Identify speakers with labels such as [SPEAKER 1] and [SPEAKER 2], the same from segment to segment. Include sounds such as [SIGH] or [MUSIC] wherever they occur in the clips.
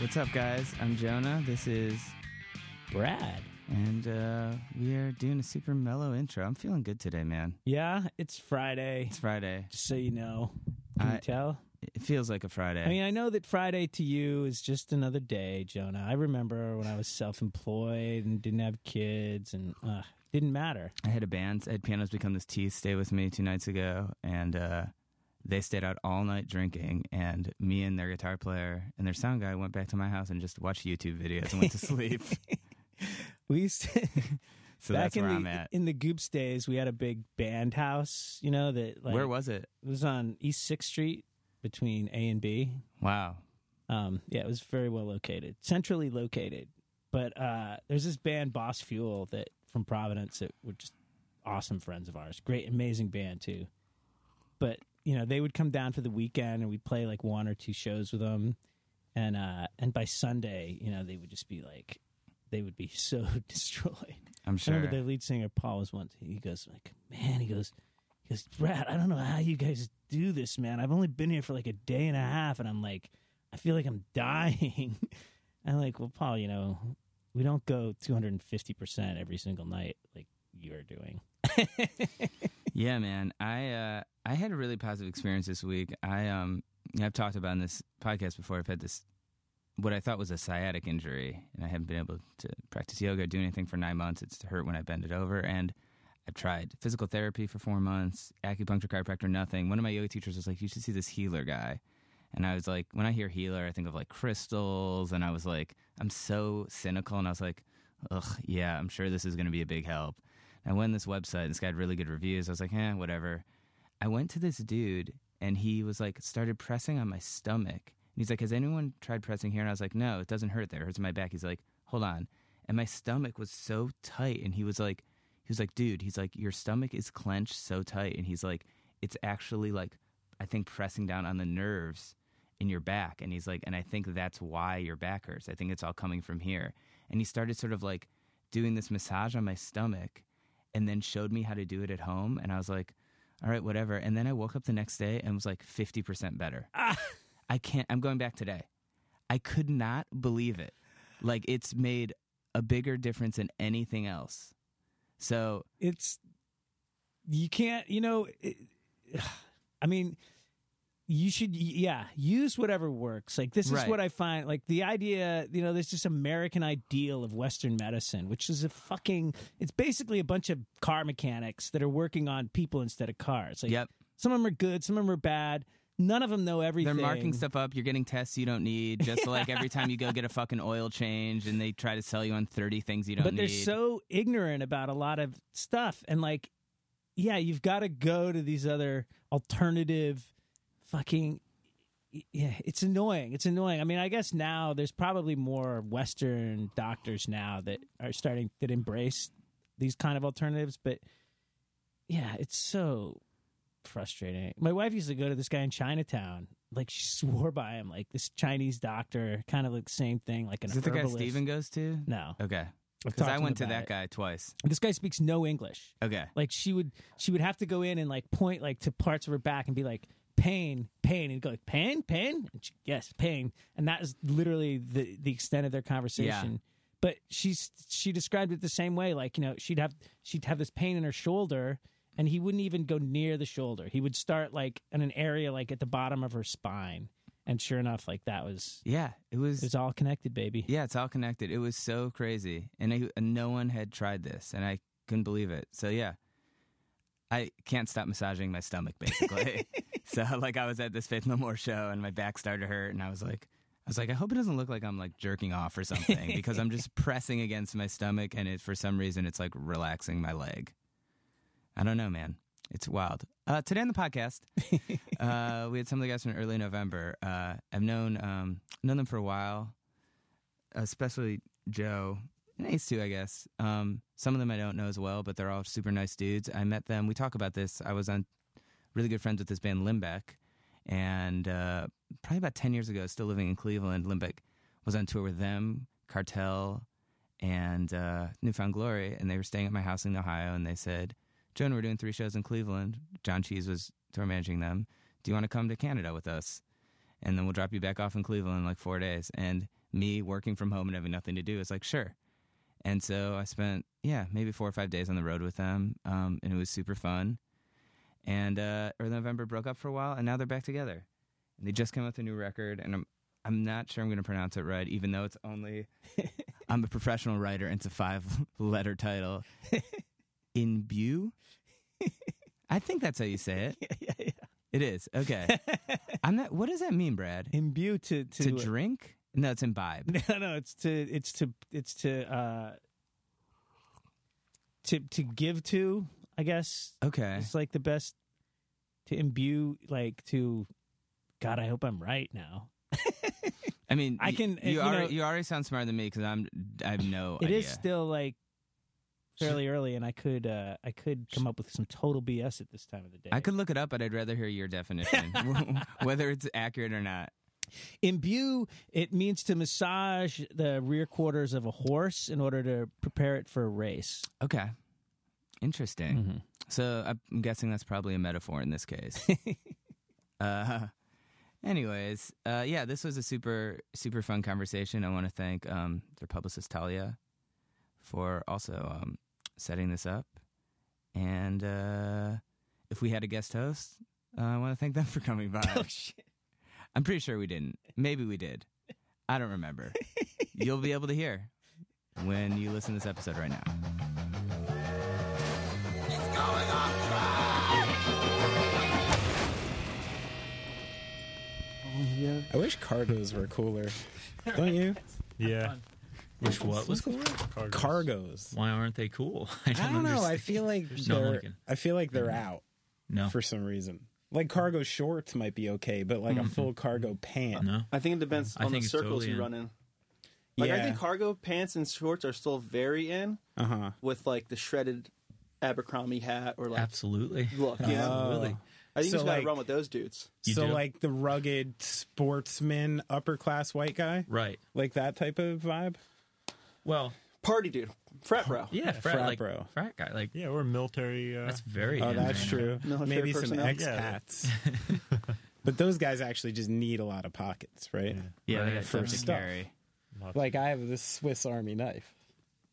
[SPEAKER 1] What's up, guys? I'm Jonah. This is,
[SPEAKER 2] Brad.
[SPEAKER 1] and uh, we are doing a super mellow intro. I'm feeling good today, man.
[SPEAKER 2] Yeah, it's Friday.
[SPEAKER 1] It's Friday.
[SPEAKER 2] Just so you know, can
[SPEAKER 1] I-
[SPEAKER 2] you tell?
[SPEAKER 1] It feels like a Friday.
[SPEAKER 2] I mean, I know that Friday to you is just another day, Jonah. I remember when I was self-employed and didn't have kids, and uh, didn't matter.
[SPEAKER 1] I had a band. I had pianos become this tea stay with me two nights ago, and uh, they stayed out all night drinking. And me and their guitar player and their sound guy went back to my house and just watched YouTube videos and
[SPEAKER 2] [LAUGHS]
[SPEAKER 1] went to sleep.
[SPEAKER 2] We used to, [LAUGHS]
[SPEAKER 1] so
[SPEAKER 2] back
[SPEAKER 1] that's
[SPEAKER 2] in
[SPEAKER 1] where
[SPEAKER 2] the
[SPEAKER 1] I'm at.
[SPEAKER 2] in the Goops days, we had a big band house. You know that [LAUGHS] like,
[SPEAKER 1] where was it?
[SPEAKER 2] it was on East Sixth Street between A and B.
[SPEAKER 1] Wow.
[SPEAKER 2] Um, yeah, it was very well located, centrally located. But uh, there's this band, Boss Fuel, that from Providence, that were just awesome friends of ours. Great, amazing band too. But you know, they would come down for the weekend, and we'd play like one or two shows with them. And uh, and by Sunday, you know, they would just be like, they would be [LAUGHS] so destroyed.
[SPEAKER 1] I'm
[SPEAKER 2] I remember
[SPEAKER 1] sure.
[SPEAKER 2] the lead singer Paul was once. He goes like, "Man," he goes, "He goes, Brad, I don't know how you guys do this, man. I've only been here for like a day and a half, and I'm like, I feel like I'm [LAUGHS] dying." I'm like, "Well, Paul, you know, we don't go 250 percent every single night like you are doing."
[SPEAKER 1] Yeah, man. I uh, I had a really positive experience this week. I um I've talked about in this podcast before. I've had this what I thought was a sciatic injury, and I haven't been able to practice yoga or do anything for nine months. It's hurt when I bend it over, and I've tried physical therapy for four months, acupuncture, chiropractor, nothing. One of my yoga teachers was like, "You should see this healer guy." And I was like, when I hear healer, I think of like crystals. And I was like, I'm so cynical. And I was like, ugh, yeah, I'm sure this is going to be a big help. And I went on this website and this guy had really good reviews. I was like, eh, whatever. I went to this dude and he was like, started pressing on my stomach. And he's like, has anyone tried pressing here? And I was like, no, it doesn't hurt there. It hurts my back. He's like, hold on. And my stomach was so tight. And he was like, he was like, dude, he's like, your stomach is clenched so tight. And he's like, it's actually like, I think pressing down on the nerves in your back. And he's like, and I think that's why your back hurts. I think it's all coming from here. And he started sort of like doing this massage on my stomach and then showed me how to do it at home. And I was like, all right, whatever. And then I woke up the next day and was like 50% better.
[SPEAKER 2] Ah.
[SPEAKER 1] I can't, I'm going back today. I could not believe it. Like, it's made a bigger difference than anything else. So,
[SPEAKER 2] it's you can't you know it, [SIGHS] i mean you should yeah use whatever works like this
[SPEAKER 1] Right.
[SPEAKER 2] is what i find like the idea you know there's this american ideal of western medicine which is a fucking it's basically a bunch of car mechanics that are working on people instead of cars like
[SPEAKER 1] Yep.
[SPEAKER 2] some of them are good some of them are bad none of them know
[SPEAKER 1] They're
[SPEAKER 2] everything
[SPEAKER 1] marking stuff up. You're getting tests you don't need.
[SPEAKER 2] [LAUGHS]
[SPEAKER 1] Just like every time you go get a fucking oil change and they try to sell you on 30 things you don't
[SPEAKER 2] but
[SPEAKER 1] need.
[SPEAKER 2] they're so ignorant about a lot of stuff and like yeah you've got to go to these other alternative fucking yeah it's annoying it's annoying i mean i guess now there's probably more western doctors now that are starting that embrace these kind of alternatives but yeah it's so frustrating my wife used to go to this guy in chinatown like she [LAUGHS] swore by him like this chinese doctor kind of like same thing like an
[SPEAKER 1] Is it the guy
[SPEAKER 2] herbalist.
[SPEAKER 1] Steven goes to?
[SPEAKER 2] no
[SPEAKER 1] Okay.
[SPEAKER 2] I've
[SPEAKER 1] Because
[SPEAKER 2] talked
[SPEAKER 1] I
[SPEAKER 2] him
[SPEAKER 1] went to
[SPEAKER 2] about
[SPEAKER 1] that
[SPEAKER 2] it.
[SPEAKER 1] guy twice.
[SPEAKER 2] This guy speaks no English.
[SPEAKER 1] Okay.
[SPEAKER 2] Like she would she would have to go in and like point like to parts of her back and be like pain, pain, and go like pain, pain, and she, yes, pain, and that is literally the the extent of their conversation. But she's she described it the same way. Like you know she'd have she'd have this pain in her shoulder. And he wouldn't even go near the shoulder. He would start like in an area like at the bottom of her spine, and sure enough, like that was
[SPEAKER 1] Yeah. It was.
[SPEAKER 2] it's all connected, baby.
[SPEAKER 1] Yeah, it's all connected. It was so crazy, and, I, and no one had tried this, and I couldn't believe it. So yeah, I can't stop massaging my stomach basically. so like I was at this Faith No More show, and my back started to hurt, and I was like, I was like, I hope it doesn't look like I'm like jerking off or something because I'm just pressing against my stomach, and it for some reason it's like relaxing my leg. I don't know, man. It's wild. Uh, today on the podcast, uh, we had some of the guys from early November. Uh, I've known um, known them for a while especially Joe and Ace too, I guess. Um, some of them I don't know as well, but they're all super nice dudes. I met them. We talk about this. I was on really good friends with this band Limbeck, and uh, probably about ten years ago, still living in Cleveland, Limbeck was on tour with them, Cartel, and uh, Newfound Glory, and they were staying at my house in Ohio, and they said, "Joan, we're doing three shows in Cleveland. John Cheese was tour managing them. Do you want to come to Canada with us?" And then we'll drop you back off in Cleveland in like four days. And me working from home and having nothing to do. It's like, sure. And so I spent, yeah, maybe four or five days on the road with them. Um, and it was super fun. And uh, Early November broke up for a while, and now they're back together. And they just came out with a new record, and I'm, I'm not sure I'm going to pronounce it right, even though it's only, I'm a professional writer, and it's a five [LAUGHS] letter title. Imbue? I think that's how you say it.
[SPEAKER 2] yeah, yeah, yeah. [LAUGHS]
[SPEAKER 1] It is. Okay. I'm not, what does that mean, Brad?
[SPEAKER 2] Imbue to
[SPEAKER 1] to,
[SPEAKER 2] to, uh,
[SPEAKER 1] drink? No, it's imbibe.
[SPEAKER 2] [LAUGHS] No, no, it's to it's to it's to uh to to give to, I guess.
[SPEAKER 1] Okay.
[SPEAKER 2] It's like the best to imbue like to God, I hope I'm right now.
[SPEAKER 1] I mean,
[SPEAKER 2] I
[SPEAKER 1] y-
[SPEAKER 2] can-
[SPEAKER 1] You,
[SPEAKER 2] you know-
[SPEAKER 1] already, you already sound smarter than me because I'm. I have no
[SPEAKER 2] It
[SPEAKER 1] idea.
[SPEAKER 2] is still like fairly early and I could uh I could come up with some total BS at this time of the day.
[SPEAKER 1] I could look it up, but I'd rather hear your definition,
[SPEAKER 2] [LAUGHS]
[SPEAKER 1] [LAUGHS] whether it's accurate or not.
[SPEAKER 2] imbue it means to massage the rear quarters of a horse in order to prepare it for a race.
[SPEAKER 1] Okay. Interesting. So I'm guessing that's probably a metaphor in this case. uh, anyways, uh, yeah, this was a super super fun conversation. I want to thank um, their publicist Talia for also um, setting this up, and uh, if we had a guest host, uh, I want to thank them for coming by.
[SPEAKER 2] [LAUGHS] [LAUGHS] Oh shit.
[SPEAKER 1] I'm pretty sure we didn't. Maybe we did. I don't remember. You'll be able to hear when you listen to this episode right now.
[SPEAKER 3] I wish cargos were cooler. Don't you?
[SPEAKER 4] Yeah.
[SPEAKER 5] Which what was cool?
[SPEAKER 4] Cargos.
[SPEAKER 3] Cargos.
[SPEAKER 5] Why aren't they cool? [LAUGHS] I
[SPEAKER 3] I don't know. I
[SPEAKER 5] understand.
[SPEAKER 3] feel like
[SPEAKER 5] There's no
[SPEAKER 3] they're
[SPEAKER 5] liking.
[SPEAKER 3] I feel like they're out
[SPEAKER 5] Mm-hmm. no.
[SPEAKER 3] for some reason. Like cargo shorts might be okay, but like a full cargo pant.
[SPEAKER 5] Mm-hmm. no.
[SPEAKER 6] I think it depends
[SPEAKER 5] I
[SPEAKER 6] on the
[SPEAKER 5] think it's
[SPEAKER 6] circles
[SPEAKER 5] totally in.
[SPEAKER 6] you run in. Like I
[SPEAKER 3] Yeah.
[SPEAKER 6] think cargo pants and shorts are still very in
[SPEAKER 3] Uh huh.
[SPEAKER 5] Uh-huh.
[SPEAKER 6] with like the shredded Abercrombie hat or like
[SPEAKER 5] Absolutely.
[SPEAKER 6] look. You know?
[SPEAKER 5] Absolutely.
[SPEAKER 6] I think
[SPEAKER 3] So,
[SPEAKER 6] you just gotta
[SPEAKER 3] like-
[SPEAKER 6] run with those dudes.
[SPEAKER 5] Oh. You
[SPEAKER 3] so
[SPEAKER 5] do?
[SPEAKER 3] like the rugged sportsman upper class white guy?
[SPEAKER 5] Right.
[SPEAKER 3] Like that type of vibe?
[SPEAKER 5] Well,
[SPEAKER 6] Party dude, frat bro.
[SPEAKER 5] yeah, frat,
[SPEAKER 3] Frat
[SPEAKER 5] like,
[SPEAKER 3] bro.
[SPEAKER 5] Frat guy. Like,
[SPEAKER 4] Yeah, we're military. Uh,
[SPEAKER 5] that's very
[SPEAKER 3] Oh,
[SPEAKER 5] in
[SPEAKER 3] that's
[SPEAKER 5] right
[SPEAKER 3] true.
[SPEAKER 6] Military
[SPEAKER 3] Maybe some
[SPEAKER 6] personnel?
[SPEAKER 3] expats. [LAUGHS] but those guys actually just need a lot of pockets, right?
[SPEAKER 1] Yeah,
[SPEAKER 5] Right,
[SPEAKER 1] they got
[SPEAKER 5] for
[SPEAKER 1] stuff to
[SPEAKER 3] stuff.
[SPEAKER 1] carry.
[SPEAKER 4] lots
[SPEAKER 3] Like I have this Swiss Army knife,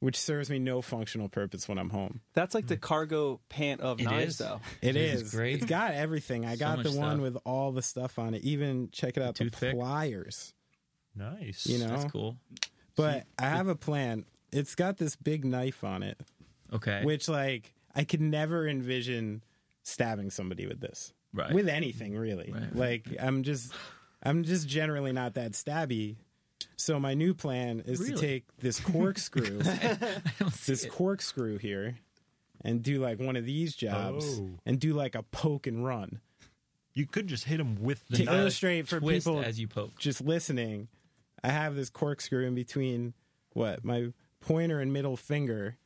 [SPEAKER 3] which serves me no functional purpose when I'm home.
[SPEAKER 6] That's like the cargo pant of
[SPEAKER 5] Mm. It
[SPEAKER 6] knives
[SPEAKER 5] is. [LAUGHS]
[SPEAKER 6] though.
[SPEAKER 3] It
[SPEAKER 5] Yours
[SPEAKER 3] is.
[SPEAKER 5] is great.
[SPEAKER 3] It's got everything. I
[SPEAKER 5] So
[SPEAKER 3] got
[SPEAKER 5] much
[SPEAKER 3] the one
[SPEAKER 5] stuff.
[SPEAKER 3] with all the stuff on it. Even check it out, the
[SPEAKER 5] Toothpick?
[SPEAKER 3] pliers.
[SPEAKER 4] now. Nice.
[SPEAKER 3] You know,
[SPEAKER 5] now. That's cool.
[SPEAKER 3] but I have a plan. It's got this big knife on it,
[SPEAKER 5] Okay.
[SPEAKER 3] which like I could never envision stabbing somebody with this.
[SPEAKER 5] Right.
[SPEAKER 3] With anything really.
[SPEAKER 5] Right.
[SPEAKER 3] Like I'm just, I'm just generally not that stabby. So my new plan is to
[SPEAKER 5] Really?
[SPEAKER 3] take this corkscrew.
[SPEAKER 5] [LAUGHS] I don't see
[SPEAKER 3] this
[SPEAKER 5] it.
[SPEAKER 3] corkscrew here and do like one of these jobs
[SPEAKER 4] Oh.
[SPEAKER 3] and do like a poke and run
[SPEAKER 4] You could just hit him with the
[SPEAKER 3] to
[SPEAKER 4] knife.
[SPEAKER 3] illustrate for
[SPEAKER 5] twist
[SPEAKER 3] people
[SPEAKER 5] as you poke.
[SPEAKER 3] just listening i have this corkscrew in between what my pointer and middle finger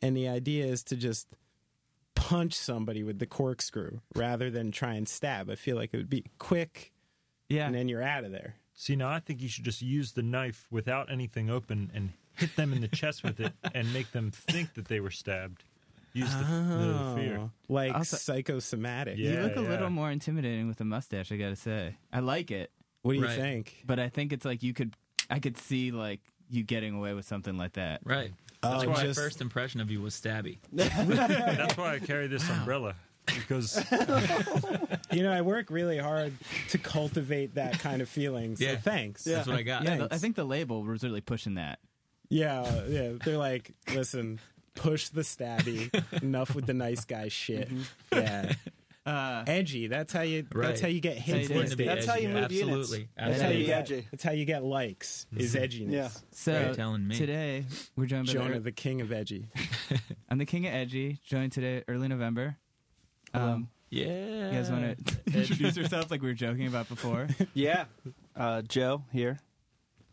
[SPEAKER 3] and the idea is to just punch somebody with the corkscrew rather than try and stab i feel like it would be quick
[SPEAKER 1] Yeah.
[SPEAKER 3] and then you're out of there
[SPEAKER 4] See, now I think you should just use the knife without anything open and hit them in the chest with it and make them think that they were stabbed. Use the, the fear.
[SPEAKER 3] Oh, like
[SPEAKER 1] Also-
[SPEAKER 3] psychosomatic
[SPEAKER 4] Yeah.
[SPEAKER 1] you look a
[SPEAKER 4] yeah.
[SPEAKER 1] little more intimidating with a mustache, I gotta say. I like it,
[SPEAKER 3] what do you
[SPEAKER 5] Right.
[SPEAKER 3] think
[SPEAKER 1] but I think it's like you could, I could see like you getting away with something like that.
[SPEAKER 5] Right. That's
[SPEAKER 3] Oh,
[SPEAKER 5] why
[SPEAKER 3] just-
[SPEAKER 5] my first impression of you was stabby.
[SPEAKER 4] That's why I carry this umbrella because
[SPEAKER 3] You know, I work really hard to cultivate that kind of feeling. So
[SPEAKER 5] Yeah.
[SPEAKER 3] thanks.
[SPEAKER 6] Yeah.
[SPEAKER 5] That's what I got.
[SPEAKER 3] Yeah.
[SPEAKER 1] I think the label was really pushing that.
[SPEAKER 3] Yeah, yeah. They're like, listen, push the stabby. Enough with the nice guy shit. Yeah.
[SPEAKER 5] Uh,
[SPEAKER 3] edgy. That's how you. That's
[SPEAKER 5] Right.
[SPEAKER 3] how you get hits.
[SPEAKER 1] how you
[SPEAKER 3] These
[SPEAKER 1] do it.
[SPEAKER 3] days.
[SPEAKER 6] That's how you move units.
[SPEAKER 5] Absolutely.
[SPEAKER 3] That's how
[SPEAKER 5] Absolutely.
[SPEAKER 3] you
[SPEAKER 6] Yeah.
[SPEAKER 3] get. That's how you get likes. Is edginess.
[SPEAKER 6] Yeah.
[SPEAKER 1] So
[SPEAKER 5] You're telling me.
[SPEAKER 1] today we're joined by
[SPEAKER 3] Jonah,
[SPEAKER 1] The,
[SPEAKER 3] the king of edgy.
[SPEAKER 1] I'm the king of edgy. Joined today early November. Um,
[SPEAKER 5] Yeah.
[SPEAKER 1] you guys want to [LAUGHS] introduce yourself like we were joking about
[SPEAKER 5] [LAUGHS]
[SPEAKER 1] before?
[SPEAKER 6] Yeah. Uh, Joe here.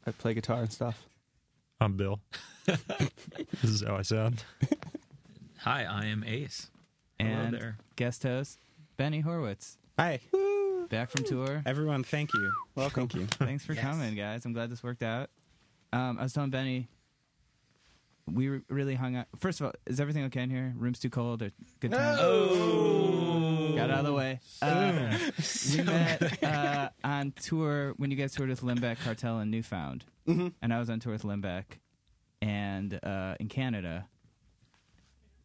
[SPEAKER 6] I play guitar and stuff.
[SPEAKER 4] I'm Bill. this is how I sound.
[SPEAKER 5] Hi, I am Ace.
[SPEAKER 1] And
[SPEAKER 5] there.
[SPEAKER 1] guest host Benny Horowitz,
[SPEAKER 3] Hi,
[SPEAKER 1] back from tour.
[SPEAKER 3] everyone. Thank you.
[SPEAKER 6] Welcome.
[SPEAKER 3] Thank you.
[SPEAKER 1] Thanks for coming, guys. I'm glad this worked out. Um, I was telling Benny we re- really hung out. First of all, is everything okay in here? Room's too cold or good time?
[SPEAKER 5] Oh.
[SPEAKER 1] Got out of the way. Uh, we met uh, on tour when you guys toured with Limbeck Cartel and Newfound, mm-hmm. and I was on tour with Limbeck, and uh, in Canada.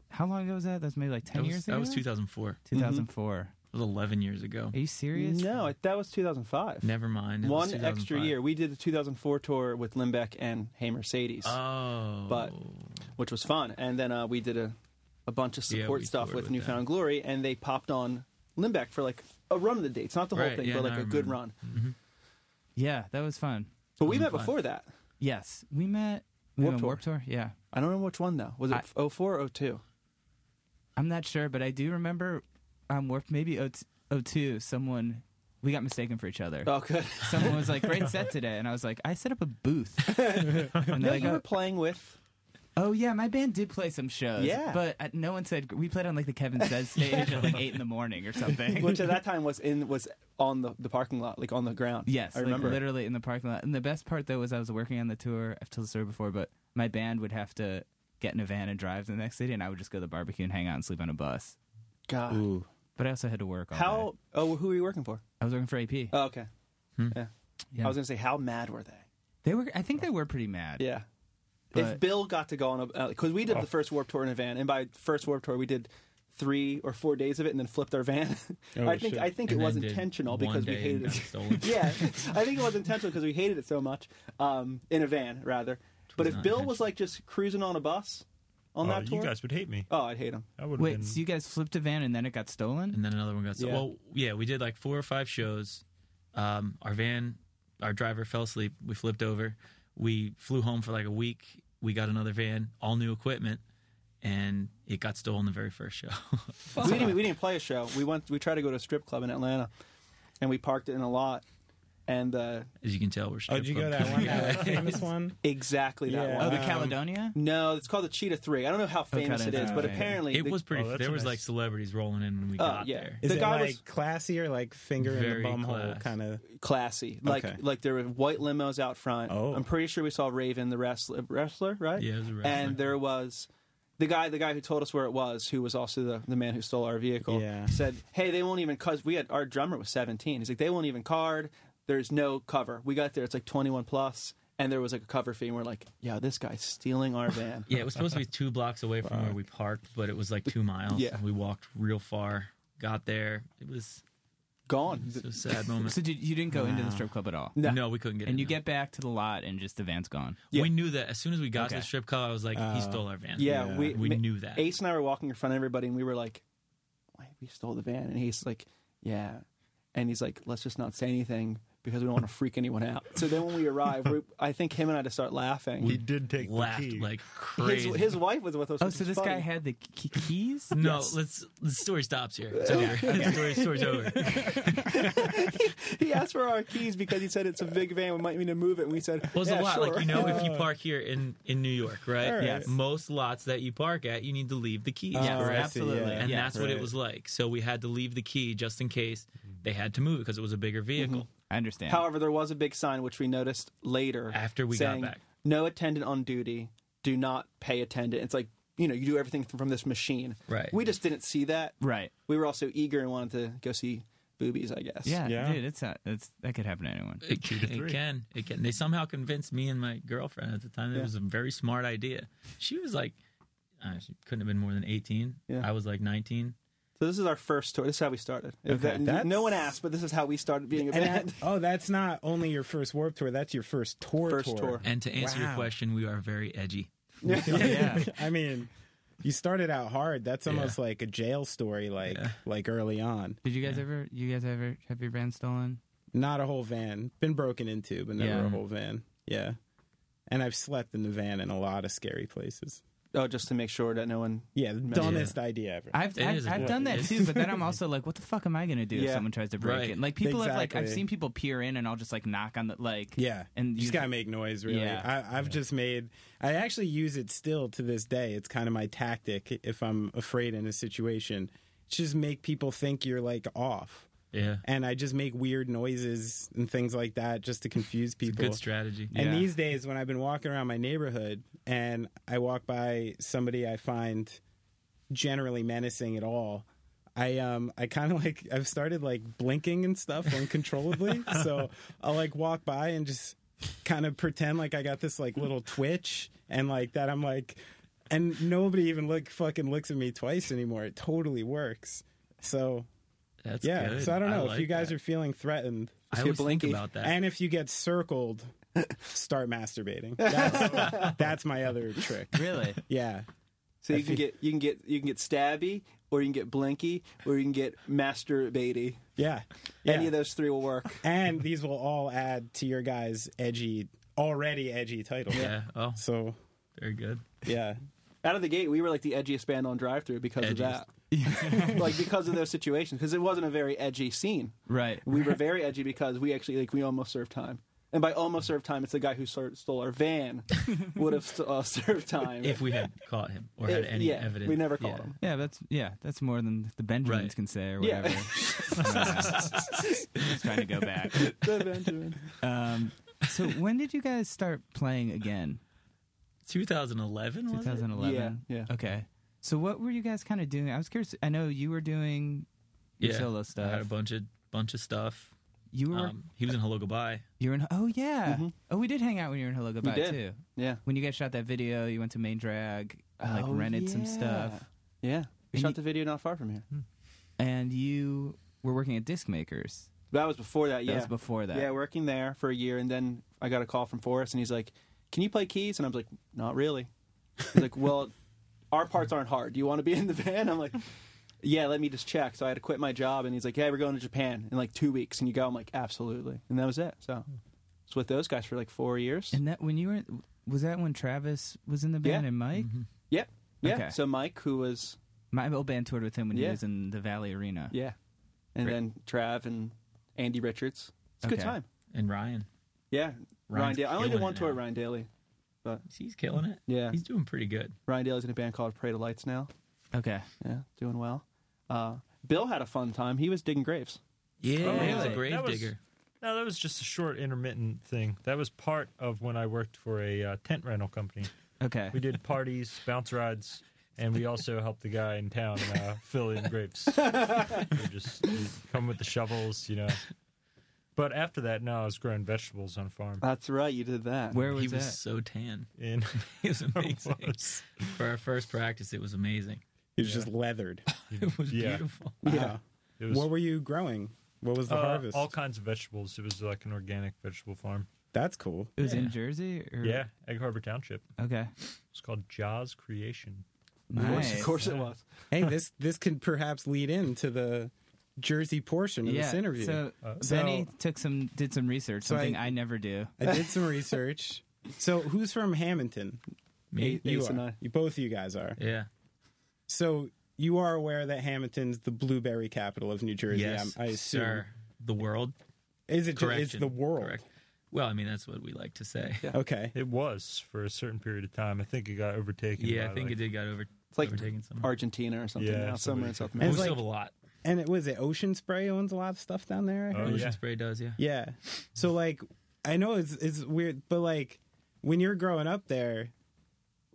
[SPEAKER 1] How long ago was that? That's maybe like ten
[SPEAKER 5] That
[SPEAKER 1] years
[SPEAKER 5] was,
[SPEAKER 1] ago.
[SPEAKER 5] that was Mm-hmm. 2004. It
[SPEAKER 1] two thousand four.
[SPEAKER 5] was 11 years ago.
[SPEAKER 1] Are you serious?
[SPEAKER 6] No, it- that was 2005.
[SPEAKER 5] Never mind. it was
[SPEAKER 6] One extra
[SPEAKER 5] 2005.
[SPEAKER 6] year. We did the 2004 tour with Limbeck and Hey Mercedes,
[SPEAKER 5] Oh.
[SPEAKER 6] but which was fun. And then uh, we did a, a bunch of
[SPEAKER 5] Yeah,
[SPEAKER 6] support
[SPEAKER 5] we
[SPEAKER 6] stuff
[SPEAKER 5] toured
[SPEAKER 6] with
[SPEAKER 5] with
[SPEAKER 6] Newfound Glory, and they popped on Limbeck for like a run of the dates, not the whole
[SPEAKER 5] Right,
[SPEAKER 6] thing,
[SPEAKER 5] yeah,
[SPEAKER 6] but
[SPEAKER 5] no,
[SPEAKER 6] like
[SPEAKER 5] I
[SPEAKER 6] a good
[SPEAKER 5] remember.
[SPEAKER 6] run.
[SPEAKER 1] Yeah, that was fun.
[SPEAKER 6] But we met
[SPEAKER 5] fun.
[SPEAKER 6] before that.
[SPEAKER 1] Yes, we met. We
[SPEAKER 6] Warped
[SPEAKER 1] went
[SPEAKER 6] Tour.
[SPEAKER 1] Warped Tour. Yeah,
[SPEAKER 6] I don't know which one though. Was it
[SPEAKER 1] I-
[SPEAKER 6] oh four or 02?
[SPEAKER 1] I'm not sure, but I do remember um, Warped maybe O t- O two. Someone we got mistaken for each other.
[SPEAKER 6] Oh, good.
[SPEAKER 1] Someone was like, "Great set today," and I was like, "I set up a booth."
[SPEAKER 6] [LAUGHS]
[SPEAKER 1] and
[SPEAKER 6] No,
[SPEAKER 1] they're like,
[SPEAKER 6] you were
[SPEAKER 1] oh,
[SPEAKER 6] playing with.
[SPEAKER 1] oh, yeah, my band did play some shows.
[SPEAKER 6] Yeah.
[SPEAKER 1] but uh, no one said we played on like the Kevin
[SPEAKER 6] [LAUGHS]
[SPEAKER 1] Says stage at like eight in the morning or something.
[SPEAKER 6] which at that time was in was on the, the parking lot, like on the ground.
[SPEAKER 1] Yes,
[SPEAKER 6] I
[SPEAKER 1] like,
[SPEAKER 6] remember.
[SPEAKER 1] literally in the parking lot. And the best part though was I was working on the tour. I've told the story before, but my band would have to get in a van and drive to the next city, and I would just go to the barbecue and hang out and sleep on a bus.
[SPEAKER 6] God,
[SPEAKER 3] Ooh.
[SPEAKER 1] But I also had to work. All
[SPEAKER 6] how?
[SPEAKER 1] day.
[SPEAKER 6] Oh, who were you working for?
[SPEAKER 1] I was working for AP.
[SPEAKER 6] Oh, okay. Yeah.
[SPEAKER 1] Yeah.
[SPEAKER 6] I was gonna say, how mad were they?
[SPEAKER 1] they were. I think they were pretty mad.
[SPEAKER 6] Yeah. if
[SPEAKER 1] But-
[SPEAKER 6] Bill got to go on a because we did the first warp tour in a van, and by first warp tour we did three or four days of it, and then flipped our van. [LAUGHS]
[SPEAKER 3] Oh,
[SPEAKER 6] I think
[SPEAKER 3] shit.
[SPEAKER 6] I think
[SPEAKER 5] And then
[SPEAKER 6] it was
[SPEAKER 5] did
[SPEAKER 6] intentional
[SPEAKER 5] one
[SPEAKER 6] because we
[SPEAKER 5] day and
[SPEAKER 6] hated
[SPEAKER 5] got
[SPEAKER 6] it.
[SPEAKER 5] stolen.
[SPEAKER 6] [LAUGHS] yeah, I think it was intentional because we hated it so much um, in a van rather. But
[SPEAKER 5] was
[SPEAKER 6] if
[SPEAKER 5] not
[SPEAKER 6] Bill was like just cruising on a bus on
[SPEAKER 4] Oh,
[SPEAKER 6] that tour,
[SPEAKER 4] you guys would hate me.
[SPEAKER 6] oh, I'd hate him.
[SPEAKER 4] I would
[SPEAKER 1] Wait,
[SPEAKER 4] been,
[SPEAKER 1] so you guys flipped a van and then it got stolen?
[SPEAKER 5] and then another one got
[SPEAKER 6] Yeah.
[SPEAKER 5] stolen. Well, yeah, we did like four or five shows. Um, our van, our driver fell asleep. We flipped over. We flew home for like a week. We got another van, all new equipment, and it got stolen the very first show. [LAUGHS]
[SPEAKER 6] We didn't, we didn't play a show. We went. We tried to go to a strip club in Atlanta, and we parked it in a lot. And uh,
[SPEAKER 5] As you can tell, we're
[SPEAKER 3] Oh,
[SPEAKER 5] strip
[SPEAKER 3] did you go
[SPEAKER 5] club
[SPEAKER 3] that one?
[SPEAKER 5] comedy
[SPEAKER 3] That
[SPEAKER 5] guys.
[SPEAKER 3] famous one?
[SPEAKER 6] exactly that
[SPEAKER 3] Yeah.
[SPEAKER 1] Oh,
[SPEAKER 6] one.
[SPEAKER 1] the
[SPEAKER 3] Um,
[SPEAKER 1] Caledonia?
[SPEAKER 6] No, it's called the Cheetah Three. I don't know
[SPEAKER 3] Oh,
[SPEAKER 6] how famous
[SPEAKER 1] kind
[SPEAKER 6] it
[SPEAKER 1] of
[SPEAKER 6] is, but
[SPEAKER 1] thing.
[SPEAKER 5] [LAUGHS]
[SPEAKER 6] apparently
[SPEAKER 5] It
[SPEAKER 6] the-
[SPEAKER 5] was pretty.
[SPEAKER 4] Oh, that's
[SPEAKER 5] there
[SPEAKER 4] a
[SPEAKER 5] was
[SPEAKER 4] nice-
[SPEAKER 5] like celebrities rolling in when we
[SPEAKER 6] Oh,
[SPEAKER 5] got
[SPEAKER 6] yeah.
[SPEAKER 5] there.
[SPEAKER 3] Is
[SPEAKER 6] The
[SPEAKER 3] it
[SPEAKER 6] guy
[SPEAKER 3] like
[SPEAKER 6] was-
[SPEAKER 3] classy or like finger in the
[SPEAKER 5] Very
[SPEAKER 3] bum hole
[SPEAKER 5] class.
[SPEAKER 3] kind of?
[SPEAKER 6] classy. Like
[SPEAKER 3] Okay.
[SPEAKER 6] like there were white limos out front.
[SPEAKER 3] Oh.
[SPEAKER 6] I'm pretty sure we saw Raven the wrestler, wrestler right?
[SPEAKER 5] Yeah, it was a wrestler.
[SPEAKER 6] And there was. The guy, the guy who told us where it was, who was also the, the man who stole our vehicle,
[SPEAKER 3] Yeah.
[SPEAKER 6] said, "Hey, they won't even cause we had our drummer was 17. He's like, they won't even card. There's no cover. We got there, it's like 21 plus, and there was like a cover fee, and we're like, yeah, this guy's stealing our van.
[SPEAKER 5] [LAUGHS] Yeah, it was supposed to be two blocks away from where we parked, but it was like two miles.
[SPEAKER 6] Yeah.
[SPEAKER 5] and we walked real far. Got there. It was,
[SPEAKER 6] Gone.
[SPEAKER 5] it was a
[SPEAKER 6] [LAUGHS]
[SPEAKER 5] sad moment.
[SPEAKER 1] So did, you didn't go into the strip club at all?
[SPEAKER 6] No.
[SPEAKER 5] No, Oh, we couldn't get. in,
[SPEAKER 1] And you
[SPEAKER 5] no.
[SPEAKER 1] get back to the lot and just the van's gone.
[SPEAKER 6] Yeah. Uh,
[SPEAKER 5] We knew that as soon as we got to
[SPEAKER 1] Okay.
[SPEAKER 5] the strip club, I was like, he stole our van.
[SPEAKER 6] Yeah,
[SPEAKER 3] Yeah.
[SPEAKER 6] we
[SPEAKER 5] we
[SPEAKER 6] ma-
[SPEAKER 5] knew that.
[SPEAKER 6] Ace and I were walking in front of everybody, and we were like, "Wait, we stole the van." And he's like, "Yeah," and he's like, "Let's just not say anything because we
[SPEAKER 5] [LAUGHS]
[SPEAKER 6] don't want to freak anyone out." So then when we arrived, we, I think him and I just start laughing.
[SPEAKER 4] he did take
[SPEAKER 5] laughed
[SPEAKER 4] the key.
[SPEAKER 5] like
[SPEAKER 6] his,
[SPEAKER 5] crazy.
[SPEAKER 6] his wife was with us.
[SPEAKER 1] Oh,
[SPEAKER 6] which
[SPEAKER 1] so
[SPEAKER 6] is
[SPEAKER 1] this guy
[SPEAKER 6] funny.
[SPEAKER 1] had the k- keys?
[SPEAKER 5] no, let's. The story stops here.
[SPEAKER 6] [LAUGHS]
[SPEAKER 5] It's over. the story, story's over.
[SPEAKER 6] [LAUGHS] he asked for our keys because he said it's a big van. We might need to move it. And we said,
[SPEAKER 5] Well, it's
[SPEAKER 6] yeah,
[SPEAKER 5] a lot.
[SPEAKER 6] sure.
[SPEAKER 5] Like you know, if you park here in in New York, right?
[SPEAKER 3] Alright. Yes.
[SPEAKER 5] Most lots that you park at, you need to leave the keys.
[SPEAKER 1] Yes,
[SPEAKER 3] Oh, I see,
[SPEAKER 1] absolutely.
[SPEAKER 3] yeah.
[SPEAKER 5] And
[SPEAKER 1] yes.
[SPEAKER 5] that's what it
[SPEAKER 3] Right.
[SPEAKER 5] was like. So we had to leave the key just in case they had to move it because it was a bigger vehicle.
[SPEAKER 1] I understand.
[SPEAKER 6] However, there was a big sign which we noticed later
[SPEAKER 5] After we got
[SPEAKER 6] saying,
[SPEAKER 5] back.
[SPEAKER 6] "No attendant on duty. Do not pay attendant." It's like you know, you do everything from this machine.
[SPEAKER 5] Right.
[SPEAKER 6] We just didn't see that.
[SPEAKER 1] right.
[SPEAKER 6] We were also eager and wanted to go see boobies. I guess.
[SPEAKER 1] Yeah,
[SPEAKER 3] Yeah.
[SPEAKER 1] dude, it's, not, it's that could happen to anyone.
[SPEAKER 5] It, can- it can. It can. They somehow convinced me and my girlfriend at the time it was a very smart idea. She was like, uh, she couldn't have been more than 18.
[SPEAKER 6] Yeah.
[SPEAKER 5] I was like 19.
[SPEAKER 6] So this is our first tour. This is how we started. If that-
[SPEAKER 3] that's-
[SPEAKER 6] no one asked, but this is how we started being a
[SPEAKER 3] And
[SPEAKER 6] band.
[SPEAKER 3] that, oh, that's not only your first warp tour, that's your first tour [LAUGHS]
[SPEAKER 6] First tour.
[SPEAKER 5] And to answer your
[SPEAKER 3] Wow.
[SPEAKER 5] question, we are very edgy.
[SPEAKER 1] yeah.
[SPEAKER 3] [LAUGHS] I mean, you started out hard. That's almost like a jail story, like like early on.
[SPEAKER 1] Did you guys ever, you guys ever have your van stolen?
[SPEAKER 3] Not a whole van, been broken into, but never
[SPEAKER 1] Yeah.
[SPEAKER 3] a whole van. Yeah, and I've slept in the van in a lot of scary places.
[SPEAKER 6] [LAUGHS] oh, just to make sure that no one.
[SPEAKER 3] Yeah, dumbest idea ever.
[SPEAKER 1] I've
[SPEAKER 5] It
[SPEAKER 1] I've,
[SPEAKER 5] is
[SPEAKER 1] I've
[SPEAKER 5] important.
[SPEAKER 1] done that
[SPEAKER 5] It's-
[SPEAKER 1] too, but then
[SPEAKER 5] [LAUGHS]
[SPEAKER 1] I'm also like, what the fuck am I gonna do if
[SPEAKER 6] Yeah.
[SPEAKER 1] someone tries to break
[SPEAKER 5] Right.
[SPEAKER 1] it? Like people have like I've
[SPEAKER 3] Exactly.
[SPEAKER 1] seen people peer in, and I'll just like knock on the like
[SPEAKER 3] yeah,
[SPEAKER 1] and
[SPEAKER 3] you just
[SPEAKER 1] use-
[SPEAKER 3] gotta make noise. Really,
[SPEAKER 1] Yeah.
[SPEAKER 3] I, I've just made. I actually use it still to this day. It's kind of my tactic if I'm afraid in a situation. Just make people think you're like off.
[SPEAKER 5] Yeah.
[SPEAKER 3] and I just make weird noises and things like that just to confuse
[SPEAKER 5] It's a
[SPEAKER 3] people.
[SPEAKER 5] good strategy.
[SPEAKER 3] And
[SPEAKER 1] Yeah.
[SPEAKER 3] these days, when I've been walking around my neighborhood and I walk by somebody I find generally menacing at all, I um I kind of like I've started like blinking and stuff
[SPEAKER 5] [LAUGHS]
[SPEAKER 3] uncontrollably. so I'll like walk by and just kind of pretend like I got this like little twitch and like that I'm like, and nobody even look fucking looks at me twice anymore. It totally works. So
[SPEAKER 5] That's
[SPEAKER 3] yeah.
[SPEAKER 5] good.
[SPEAKER 3] So I don't know if
[SPEAKER 5] like
[SPEAKER 3] you guys
[SPEAKER 5] that.
[SPEAKER 3] are feeling threatened.
[SPEAKER 5] I always think
[SPEAKER 6] blinky.
[SPEAKER 5] about that.
[SPEAKER 3] And if you get circled, start masturbating. That's, that's my other trick.
[SPEAKER 1] Really?
[SPEAKER 3] Yeah.
[SPEAKER 6] So you can get you can get you can get stabby, or you can get blinky, or you can get masturbaty.
[SPEAKER 3] Yeah. yeah.
[SPEAKER 6] Any of those three will [LAUGHS] work.
[SPEAKER 3] And these will all add to your guys' edgy, already edgy title.
[SPEAKER 5] yeah. Oh,
[SPEAKER 3] So,
[SPEAKER 5] very good.
[SPEAKER 3] yeah.
[SPEAKER 6] Out of the gate, we were like the edgiest band on Drive Through because
[SPEAKER 5] Edgiest.
[SPEAKER 6] of [LAUGHS] that. like because of those situations, because it wasn't a very edgy scene.
[SPEAKER 1] Right.
[SPEAKER 6] We were very edgy because we actually like we almost served time. And by almost served time, it's the guy who sor- stole our [LAUGHS] van would have st- uh, served time.
[SPEAKER 5] If we had caught him or had
[SPEAKER 6] If-
[SPEAKER 5] any
[SPEAKER 6] yeah,
[SPEAKER 5] evidence,
[SPEAKER 6] we never
[SPEAKER 5] yeah.
[SPEAKER 6] caught [LAUGHS] him.
[SPEAKER 1] Yeah, that's yeah, that's more than the Benjamins
[SPEAKER 5] Right.
[SPEAKER 1] can say or
[SPEAKER 6] Yeah.
[SPEAKER 1] whatever. Just trying to go back.
[SPEAKER 6] The Benjamin.
[SPEAKER 5] [LAUGHS]
[SPEAKER 1] Um, so when did you guys start playing again?
[SPEAKER 5] 2011. Was it?
[SPEAKER 1] 2011.
[SPEAKER 6] Yeah, yeah.
[SPEAKER 1] Okay. So what were you guys kind of doing? I was curious. I know you were doing your
[SPEAKER 5] Yeah,
[SPEAKER 1] solo
[SPEAKER 5] I had a
[SPEAKER 1] stuff.
[SPEAKER 5] bunch of bunch of stuff.
[SPEAKER 1] You were
[SPEAKER 5] Um, he was in Hello Goodbye.
[SPEAKER 1] you were in. Oh yeah. Oh, we did hang out when you were in Hello Goodbye
[SPEAKER 6] did.
[SPEAKER 1] too.
[SPEAKER 6] Yeah.
[SPEAKER 1] When you guys shot that video, you went to Main Drag. I like
[SPEAKER 6] Oh,
[SPEAKER 1] rented some
[SPEAKER 6] yeah.
[SPEAKER 1] stuff,
[SPEAKER 6] Yeah. We
[SPEAKER 1] And
[SPEAKER 6] shot
[SPEAKER 1] you-
[SPEAKER 6] the video not far from here.
[SPEAKER 5] Hmm.
[SPEAKER 1] and you were working at Disc Makers.
[SPEAKER 6] That was before that,
[SPEAKER 1] That
[SPEAKER 6] yeah.
[SPEAKER 1] was before that.
[SPEAKER 6] Yeah, working there for a year, and then I got a call from Forrest, and he's like, "Can you play keys?" And I was like, "Not really." He's
[SPEAKER 5] [LAUGHS]
[SPEAKER 6] like, "Well, our parts aren't hard. Do you want to be in the band?" I'm like, "Yeah, let me just check." So I had to quit my job, and he's like, "Yeah, we're going to Japan in like two weeks, and you go." I'm like, "Absolutely," and that was it. So,
[SPEAKER 5] Hmm.
[SPEAKER 6] was with those guys for like four years.
[SPEAKER 1] And that when you were was that when Travis was in the band
[SPEAKER 6] Yeah. Mm-hmm.
[SPEAKER 1] and Mike?
[SPEAKER 6] Yep. Yeah.
[SPEAKER 1] Okay.
[SPEAKER 6] So Mike, who was
[SPEAKER 1] My old band toured with him when he
[SPEAKER 6] Yeah.
[SPEAKER 1] was in the Valley Arena.
[SPEAKER 6] yeah, and
[SPEAKER 1] Great.
[SPEAKER 6] then Trav and Andy Richards. It's a good
[SPEAKER 1] Okay.
[SPEAKER 6] time.
[SPEAKER 5] And Ryan,
[SPEAKER 6] Yeah. Ryan
[SPEAKER 5] Ryan's
[SPEAKER 6] Daly. I only did
[SPEAKER 5] killing
[SPEAKER 6] one
[SPEAKER 5] it
[SPEAKER 6] tour at
[SPEAKER 5] now.
[SPEAKER 6] Ryan Daly.
[SPEAKER 5] he's killing it.
[SPEAKER 6] Yeah.
[SPEAKER 5] He's doing pretty good.
[SPEAKER 6] Ryan Daly's in a band called Parade of Lights now.
[SPEAKER 1] Okay.
[SPEAKER 6] Yeah, doing well. Uh, Bill had a fun time. He was digging graves.
[SPEAKER 5] Yeah, he was a
[SPEAKER 1] really?
[SPEAKER 5] grave
[SPEAKER 4] That was-
[SPEAKER 5] digger.
[SPEAKER 4] No, that was just a short intermittent thing. That was part of when I worked for a uh, tent rental company.
[SPEAKER 1] Okay.
[SPEAKER 4] We did parties, bounce rides, and we also helped the guy in town uh, fill in graves. We just we come with the shovels, you know. But after that, no, I was growing vegetables on a farm.
[SPEAKER 6] That's right, you did that.
[SPEAKER 1] Where was
[SPEAKER 5] He was
[SPEAKER 1] that?
[SPEAKER 5] so tan. [LAUGHS]
[SPEAKER 4] In
[SPEAKER 5] He was amazing.
[SPEAKER 4] was.
[SPEAKER 5] For our first practice, it was amazing. [LAUGHS]
[SPEAKER 3] He was just leathered.
[SPEAKER 5] It was
[SPEAKER 4] Yeah.
[SPEAKER 5] beautiful.
[SPEAKER 3] Yeah.
[SPEAKER 4] It was
[SPEAKER 3] what were you growing? What was the
[SPEAKER 4] uh,
[SPEAKER 3] harvest?
[SPEAKER 4] all kinds of vegetables. It was like an organic vegetable farm.
[SPEAKER 3] That's cool.
[SPEAKER 1] it was
[SPEAKER 5] Yeah.
[SPEAKER 1] in Jersey. Or...
[SPEAKER 4] Yeah, Egg Harbor Township.
[SPEAKER 1] Okay.
[SPEAKER 4] It's called Jaws Creation.
[SPEAKER 6] Of course,
[SPEAKER 1] Nice.
[SPEAKER 6] of course it was.
[SPEAKER 3] Hey, this this could perhaps lead into the Jersey portion of
[SPEAKER 1] Yeah.
[SPEAKER 3] this interview.
[SPEAKER 1] So
[SPEAKER 4] Uh,
[SPEAKER 1] Benny
[SPEAKER 3] So-
[SPEAKER 1] took some did some research,
[SPEAKER 3] So I-
[SPEAKER 1] something I, never do.
[SPEAKER 3] I did some research. So who's from Hamilton?
[SPEAKER 5] Me?
[SPEAKER 3] You
[SPEAKER 6] Ace and
[SPEAKER 3] are.
[SPEAKER 6] I.
[SPEAKER 3] You, both of you guys are.
[SPEAKER 5] Yeah.
[SPEAKER 3] So you are aware that Hamilton's the blueberry capital of New Jersey.
[SPEAKER 5] Yes,
[SPEAKER 3] I'm- I assume.
[SPEAKER 5] sir. The world.
[SPEAKER 3] Is it? ju- It's
[SPEAKER 5] Correction.
[SPEAKER 3] the world.
[SPEAKER 5] Correct. Well, I mean, that's what we like to say. Yeah,
[SPEAKER 3] Okay.
[SPEAKER 4] It was for a certain period of time. I think it got overtaken. by,
[SPEAKER 5] I think
[SPEAKER 4] like,
[SPEAKER 5] it did got over.
[SPEAKER 6] It's like
[SPEAKER 5] overtaken somewhere.
[SPEAKER 6] Argentina or something
[SPEAKER 4] Yeah,
[SPEAKER 6] now, somewhere in South
[SPEAKER 5] Well,
[SPEAKER 4] somebody-
[SPEAKER 3] And
[SPEAKER 5] we
[SPEAKER 3] it's
[SPEAKER 6] America.
[SPEAKER 5] still
[SPEAKER 3] like-
[SPEAKER 5] have a lot.
[SPEAKER 3] And it was it Ocean Spray owns a lot of stuff down there.
[SPEAKER 4] Oh,
[SPEAKER 5] Ocean
[SPEAKER 4] yeah.
[SPEAKER 5] spray
[SPEAKER 3] [LAUGHS]
[SPEAKER 5] does, yeah.
[SPEAKER 3] Yeah. So like, I know it's it's weird, but like, when you're growing up there,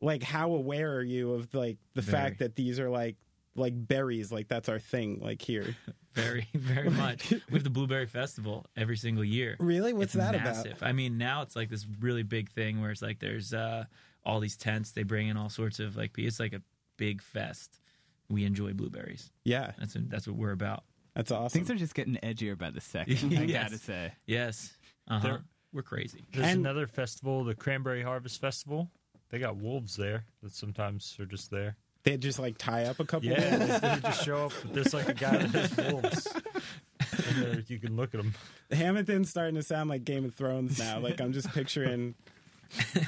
[SPEAKER 3] like, how aware are you of like the
[SPEAKER 5] Very.
[SPEAKER 3] fact that these are like like berries? Like that's our thing. Like
[SPEAKER 5] [LAUGHS]
[SPEAKER 3] here,
[SPEAKER 5] Very, very much. We have the Blueberry Festival every single year.
[SPEAKER 3] really, what's
[SPEAKER 5] it's
[SPEAKER 3] that
[SPEAKER 5] massive.
[SPEAKER 3] about?
[SPEAKER 5] I mean, now it's like this really big thing where it's like there's uh, all these tents. They bring in all sorts of like it's like a big fest. We enjoy blueberries.
[SPEAKER 3] Yeah,
[SPEAKER 5] That's that's what we're about.
[SPEAKER 3] that's awesome.
[SPEAKER 1] Things are just getting edgier by the second. I
[SPEAKER 5] Yes.
[SPEAKER 1] gotta say.
[SPEAKER 5] Yes, uh-huh.
[SPEAKER 4] They're-
[SPEAKER 5] we're crazy.
[SPEAKER 4] There's
[SPEAKER 3] And-
[SPEAKER 4] another festival, the Cranberry Harvest Festival. They got wolves there that sometimes are just there.
[SPEAKER 3] They just like tie up a couple.
[SPEAKER 4] Yeah, they, they just show up. But there's like a guy that has wolves. And they're- you can look at them.
[SPEAKER 3] Hamilton's starting to sound like Game of Thrones now. Like I'm just picturing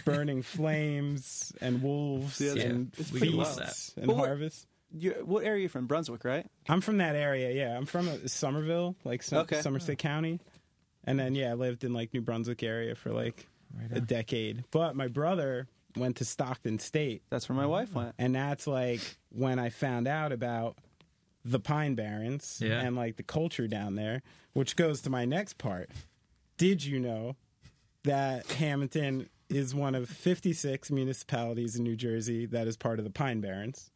[SPEAKER 3] burning flames and wolves
[SPEAKER 6] Yeah,
[SPEAKER 3] and
[SPEAKER 6] it's
[SPEAKER 5] pretty wild.
[SPEAKER 3] feasts and
[SPEAKER 6] Well, what-
[SPEAKER 3] harvests.
[SPEAKER 6] You- what area are you from? Brunswick, right?
[SPEAKER 3] I'm from that area. Yeah, I'm from uh, Somerville, like Som-
[SPEAKER 6] Okay.
[SPEAKER 3] Somerset County, and then yeah, I lived in like New Brunswick area for like a decade. But my brother went to Stockton State,
[SPEAKER 6] That's where my wife went.
[SPEAKER 3] and that's like when I found out about the Pine Barrens
[SPEAKER 5] Yeah.
[SPEAKER 3] and like the culture down there, which goes to my next part. Did you know that Hamilton is one of 56 municipalities in New Jersey that is part of the Pine Barrens?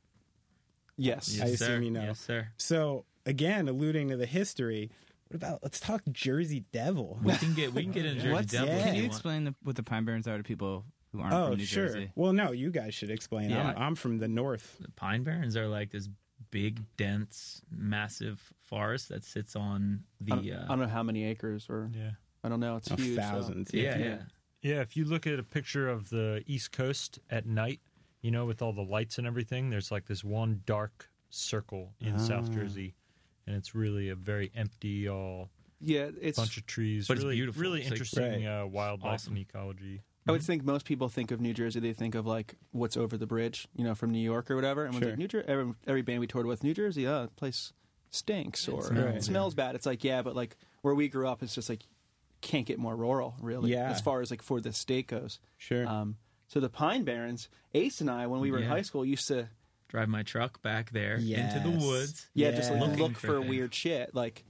[SPEAKER 6] Yes.
[SPEAKER 3] I assume
[SPEAKER 5] sir.
[SPEAKER 3] you know.
[SPEAKER 5] Yes, sir.
[SPEAKER 3] So, again, alluding to the history, what about let's talk Jersey Devil?
[SPEAKER 5] We can get we
[SPEAKER 3] [LAUGHS]
[SPEAKER 5] can get into Jersey
[SPEAKER 3] What's-
[SPEAKER 5] Devil.
[SPEAKER 3] yeah.
[SPEAKER 5] if
[SPEAKER 1] Can
[SPEAKER 5] you
[SPEAKER 1] you
[SPEAKER 5] want.
[SPEAKER 1] explain the, what the Pine Barrens are to people who aren't
[SPEAKER 3] Oh,
[SPEAKER 1] from New
[SPEAKER 3] sure.
[SPEAKER 1] Jersey?
[SPEAKER 3] Well, no, you guys should explain.
[SPEAKER 1] Yeah.
[SPEAKER 3] I'm, I'm from the north.
[SPEAKER 5] The pine barrens are like this big, dense, massive forest that sits on the.
[SPEAKER 6] I, don't, I
[SPEAKER 5] uh,
[SPEAKER 6] don't know how many acres or
[SPEAKER 4] Yeah.
[SPEAKER 6] I don't know. It's
[SPEAKER 3] Oh,
[SPEAKER 6] huge. so-
[SPEAKER 3] thousands.
[SPEAKER 5] yeah,
[SPEAKER 6] Yeah.
[SPEAKER 5] yeah.
[SPEAKER 4] Yeah, if you look at a picture of the East Coast at night, you know, with all the lights and everything, there's like this one dark circle in
[SPEAKER 5] Ah.
[SPEAKER 4] South Jersey, and it's really a very empty, all
[SPEAKER 6] Yeah, it's.
[SPEAKER 4] bunch of trees.
[SPEAKER 5] but it's
[SPEAKER 4] really,
[SPEAKER 5] beautiful.
[SPEAKER 4] Really
[SPEAKER 5] It's like-
[SPEAKER 4] interesting uh, wildlife
[SPEAKER 5] awesome.
[SPEAKER 4] and ecology.
[SPEAKER 6] I would think most people think of New Jersey. They think of like what's over the bridge, you know, from New York or whatever. And when
[SPEAKER 3] Sure.
[SPEAKER 6] like, New Jer- every, every band we toured with, New Jersey, uh, the place stinks or it smells,
[SPEAKER 3] smells, yeah.
[SPEAKER 6] bad. It's like yeah, but like where we grew up, it's just like can't get more rural, really.
[SPEAKER 3] Yeah.
[SPEAKER 6] As far as like for the state goes.
[SPEAKER 3] Sure.
[SPEAKER 6] Um, so the Pine Barrens, Ace and I, when we were in
[SPEAKER 5] Yeah.
[SPEAKER 6] high school, used to
[SPEAKER 5] Drive my truck back there into
[SPEAKER 3] Yes.
[SPEAKER 5] the woods.
[SPEAKER 6] yeah, just
[SPEAKER 3] Yeah.
[SPEAKER 6] like,
[SPEAKER 5] Looking
[SPEAKER 6] look
[SPEAKER 5] for
[SPEAKER 6] for
[SPEAKER 5] things.
[SPEAKER 6] weird shit. Like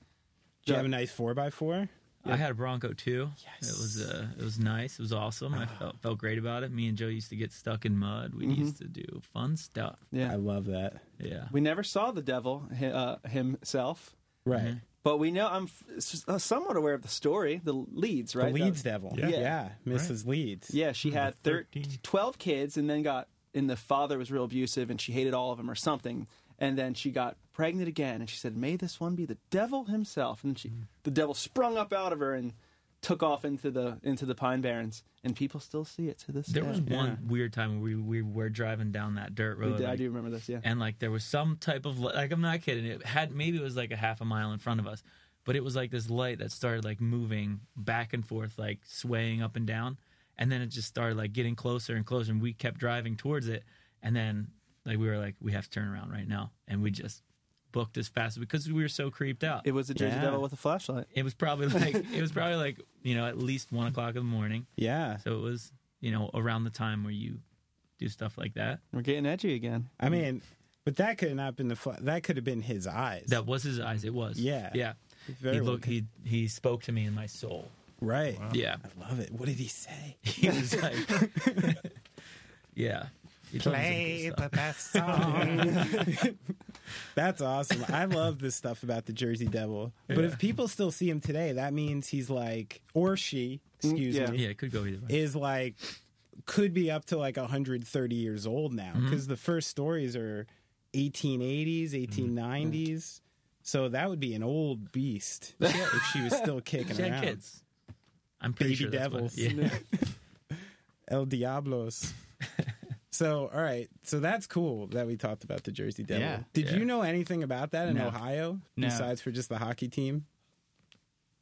[SPEAKER 3] Do you have a nice four by four?
[SPEAKER 5] I had a Bronco too. It was uh, it was nice. It was awesome.
[SPEAKER 6] Uh-huh.
[SPEAKER 5] I felt felt great about it. Me and Joe used to get stuck in mud. We used to do fun stuff.
[SPEAKER 6] yeah,
[SPEAKER 3] I love that.
[SPEAKER 5] Yeah.
[SPEAKER 6] Mm-hmm. we never saw the devil hi- uh, himself.
[SPEAKER 3] Right.
[SPEAKER 1] Mm-hmm.
[SPEAKER 6] But we know I'm f- s- uh, somewhat aware of the story, the leads,
[SPEAKER 3] The
[SPEAKER 6] right?
[SPEAKER 3] Leeds
[SPEAKER 6] The-
[SPEAKER 3] Devil.
[SPEAKER 4] Yeah.
[SPEAKER 3] Yeah.
[SPEAKER 6] Yeah.
[SPEAKER 3] Mrs. Leeds.
[SPEAKER 6] Yeah, she had thir-
[SPEAKER 4] 13.
[SPEAKER 6] 12 kids and then got, and the father was real abusive and she hated all of them or something. And then she got pregnant again and she said, May this one be the devil himself. And she,
[SPEAKER 5] Mm.
[SPEAKER 6] the devil sprung up out of her and took off into the into the Pine Barrens. And people still see it to this
[SPEAKER 5] There
[SPEAKER 6] day.
[SPEAKER 5] was one weird time where we, we were driving down that dirt
[SPEAKER 6] We
[SPEAKER 5] road.
[SPEAKER 6] did- I
[SPEAKER 5] like,
[SPEAKER 6] do remember this, yeah.
[SPEAKER 5] and like there was some type of li- like I'm not kidding. It had maybe it was like a half a mile in front of us, but it was like this light that started like moving back and forth, like swaying up and down, and then it just started like getting closer and closer, and we kept driving towards it, and then like we were like we have to turn around right now, and we just booked as fast because we were so creeped out.
[SPEAKER 6] It was the Jersey
[SPEAKER 3] Yeah.
[SPEAKER 6] Devil with a flashlight.
[SPEAKER 5] It was probably like [LAUGHS] it was probably like you know at least one o'clock in the morning,
[SPEAKER 3] Yeah.
[SPEAKER 5] so it was you know around the time where you do stuff like that.
[SPEAKER 6] We're getting edgy again.
[SPEAKER 3] I mean, but that could have not been the fl- that could have been his eyes.
[SPEAKER 5] That was his eyes. It was.
[SPEAKER 3] Yeah.
[SPEAKER 5] Yeah.
[SPEAKER 3] Very
[SPEAKER 5] he
[SPEAKER 3] well
[SPEAKER 5] looked. He he spoke to me in my soul.
[SPEAKER 3] right.
[SPEAKER 5] Yeah.
[SPEAKER 3] I love it. What did he say?
[SPEAKER 5] [LAUGHS] He was like. yeah. He told me some good stuff.
[SPEAKER 3] best song. [LAUGHS] That's awesome. I love this stuff about the Jersey Devil. But if people still see him today, that means he's like, or she, excuse
[SPEAKER 6] Mm, yeah.
[SPEAKER 3] me,
[SPEAKER 5] Yeah, it could go either way.
[SPEAKER 3] is like could be up to like 130 years old now
[SPEAKER 5] Mm-hmm.
[SPEAKER 3] because the first stories are 1880s 1890s so that would be an old
[SPEAKER 5] [LAUGHS]
[SPEAKER 3] beast if she was still kicking
[SPEAKER 5] she had
[SPEAKER 3] around
[SPEAKER 5] kids. I'm pretty
[SPEAKER 3] Baby
[SPEAKER 5] sure that's what-
[SPEAKER 3] devils.
[SPEAKER 5] yeah.
[SPEAKER 3] el
[SPEAKER 5] [LAUGHS]
[SPEAKER 3] diablos so all right so that's cool that we talked about the jersey devil
[SPEAKER 1] Yeah.
[SPEAKER 3] did
[SPEAKER 5] Yeah.
[SPEAKER 3] you know anything about that in
[SPEAKER 1] No.
[SPEAKER 3] ohio
[SPEAKER 1] No.
[SPEAKER 3] besides for just the hockey team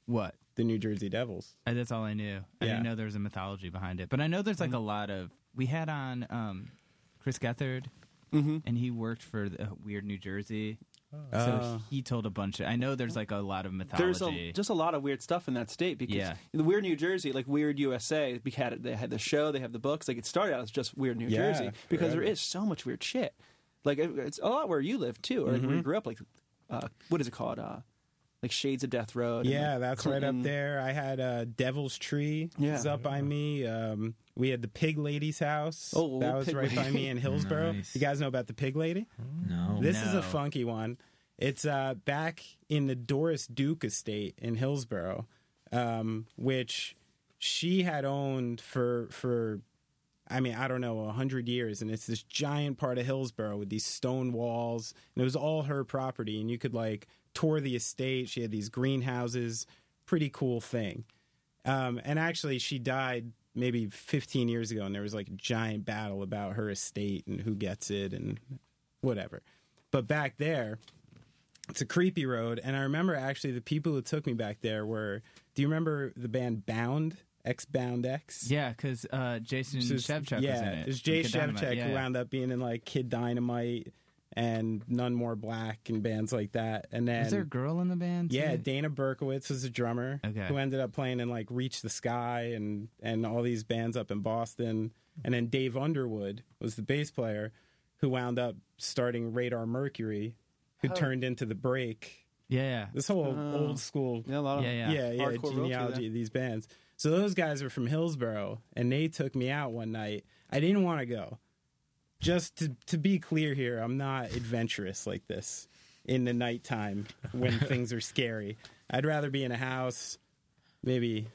[SPEAKER 1] What?
[SPEAKER 3] the new jersey devils
[SPEAKER 1] Uh, That's all I knew. I
[SPEAKER 3] Yeah. Mm-hmm.
[SPEAKER 1] didn't know there was a mythology behind it, but I know there's like a lot of. We had on um, Chris Gethard,
[SPEAKER 3] Mm-hmm.
[SPEAKER 1] and he worked for the uh, Weird New Jersey,
[SPEAKER 3] Oh.
[SPEAKER 1] so he told a bunch of. I know there's like a lot of
[SPEAKER 6] there's
[SPEAKER 1] mythology.
[SPEAKER 6] a, just a lot of weird stuff in that state because
[SPEAKER 1] Yeah.
[SPEAKER 6] the weird New Jersey, like Weird USA, we had they had the show, they have the books. Like it started out as just Weird New
[SPEAKER 3] Yeah,
[SPEAKER 6] Jersey because there
[SPEAKER 3] forever.
[SPEAKER 6] is so much weird shit. Like it- it's a lot where you live too, or like
[SPEAKER 3] Mm-hmm.
[SPEAKER 6] where you grew up. Like uh, what is it called? Uh, like Shades of Death Road. and,
[SPEAKER 3] Yeah,
[SPEAKER 6] like,
[SPEAKER 3] that's right
[SPEAKER 6] Clinton.
[SPEAKER 3] up there. I had uh, Devil's Tree
[SPEAKER 6] Yeah.
[SPEAKER 3] was up by me. Um, we had the Pig Lady's house.
[SPEAKER 6] Oh,
[SPEAKER 3] that
[SPEAKER 6] old
[SPEAKER 3] was
[SPEAKER 6] Pig
[SPEAKER 3] right by
[SPEAKER 6] Lady.
[SPEAKER 3] me in Hillsborough.
[SPEAKER 5] Nice.
[SPEAKER 3] You guys know about the Pig Lady?
[SPEAKER 5] Oh, No.
[SPEAKER 3] This is
[SPEAKER 1] no.
[SPEAKER 3] a funky one. It's uh, back in the Doris Duke estate in Hillsborough, um, which she had owned for for I mean, I don't know, a hundred years, and it's this giant part of Hillsborough with these stone walls, and it was all her property, and you could like tour the estate. She had these greenhouses, pretty cool thing. Um, and actually, she died maybe 15 years ago, and there was like a giant battle about her estate and who gets it and whatever. But back there, it's a creepy road, and I remember actually the people who took me back there were. Do you remember the band Bound? X Bound X.
[SPEAKER 1] yeah, because uh, Jason
[SPEAKER 3] It's just-
[SPEAKER 1] Shevchuk
[SPEAKER 3] yeah,
[SPEAKER 1] was in it.
[SPEAKER 3] it's Jay
[SPEAKER 1] Kid Dynamite,
[SPEAKER 3] Shevchuk
[SPEAKER 1] yeah.
[SPEAKER 3] who wound up being in like Kid Dynamite and None More Black and bands like that. And then
[SPEAKER 1] Was there a girl in the band?
[SPEAKER 3] yeah,
[SPEAKER 6] Mm-hmm.
[SPEAKER 1] too?
[SPEAKER 3] Dana Berkowitz was a drummer
[SPEAKER 1] Okay.
[SPEAKER 3] who ended up playing in like Reach the Sky and and all these bands up in Boston. And then Dave Underwood was the bass player who wound up starting Radar Mercury, who turned into the break.
[SPEAKER 1] Yeah, yeah.
[SPEAKER 3] This whole
[SPEAKER 6] Oh.
[SPEAKER 3] old school
[SPEAKER 6] Yeah, a lot of
[SPEAKER 1] Yeah,
[SPEAKER 3] yeah, yeah,
[SPEAKER 6] Hardcore royalty
[SPEAKER 3] genealogy
[SPEAKER 6] then.
[SPEAKER 3] of these bands. So those guys were from Hillsboro, and they took me out one night. I didn't want to go. Just to to be clear here, I'm not adventurous like this in the nighttime
[SPEAKER 6] [LAUGHS]
[SPEAKER 3] when things are scary. I'd rather be in a house, maybe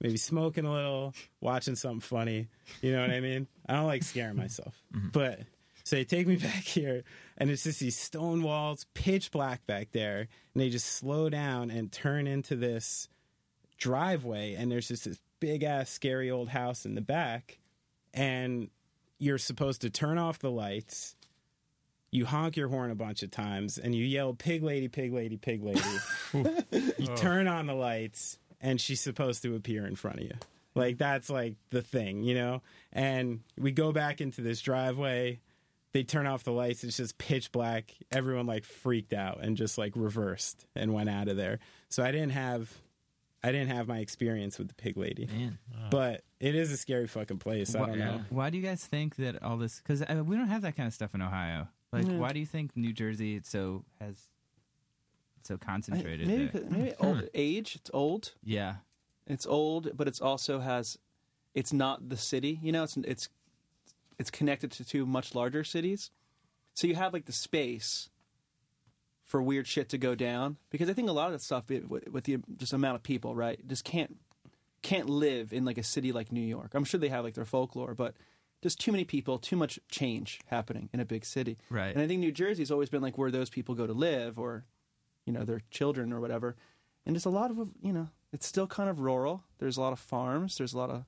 [SPEAKER 3] maybe smoking a little, watching something funny. You know what I mean? I don't like scaring myself.
[SPEAKER 6] Mm-hmm.
[SPEAKER 3] But so they take me [LAUGHS] back here, and it's just these stone walls, pitch black back there, and they just slow down and turn into this driveway, and there's just this big ass scary old house in the back, and you're supposed to turn off the lights. You honk your horn a bunch of times and you yell, Pig lady, pig lady, pig lady. you turn on the lights and she's supposed to appear in front of you. Like, that's like the thing, you know? And we go back into this driveway. They turn off the lights. It's just pitch black. Everyone like freaked out and just like reversed and went out of there. So I didn't have. I didn't have my experience with the pig lady,
[SPEAKER 5] Man,
[SPEAKER 3] but it is a scary fucking place. I
[SPEAKER 1] Why,
[SPEAKER 3] don't know.
[SPEAKER 1] why do you guys think that all this? Because we don't have that kind of stuff in Ohio. Like, why do you think New Jersey it's so has it's so
[SPEAKER 6] I-
[SPEAKER 1] concentrated?
[SPEAKER 6] maybe
[SPEAKER 1] there?
[SPEAKER 6] because- maybe
[SPEAKER 3] Hmm.
[SPEAKER 6] old age. It's old.
[SPEAKER 1] yeah,
[SPEAKER 6] It's old, but it's also has. It's not the city. You know, it's it's it's connected to two much larger cities, so you have like the space for weird shit to go down. Because I think a lot of that stuff it- with, with the just amount of people, right, just can't can't live in like a city like New York. I'm sure they have like their folklore, but just too many people, too much change happening in a big city.
[SPEAKER 1] right.
[SPEAKER 6] And I think New Jersey's always been like where those people go to live or, you know, their children or whatever. And just a lot of, you know, it's still kind of rural. There's a lot of farms, there's a lot of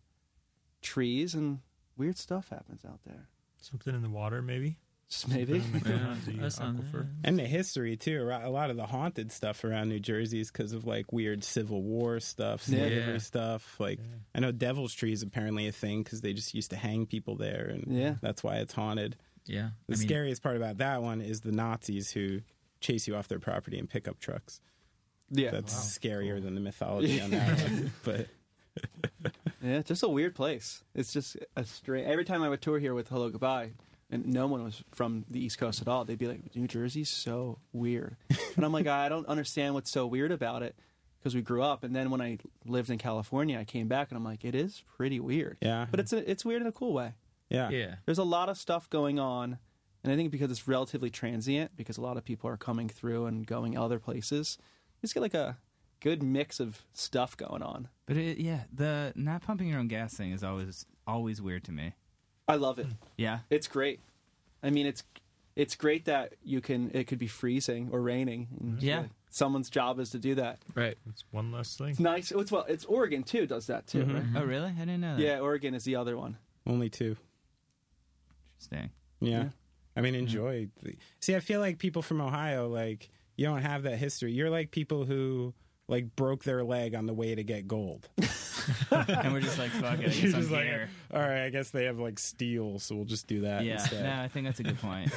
[SPEAKER 6] trees, and weird stuff happens out there.
[SPEAKER 4] Something in the water, maybe.
[SPEAKER 6] Just maybe.
[SPEAKER 5] yeah,
[SPEAKER 4] The
[SPEAKER 5] that's not-
[SPEAKER 4] aquifer.
[SPEAKER 3] And the history too. ar- A lot of the haunted stuff around New Jersey is because of like weird Civil War stuff,
[SPEAKER 6] Yeah.
[SPEAKER 3] slavery
[SPEAKER 5] Yeah.
[SPEAKER 3] stuff. Like I know Devil's Tree is apparently a thing because they just used to hang people there, and
[SPEAKER 6] Yeah.
[SPEAKER 3] that's why it's haunted.
[SPEAKER 5] yeah.
[SPEAKER 3] The
[SPEAKER 5] I mean,
[SPEAKER 3] scariest part about that one is the Nazis who chase you off their property in pickup trucks.
[SPEAKER 6] yeah.
[SPEAKER 3] That's scarier than the mythology on that one. But
[SPEAKER 6] Yeah, it's just a weird place. It's just a strange. Every time I would tour here with Hello Goodbye, and no one was from the East Coast at all, they'd be like, "New Jersey's so weird," and I'm like, "I don't understand what's so weird about it," because we grew up. And then when I lived in California, I came back and I'm like, "It is pretty weird,"
[SPEAKER 3] yeah,
[SPEAKER 6] but it's a, it's weird in a cool way.
[SPEAKER 3] yeah,
[SPEAKER 5] yeah.
[SPEAKER 6] There's a lot of stuff going on, and I think because it's relatively transient, because a lot of people are coming through and going other places, you just get like a good mix of stuff going on.
[SPEAKER 1] But it, yeah, the not pumping your own gas thing is always always weird to me.
[SPEAKER 6] I love it.
[SPEAKER 1] Yeah,
[SPEAKER 6] It's great. I mean, it's it's great that you can. It could be freezing or raining. and
[SPEAKER 3] Mm-hmm.
[SPEAKER 1] Yeah.
[SPEAKER 6] someone's job is to do that.
[SPEAKER 5] Right.
[SPEAKER 4] It's one less thing.
[SPEAKER 6] It's nice. It's well. It's Oregon too. Does that too?
[SPEAKER 3] Mm-hmm.
[SPEAKER 6] Right?
[SPEAKER 1] Oh, really? I didn't know that.
[SPEAKER 6] Yeah, Oregon is the other one.
[SPEAKER 3] only two.
[SPEAKER 1] Interesting.
[SPEAKER 3] Yeah.
[SPEAKER 6] Yeah.
[SPEAKER 3] I mean, enjoy. the- See, I feel like people from Ohio, like, you don't have that history. You're like people who, like, broke their leg on the way to get gold.
[SPEAKER 1] and we're just like, fuck it. I
[SPEAKER 3] [LAUGHS] You're
[SPEAKER 1] guess
[SPEAKER 3] just
[SPEAKER 1] I'm
[SPEAKER 3] like,
[SPEAKER 1] here.
[SPEAKER 3] all right, I guess they have, like, steel, so we'll just do that
[SPEAKER 1] Yeah.
[SPEAKER 3] instead.
[SPEAKER 1] No, I think that's a good
[SPEAKER 3] [LAUGHS]
[SPEAKER 1] point.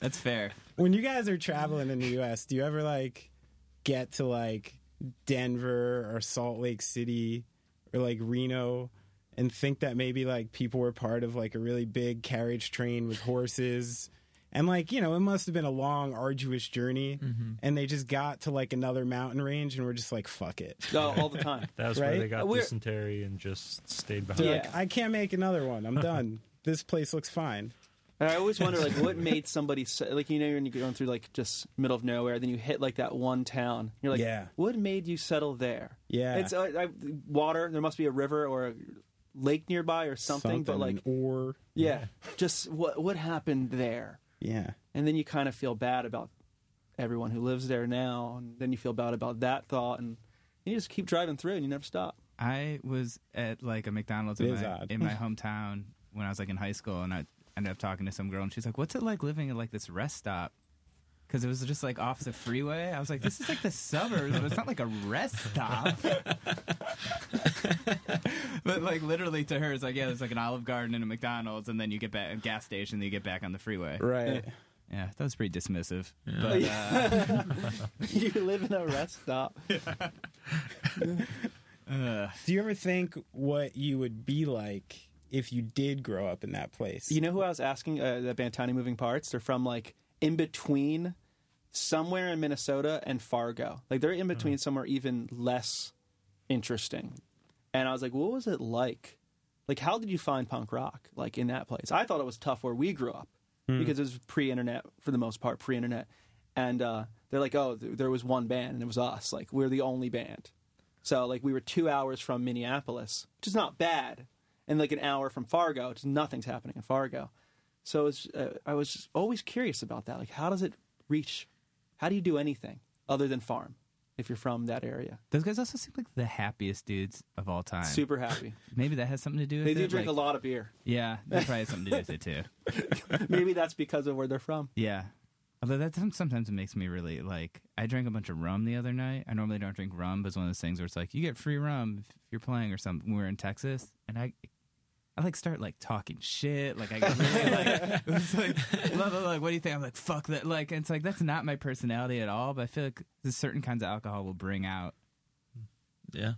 [SPEAKER 1] that's fair.
[SPEAKER 3] When you guys are traveling in the U.S., do you ever, like, get to, like, Denver or Salt Lake City or, like, Reno? And think that maybe like people were part of like a really big carriage train with horses, and like you know it must have been a long, arduous journey. and they just got to like another mountain range and we're just like fuck it
[SPEAKER 6] Oh, all the
[SPEAKER 3] [LAUGHS]
[SPEAKER 6] time.
[SPEAKER 4] That's
[SPEAKER 3] Right?
[SPEAKER 4] where they got
[SPEAKER 6] We're-
[SPEAKER 4] dysentery and just stayed
[SPEAKER 3] They're
[SPEAKER 4] behind.
[SPEAKER 6] [LAUGHS] Yeah.
[SPEAKER 3] like i can't make another one i'm done this place looks fine
[SPEAKER 6] And I always wonder, like, what made somebody say, like, you know, when you're going through like just middle of nowhere, then you hit like that one town. You're like,
[SPEAKER 3] Yeah.
[SPEAKER 6] what made you settle there?
[SPEAKER 3] Yeah.
[SPEAKER 6] it's uh, I, water. There must be a river or a lake nearby or something. But like,
[SPEAKER 3] or
[SPEAKER 6] yeah, just what what happened there?
[SPEAKER 3] yeah
[SPEAKER 6] and then you kind of feel bad about everyone who lives there now and then you feel bad about that thought and you just keep driving through and you never stop [LAUGHS]
[SPEAKER 1] I was at like a McDonald's
[SPEAKER 3] It
[SPEAKER 1] in
[SPEAKER 3] is
[SPEAKER 1] my,
[SPEAKER 3] odd.
[SPEAKER 1] in my hometown when I was like in high school, and I ended up talking to some girl, and she's like, "What's it like living at like this rest stop?" Because it was just like off the freeway. I was like, "This is like the suburbs, but it's not like a rest stop." [LAUGHS] but like literally to her, it's like, "Yeah, there's like an Olive Garden and a McDonald's, and then you get back a gas station, then you get back on the freeway."
[SPEAKER 3] right
[SPEAKER 1] Yeah, that was pretty dismissive. uh,
[SPEAKER 5] Yeah.
[SPEAKER 6] you live in a rest stop
[SPEAKER 3] do you ever think what you would be like if you did grow up in that place
[SPEAKER 6] you know who i was asking uh, the bantani moving parts they're from like in between somewhere in Minnesota and Fargo. Like they're in between somewhere even less interesting. And I was like, what was it like? Like, how did you find punk rock like in that place? I thought it was tough where we grew up because it was pre-internet for the most part, pre-internet. And uh, they're like, oh, th- there was one band and it was us. Like we're the only band. So like we were two hours from Minneapolis, which is not bad, and like an hour from Fargo, just nothing's happening in Fargo. So it's uh, I was just always curious about that. Like, how does it reach? How do you do anything other than farm if you're from that area?
[SPEAKER 1] Those guys also seem like the happiest dudes of all time.
[SPEAKER 6] Super happy.
[SPEAKER 1] Maybe that has something to do with
[SPEAKER 6] They
[SPEAKER 1] it.
[SPEAKER 6] do drink
[SPEAKER 1] like-
[SPEAKER 6] a lot of beer.
[SPEAKER 1] Yeah, that probably has something to do with it too.
[SPEAKER 6] Maybe that's because of where they're from.
[SPEAKER 1] Yeah. Although that some- sometimes it makes me really like I drank a bunch of rum the other night. I normally don't drink rum, but it's one of those things where it's like you get free rum if you're playing or something. We were in Texas, and I, I like start like talking shit. Like I get really like [LAUGHS] it was like blah, blah, blah, what do you think? I'm like fuck that. Like and it's like that's not my personality at all. But I feel like the certain kinds of alcohol will bring out.
[SPEAKER 5] Yeah.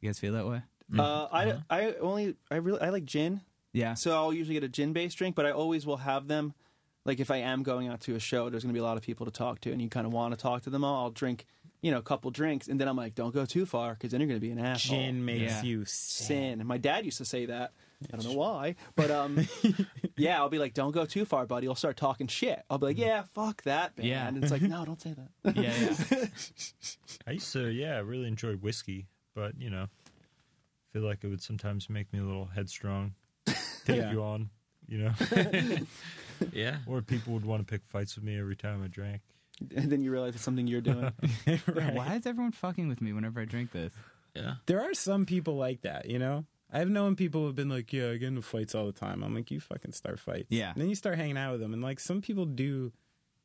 [SPEAKER 1] You guys feel that way?
[SPEAKER 6] Uh, I I only I really I like gin, [LAUGHS]
[SPEAKER 1] Yeah.
[SPEAKER 6] so I'll usually get a gin based drink, but I always will have them. Like if I am going out to a show, there's going to be a lot of people to talk to, and you kind of want to talk to them all. I'll drink, you know, a couple drinks, and then I'm like, don't go too far, because then you're going to be an asshole.
[SPEAKER 3] Gin makes
[SPEAKER 1] Yeah.
[SPEAKER 3] you sick.
[SPEAKER 6] sin. And my dad used to say that. I don't know why, but um, yeah, I'll be like, "Don't go too far, buddy." I'll start talking shit. I'll be like, "Yeah, fuck that, man."
[SPEAKER 1] Yeah.
[SPEAKER 6] And it's like, no, don't say that.
[SPEAKER 1] yeah. yeah.
[SPEAKER 4] I used to, yeah, I really enjoy whiskey, but you know, I feel like it would sometimes make me a little headstrong. Take
[SPEAKER 3] Yeah.
[SPEAKER 4] you on, you know,
[SPEAKER 5] Yeah.
[SPEAKER 4] or people would want to pick fights with me every time I drank.
[SPEAKER 6] and then you realize it's something you're doing.
[SPEAKER 1] Yeah, Why is everyone fucking with me whenever I drink this?
[SPEAKER 5] Yeah.
[SPEAKER 3] There are some people like that, you know? I've known people who've been like, yeah, I get into fights all the time. I'm like, you fucking start fights.
[SPEAKER 1] Yeah.
[SPEAKER 3] And then you start hanging out with them. And like, some people do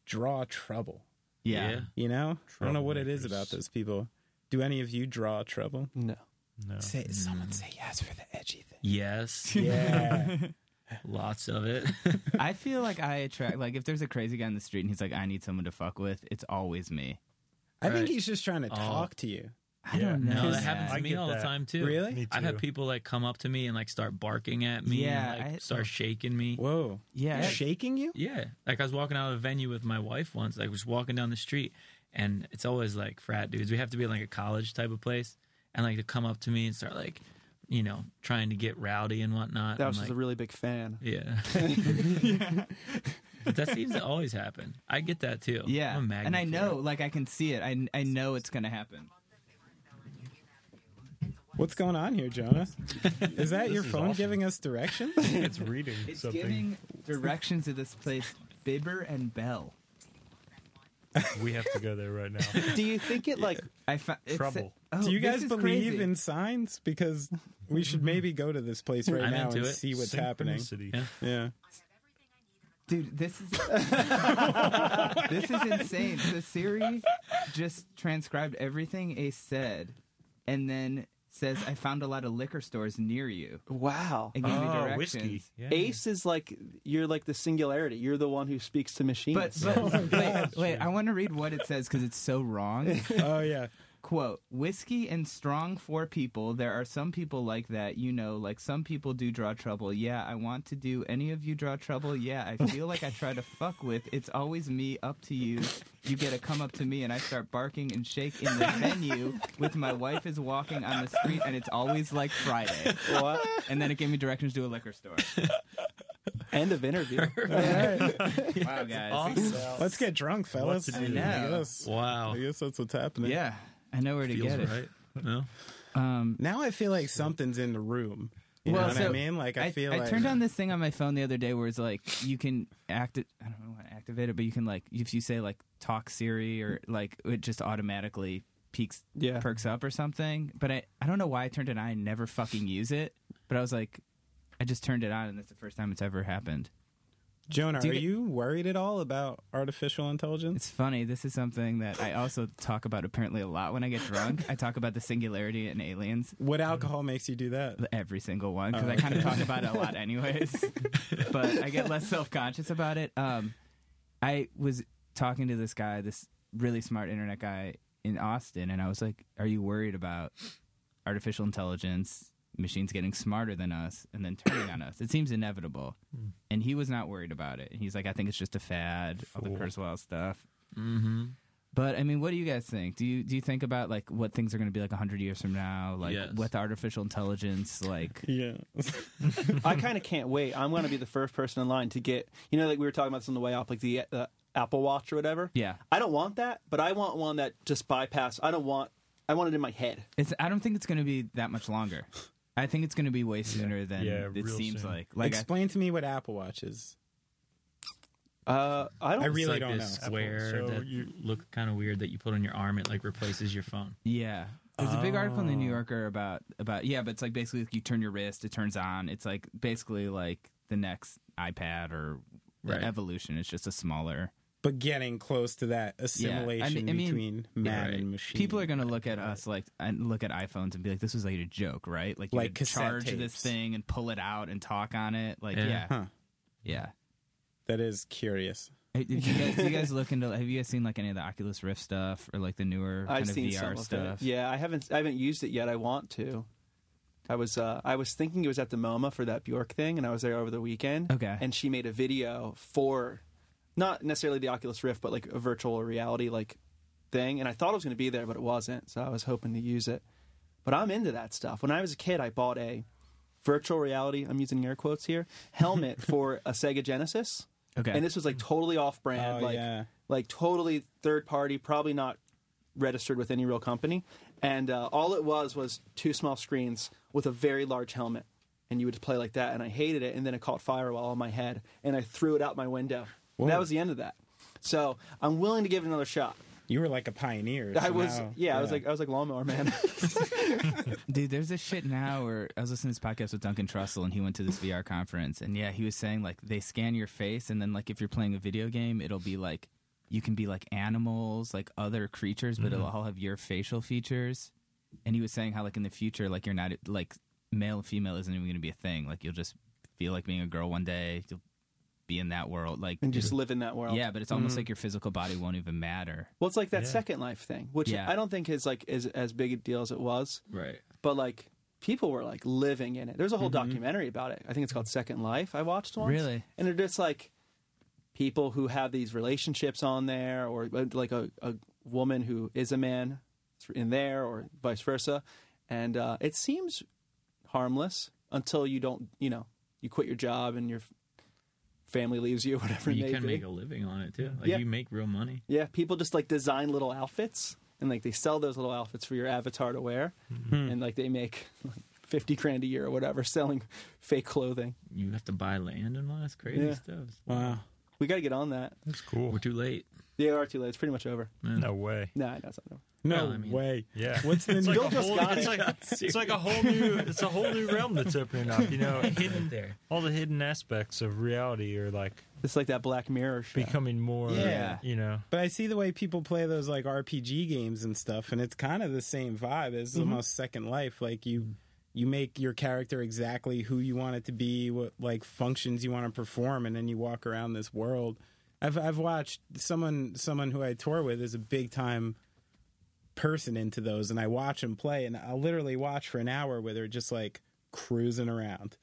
[SPEAKER 3] draw trouble,
[SPEAKER 1] Yeah.
[SPEAKER 5] Yeah.
[SPEAKER 3] you know? I don't know what it is
[SPEAKER 4] Troublemakers.
[SPEAKER 3] about those people. Do any of you draw trouble?
[SPEAKER 6] No,
[SPEAKER 4] No.
[SPEAKER 3] Say, someone say yes for the edgy thing. [LAUGHS]
[SPEAKER 5] Yes.
[SPEAKER 3] Yeah.
[SPEAKER 5] Lots of it.
[SPEAKER 1] I feel like I attract like if there's a crazy guy on the street and he's like, I need someone to fuck with, it's always me.
[SPEAKER 3] I
[SPEAKER 5] Right.
[SPEAKER 3] think he's just trying to
[SPEAKER 5] Oh.
[SPEAKER 3] talk to you.
[SPEAKER 1] I
[SPEAKER 4] Yeah.
[SPEAKER 1] don't know.
[SPEAKER 5] No,
[SPEAKER 1] man.
[SPEAKER 5] that happens
[SPEAKER 4] I
[SPEAKER 5] to me
[SPEAKER 4] get
[SPEAKER 5] all
[SPEAKER 4] that.
[SPEAKER 5] the time too.
[SPEAKER 3] Really?
[SPEAKER 4] Me
[SPEAKER 5] I've had
[SPEAKER 4] too.
[SPEAKER 5] people like come up to me and like start barking at me.
[SPEAKER 1] Yeah,
[SPEAKER 5] and, like,
[SPEAKER 1] I-
[SPEAKER 5] start shaking me.
[SPEAKER 3] Whoa.
[SPEAKER 1] Yeah.
[SPEAKER 3] Shaking you?
[SPEAKER 5] Yeah, like I was walking out of a venue with my wife once. Like was walking down the street, and it's always like frat dudes. We have to be in, like a college type of place, and like to come up to me and start like, you know, trying to get rowdy and whatnot.
[SPEAKER 6] that
[SPEAKER 5] I'm
[SPEAKER 6] was just
[SPEAKER 5] like,
[SPEAKER 6] a really big fan.
[SPEAKER 5] yeah.
[SPEAKER 1] [LAUGHS]
[SPEAKER 5] but that seems to always happen. I get that too.
[SPEAKER 1] Yeah.
[SPEAKER 5] I'm a
[SPEAKER 1] And I
[SPEAKER 5] magnet for
[SPEAKER 1] know,
[SPEAKER 5] it.
[SPEAKER 1] like I can see it. I I know it's gonna happen.
[SPEAKER 3] What's going on here, Jonah? Is that your
[SPEAKER 4] is
[SPEAKER 3] phone
[SPEAKER 4] awesome.
[SPEAKER 3] giving us
[SPEAKER 1] [LAUGHS]
[SPEAKER 3] directions?
[SPEAKER 4] It's reading
[SPEAKER 1] It's
[SPEAKER 4] something.
[SPEAKER 1] giving directions to this place Bibber and Bell.
[SPEAKER 4] We have to go there right now.
[SPEAKER 6] Do you think it like?
[SPEAKER 1] I fa- it's-
[SPEAKER 4] Trouble.
[SPEAKER 1] oh,
[SPEAKER 3] Do you
[SPEAKER 1] this
[SPEAKER 3] guys
[SPEAKER 1] is
[SPEAKER 3] believe
[SPEAKER 1] crazy. Mm-hmm.
[SPEAKER 3] in signs? Because we should maybe go to this place right
[SPEAKER 5] I'm
[SPEAKER 3] now
[SPEAKER 5] into
[SPEAKER 3] and
[SPEAKER 5] it.
[SPEAKER 3] see what's happening.
[SPEAKER 4] Synchronicity.
[SPEAKER 3] Yeah.
[SPEAKER 5] Yeah.
[SPEAKER 1] Dude, this is This is insane. The Siri just transcribed everything Ace said and then says I found a lot of liquor stores near you
[SPEAKER 6] Wow,
[SPEAKER 1] and gave me
[SPEAKER 4] Oh,
[SPEAKER 1] directions.
[SPEAKER 4] whiskey. Yeah.
[SPEAKER 6] Ace is like you're like the singularity. You're the one who speaks to machines.
[SPEAKER 1] But, but wait, wait, I want to read what it says because it's so
[SPEAKER 5] [LAUGHS]
[SPEAKER 1] wrong.
[SPEAKER 3] Oh yeah.
[SPEAKER 1] Quote, whiskey and strong for people. There are some people like that, you know, like some people do draw trouble. Yeah, I want to do any of you draw trouble. Yeah, I feel like I try to fuck with. It's always me up to you. You get a come up to me and I start barking and shake
[SPEAKER 5] [LAUGHS]
[SPEAKER 1] in the venue with my wife is walking on the street and it's always like Friday.
[SPEAKER 6] what?
[SPEAKER 1] And then it gave me directions to a liquor
[SPEAKER 5] [LAUGHS]
[SPEAKER 1] store.
[SPEAKER 6] End of interview.
[SPEAKER 1] Wow, guys.
[SPEAKER 3] Let's get drunk, fellas.
[SPEAKER 4] to do.
[SPEAKER 3] I
[SPEAKER 1] know.
[SPEAKER 3] guess.
[SPEAKER 5] Wow.
[SPEAKER 3] I guess that's what's happening.
[SPEAKER 1] Yeah, I know where to
[SPEAKER 5] Feels
[SPEAKER 1] get it.
[SPEAKER 5] right. No.
[SPEAKER 1] Um,
[SPEAKER 3] Now I feel like something's in the room. You
[SPEAKER 1] Well,
[SPEAKER 3] know what I
[SPEAKER 1] so
[SPEAKER 3] mean? Like I, feel
[SPEAKER 1] I
[SPEAKER 3] like
[SPEAKER 1] turned on this thing on my phone the other day where it's like you can act it. I don't know how to activate it, but you can like if you say like talk Siri or like it just automatically peaks
[SPEAKER 6] Yeah.
[SPEAKER 1] perks up or something. But I I don't know why I turned it on. I never fucking use it. But I was like, I just turned it on, and that's the first time it's ever happened.
[SPEAKER 3] Jonah,
[SPEAKER 1] Do you
[SPEAKER 3] are
[SPEAKER 1] get-
[SPEAKER 3] you worried at all about artificial intelligence?
[SPEAKER 1] It's funny. This is something that I also talk about apparently a lot when I get drunk. I talk about the singularity and aliens.
[SPEAKER 3] What alcohol makes you do that?
[SPEAKER 1] every single one because I kind of talk about it a lot, anyways. but I get less self conscious about it. Um, I was talking to this guy, this really smart internet guy in Austin, and I was like, "Are you worried about artificial intelligence machines getting smarter than us and then turning on us. It seems inevitable. And he was not worried about it. He's like, I think it's just a fad, all the
[SPEAKER 4] Fool.
[SPEAKER 1] Kurzweil stuff.
[SPEAKER 5] Mm-hmm.
[SPEAKER 1] But I mean, what do you guys think? Do you do you think about like what things are going to be like hundred years from now, like
[SPEAKER 5] Yes.
[SPEAKER 1] with artificial intelligence? Like,
[SPEAKER 3] Yeah.
[SPEAKER 6] I kind of can't wait. I'm going to be the first person in line to get, you know, like we were talking about this on the way up, like the uh, Apple Watch or whatever.
[SPEAKER 1] yeah,
[SPEAKER 6] I don't want that, but I want one that just bypass. I don't want. I want it in my head.
[SPEAKER 1] it's. I don't think it's going to be that much longer. I think it's going to be way sooner than
[SPEAKER 4] Yeah,
[SPEAKER 1] it
[SPEAKER 4] real
[SPEAKER 1] seems
[SPEAKER 4] soon.
[SPEAKER 1] like. Like, I,
[SPEAKER 3] Explain to me what Apple Watch is.
[SPEAKER 6] Uh, I don't.
[SPEAKER 3] I
[SPEAKER 5] It's
[SPEAKER 3] really
[SPEAKER 5] like
[SPEAKER 3] don't
[SPEAKER 5] this
[SPEAKER 3] know.
[SPEAKER 5] square
[SPEAKER 4] Apple, so
[SPEAKER 5] that
[SPEAKER 4] you-
[SPEAKER 5] look kind of weird that you put on your arm. It like replaces your phone.
[SPEAKER 1] yeah, there's a big article in the New
[SPEAKER 4] Oh.
[SPEAKER 1] Yorker about about yeah, but it's like basically like you turn your wrist, it turns on. It's like basically like the next iPad or the
[SPEAKER 5] Right.
[SPEAKER 1] evolution. It's just a smaller.
[SPEAKER 3] But getting close to that assimilation
[SPEAKER 1] I mean-
[SPEAKER 3] between man
[SPEAKER 5] right.
[SPEAKER 3] and machine.
[SPEAKER 1] People are going to look at us like and look at iPhones and be like, "This was like a joke, right?" Like, you
[SPEAKER 3] Like
[SPEAKER 1] could
[SPEAKER 3] cassette
[SPEAKER 1] charge this
[SPEAKER 3] tapes.
[SPEAKER 1] thing and pull it out and talk on it. Like,
[SPEAKER 5] Yeah.
[SPEAKER 1] yeah,
[SPEAKER 3] [LAUGHS] Huh.
[SPEAKER 1] yeah.
[SPEAKER 3] That is curious.
[SPEAKER 1] Hey, did you guys, do you guys look into? Have you guys seen like any of the Oculus Rift stuff or like the newer kind of
[SPEAKER 6] I've seen
[SPEAKER 1] VR
[SPEAKER 6] some of
[SPEAKER 1] stuff?
[SPEAKER 6] it. Yeah, I haven't. I haven't used it yet. I want to. I was. Uh, I was thinking it was at the MoMA for that Bjork thing, and I was there over the weekend.
[SPEAKER 1] Okay.
[SPEAKER 6] And she made a video for, not necessarily the Oculus Rift, but like a virtual reality like thing. And I thought it was going to be there, but it wasn't. So I was hoping to use it. But I'm into that stuff. When I was a kid, I bought a virtual reality. I'm using air quotes here.
[SPEAKER 1] [LAUGHS]
[SPEAKER 6] Helmet for a Sega Genesis.
[SPEAKER 1] Okay.
[SPEAKER 6] And this was like totally off brand,
[SPEAKER 3] Oh,
[SPEAKER 6] like
[SPEAKER 3] yeah.
[SPEAKER 6] like totally third party, probably not registered with any real company. And uh, all it was was two small screens with a very large helmet, and you would play like that. And I hated it. And then it caught fire all on my head, and I threw it out my window. That was the end of that. So I'm willing to give it another shot.
[SPEAKER 3] You were like a pioneer.
[SPEAKER 6] I
[SPEAKER 3] so
[SPEAKER 6] was,
[SPEAKER 3] now-
[SPEAKER 6] yeah, I was like, I was like lawnmower man.
[SPEAKER 1] Dude, there's this shit now where I was listening to this podcast with Duncan Trussell and he went to this VR conference and yeah, he was saying like they scan your face and then like if you're playing a video game, it'll be like you can be like animals, like other creatures, but it'll all have your facial features. And he was saying how like in the future, like you're not like male and female isn't even gonna be a thing. Like you'll just feel like being a girl one day, you'll be in that world. Like
[SPEAKER 6] and just live in that world.
[SPEAKER 1] Yeah, but it's almost like your physical body won't even matter.
[SPEAKER 6] Well, it's like that
[SPEAKER 4] Yeah.
[SPEAKER 6] Second Life thing, which
[SPEAKER 1] Yeah.
[SPEAKER 6] I don't think is like is as big a deal as it was.
[SPEAKER 5] Right.
[SPEAKER 6] but like people were like living in it. There's a whole
[SPEAKER 5] Mm-hmm.
[SPEAKER 6] documentary about it. I think it's called Second Life. I watched once.
[SPEAKER 1] Really?
[SPEAKER 6] And they're just like people who have these relationships on there, or uh, like a, a woman who is a man in there, or vice versa. And uh, it seems harmless until you don't, you know, you quit your job and your f- family leaves you, whatever it
[SPEAKER 5] You
[SPEAKER 6] may
[SPEAKER 5] can
[SPEAKER 6] be.
[SPEAKER 5] make a living on it too. Like
[SPEAKER 6] Yeah.
[SPEAKER 5] you make real money.
[SPEAKER 6] Yeah, people just like design little outfits and like they sell those little outfits for your avatar to wear, and like they make like, fifty grand a year or whatever [LAUGHS] selling fake clothing.
[SPEAKER 5] You have to buy land and all that crazy
[SPEAKER 6] Yeah.
[SPEAKER 5] stuff.
[SPEAKER 3] wow.
[SPEAKER 6] We got to get on that.
[SPEAKER 4] That's cool.
[SPEAKER 5] We're too late.
[SPEAKER 6] The AR too late. It's pretty much over.
[SPEAKER 4] No way.
[SPEAKER 6] No, I know it's not over.
[SPEAKER 3] No
[SPEAKER 5] Well, I mean-
[SPEAKER 3] way.
[SPEAKER 4] Yeah.
[SPEAKER 3] What's the
[SPEAKER 4] [LAUGHS] it's like,
[SPEAKER 3] new-
[SPEAKER 4] a
[SPEAKER 6] just
[SPEAKER 4] whole,
[SPEAKER 6] got
[SPEAKER 4] it's,
[SPEAKER 6] it.
[SPEAKER 4] like, it's like a whole new it's a whole new realm that's opening up, you know.
[SPEAKER 5] Hidden there.
[SPEAKER 4] All the hidden aspects of reality are like
[SPEAKER 6] It's like that Black Mirror show.
[SPEAKER 4] becoming more
[SPEAKER 3] Yeah.
[SPEAKER 4] you know.
[SPEAKER 3] But I see the way people play those like RPG games and stuff, and it's kind of the same vibe as almost Second Life. Like you, you make your character exactly who you want it to be, what like functions you want to perform, and then you walk around this world. I've I've watched someone someone who I tour with is a big time person into those, and I watch him play, and I'll literally watch for an hour with her just like cruising around.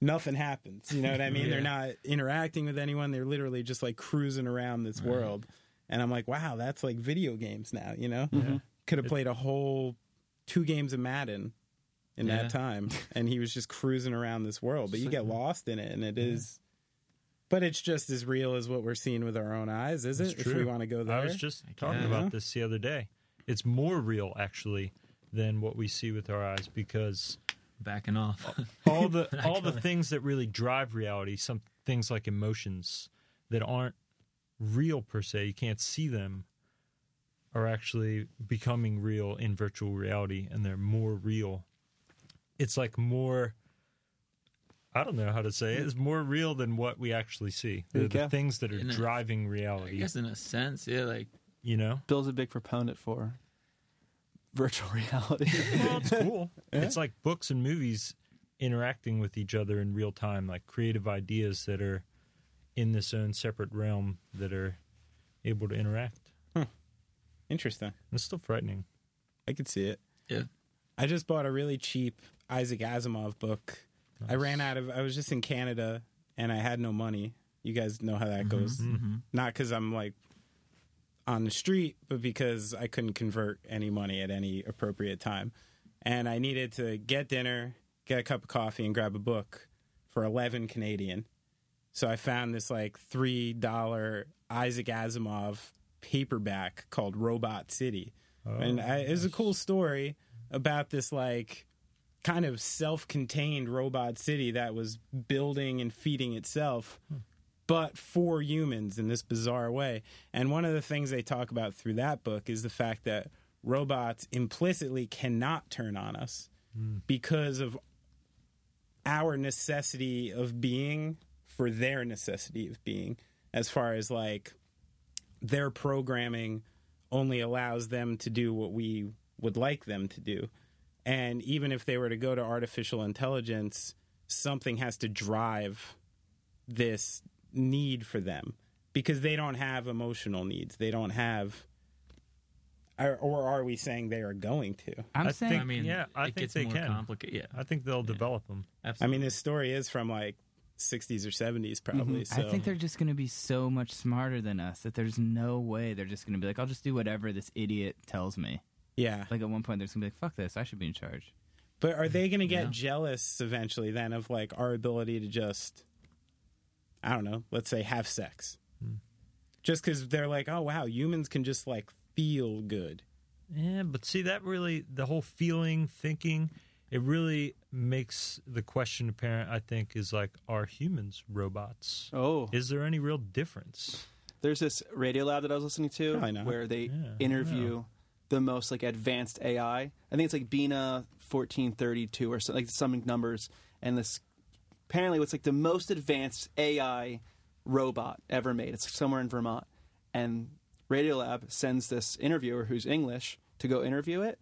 [SPEAKER 3] Nothing happens. You know what I mean? They're not interacting with anyone. They're literally just like cruising around this world. And I'm like, wow, that's like video games now, you know? Could have played a whole two games of Madden in
[SPEAKER 5] Yeah.
[SPEAKER 3] that time. And he was just cruising around this world. But you get lost in it, and it is. But it's just as real as what we're seeing with our own eyes, is
[SPEAKER 4] That's
[SPEAKER 3] it? If we
[SPEAKER 4] true.
[SPEAKER 3] want to go there.
[SPEAKER 4] I was just talking
[SPEAKER 5] guess.
[SPEAKER 4] about this the other day. It's more real actually than what we see with our eyes because
[SPEAKER 5] Backing off.
[SPEAKER 4] all the all the things that really drive reality, some things like emotions that aren't real per se, you can't see them, are actually becoming real in virtual reality, and they're more real. It's like more. I don't know how to say it. It's more real than what we actually see.
[SPEAKER 6] There
[SPEAKER 4] They're
[SPEAKER 6] you
[SPEAKER 4] the
[SPEAKER 6] go.
[SPEAKER 4] things that are
[SPEAKER 5] Isn't it?
[SPEAKER 4] driving
[SPEAKER 5] [LAUGHS] I
[SPEAKER 4] reality.
[SPEAKER 5] guess in a sense, yeah. Like
[SPEAKER 4] You know,
[SPEAKER 6] Bill's a big proponent for virtual [LAUGHS] reality.
[SPEAKER 4] well, it's [LAUGHS] cool. It's like books and movies interacting with each other in real time, like creative ideas that are in this own separate realm that are able to interact.
[SPEAKER 3] Interesting.
[SPEAKER 4] It's still frightening.
[SPEAKER 3] I could see it.
[SPEAKER 5] yeah.
[SPEAKER 3] I just bought a really cheap Isaac Asimov book. I ran out of. I was just in Canada and I had no money. You guys know how that goes. Not because I'm like on the street, but because I couldn't convert any money at any appropriate time, and I needed to get dinner, get a cup of coffee, and grab a book for eleven Canadian. So I found this like three dollar Isaac Asimov paperback called Robot City, and I, it was a cool story about this like kind of self-contained robot city that was building and feeding itself but for humans in this bizarre way and one of the things they talk about through that book is the fact that robots implicitly cannot turn on us because of our necessity of being for their necessity of being as far as like their programming only allows them to do what we would like them to do and even if they were to go to artificial intelligence something has to drive this need for them because they don't have emotional needs they don't have or, or are we saying they are going to
[SPEAKER 1] I'm
[SPEAKER 4] I
[SPEAKER 1] saying
[SPEAKER 4] think-
[SPEAKER 5] I mean,
[SPEAKER 4] yeah, I
[SPEAKER 5] it
[SPEAKER 4] think
[SPEAKER 5] gets
[SPEAKER 4] they
[SPEAKER 5] more
[SPEAKER 4] can.
[SPEAKER 5] complicated. Yeah,
[SPEAKER 4] I think they'll develop them.
[SPEAKER 3] I
[SPEAKER 5] absolutely.
[SPEAKER 3] mean, this story is from like 60s or 70s, probably. So
[SPEAKER 1] I think they're just going to be so much smarter than us that there's no way they're just going to be like, I'll just do whatever this idiot tells me.
[SPEAKER 3] yeah.
[SPEAKER 1] Like at one point, they're just going to be like, fuck this, I should be in charge.
[SPEAKER 3] But are they going to get
[SPEAKER 5] Yeah.
[SPEAKER 3] jealous eventually then of like our ability to just, I don't know, let's say have sex? Just because they're like, oh, wow, humans can just like feel good.
[SPEAKER 4] Yeah, but see that really the whole feeling, thinking, it really makes the question apparent. I think is like, are humans robots?
[SPEAKER 6] Oh,
[SPEAKER 4] Is there any real difference?
[SPEAKER 6] there's this radio lab that I was listening to
[SPEAKER 3] Probably not.
[SPEAKER 6] where they
[SPEAKER 4] Yeah,
[SPEAKER 6] interview the most like advanced AI. I think it's like Bina fourteen thirty two or something like some numbers. And this apparently what's like the most advanced AI robot ever made. It's somewhere in Vermont, and Radiolab sends this interviewer who's English to go interview it.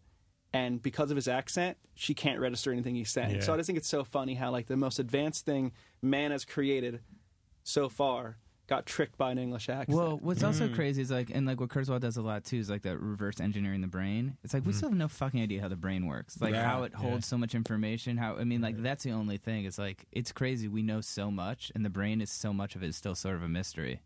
[SPEAKER 6] And because of his accent, she can't register anything he's saying.
[SPEAKER 4] Yeah.
[SPEAKER 6] So I just think it's so funny how like the most advanced thing man has created so far got tricked by an English accent.
[SPEAKER 1] Well, what's also
[SPEAKER 3] Mm.
[SPEAKER 1] crazy is like, and like what Kurzweil does a lot too is like that reverse engineering the brain. It's like we still have no fucking idea how the brain works, like
[SPEAKER 3] Mm. Yeah, Mm-hmm.
[SPEAKER 1] how it holds so much information. How I mean, like that's the only thing. It's like it's crazy. We know so much, and the brain is so much of it is still sort of a mystery.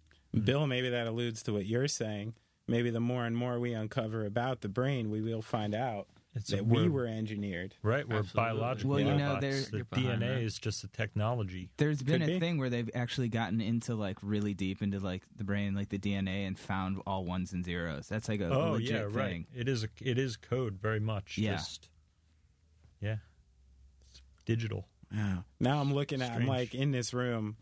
[SPEAKER 3] Bill, maybe that alludes to what you're saying. Maybe the more and more we uncover about the brain, we will find out
[SPEAKER 4] It's
[SPEAKER 3] that
[SPEAKER 4] a
[SPEAKER 3] we
[SPEAKER 4] word.
[SPEAKER 3] were engineered.
[SPEAKER 4] Right, we're
[SPEAKER 5] Absolutely.
[SPEAKER 4] biological
[SPEAKER 1] Well, you know,
[SPEAKER 4] robots.
[SPEAKER 1] they're-
[SPEAKER 4] The
[SPEAKER 5] You're
[SPEAKER 4] DNA
[SPEAKER 5] behind that.
[SPEAKER 4] is just a technology.
[SPEAKER 1] There's been
[SPEAKER 3] Could
[SPEAKER 1] a
[SPEAKER 3] be.
[SPEAKER 1] thing where they've actually gotten into like really deep into like the brain, like the DNA, and found all ones and zeros. That's like a
[SPEAKER 4] Oh
[SPEAKER 1] legit
[SPEAKER 4] yeah,
[SPEAKER 1] thing.
[SPEAKER 4] right. It is a, it is code very much.
[SPEAKER 1] Yeah.
[SPEAKER 4] Just, yeah. It's digital.
[SPEAKER 3] Wow. Now I'm looking at, I'm
[SPEAKER 4] Strange.
[SPEAKER 3] like in this room,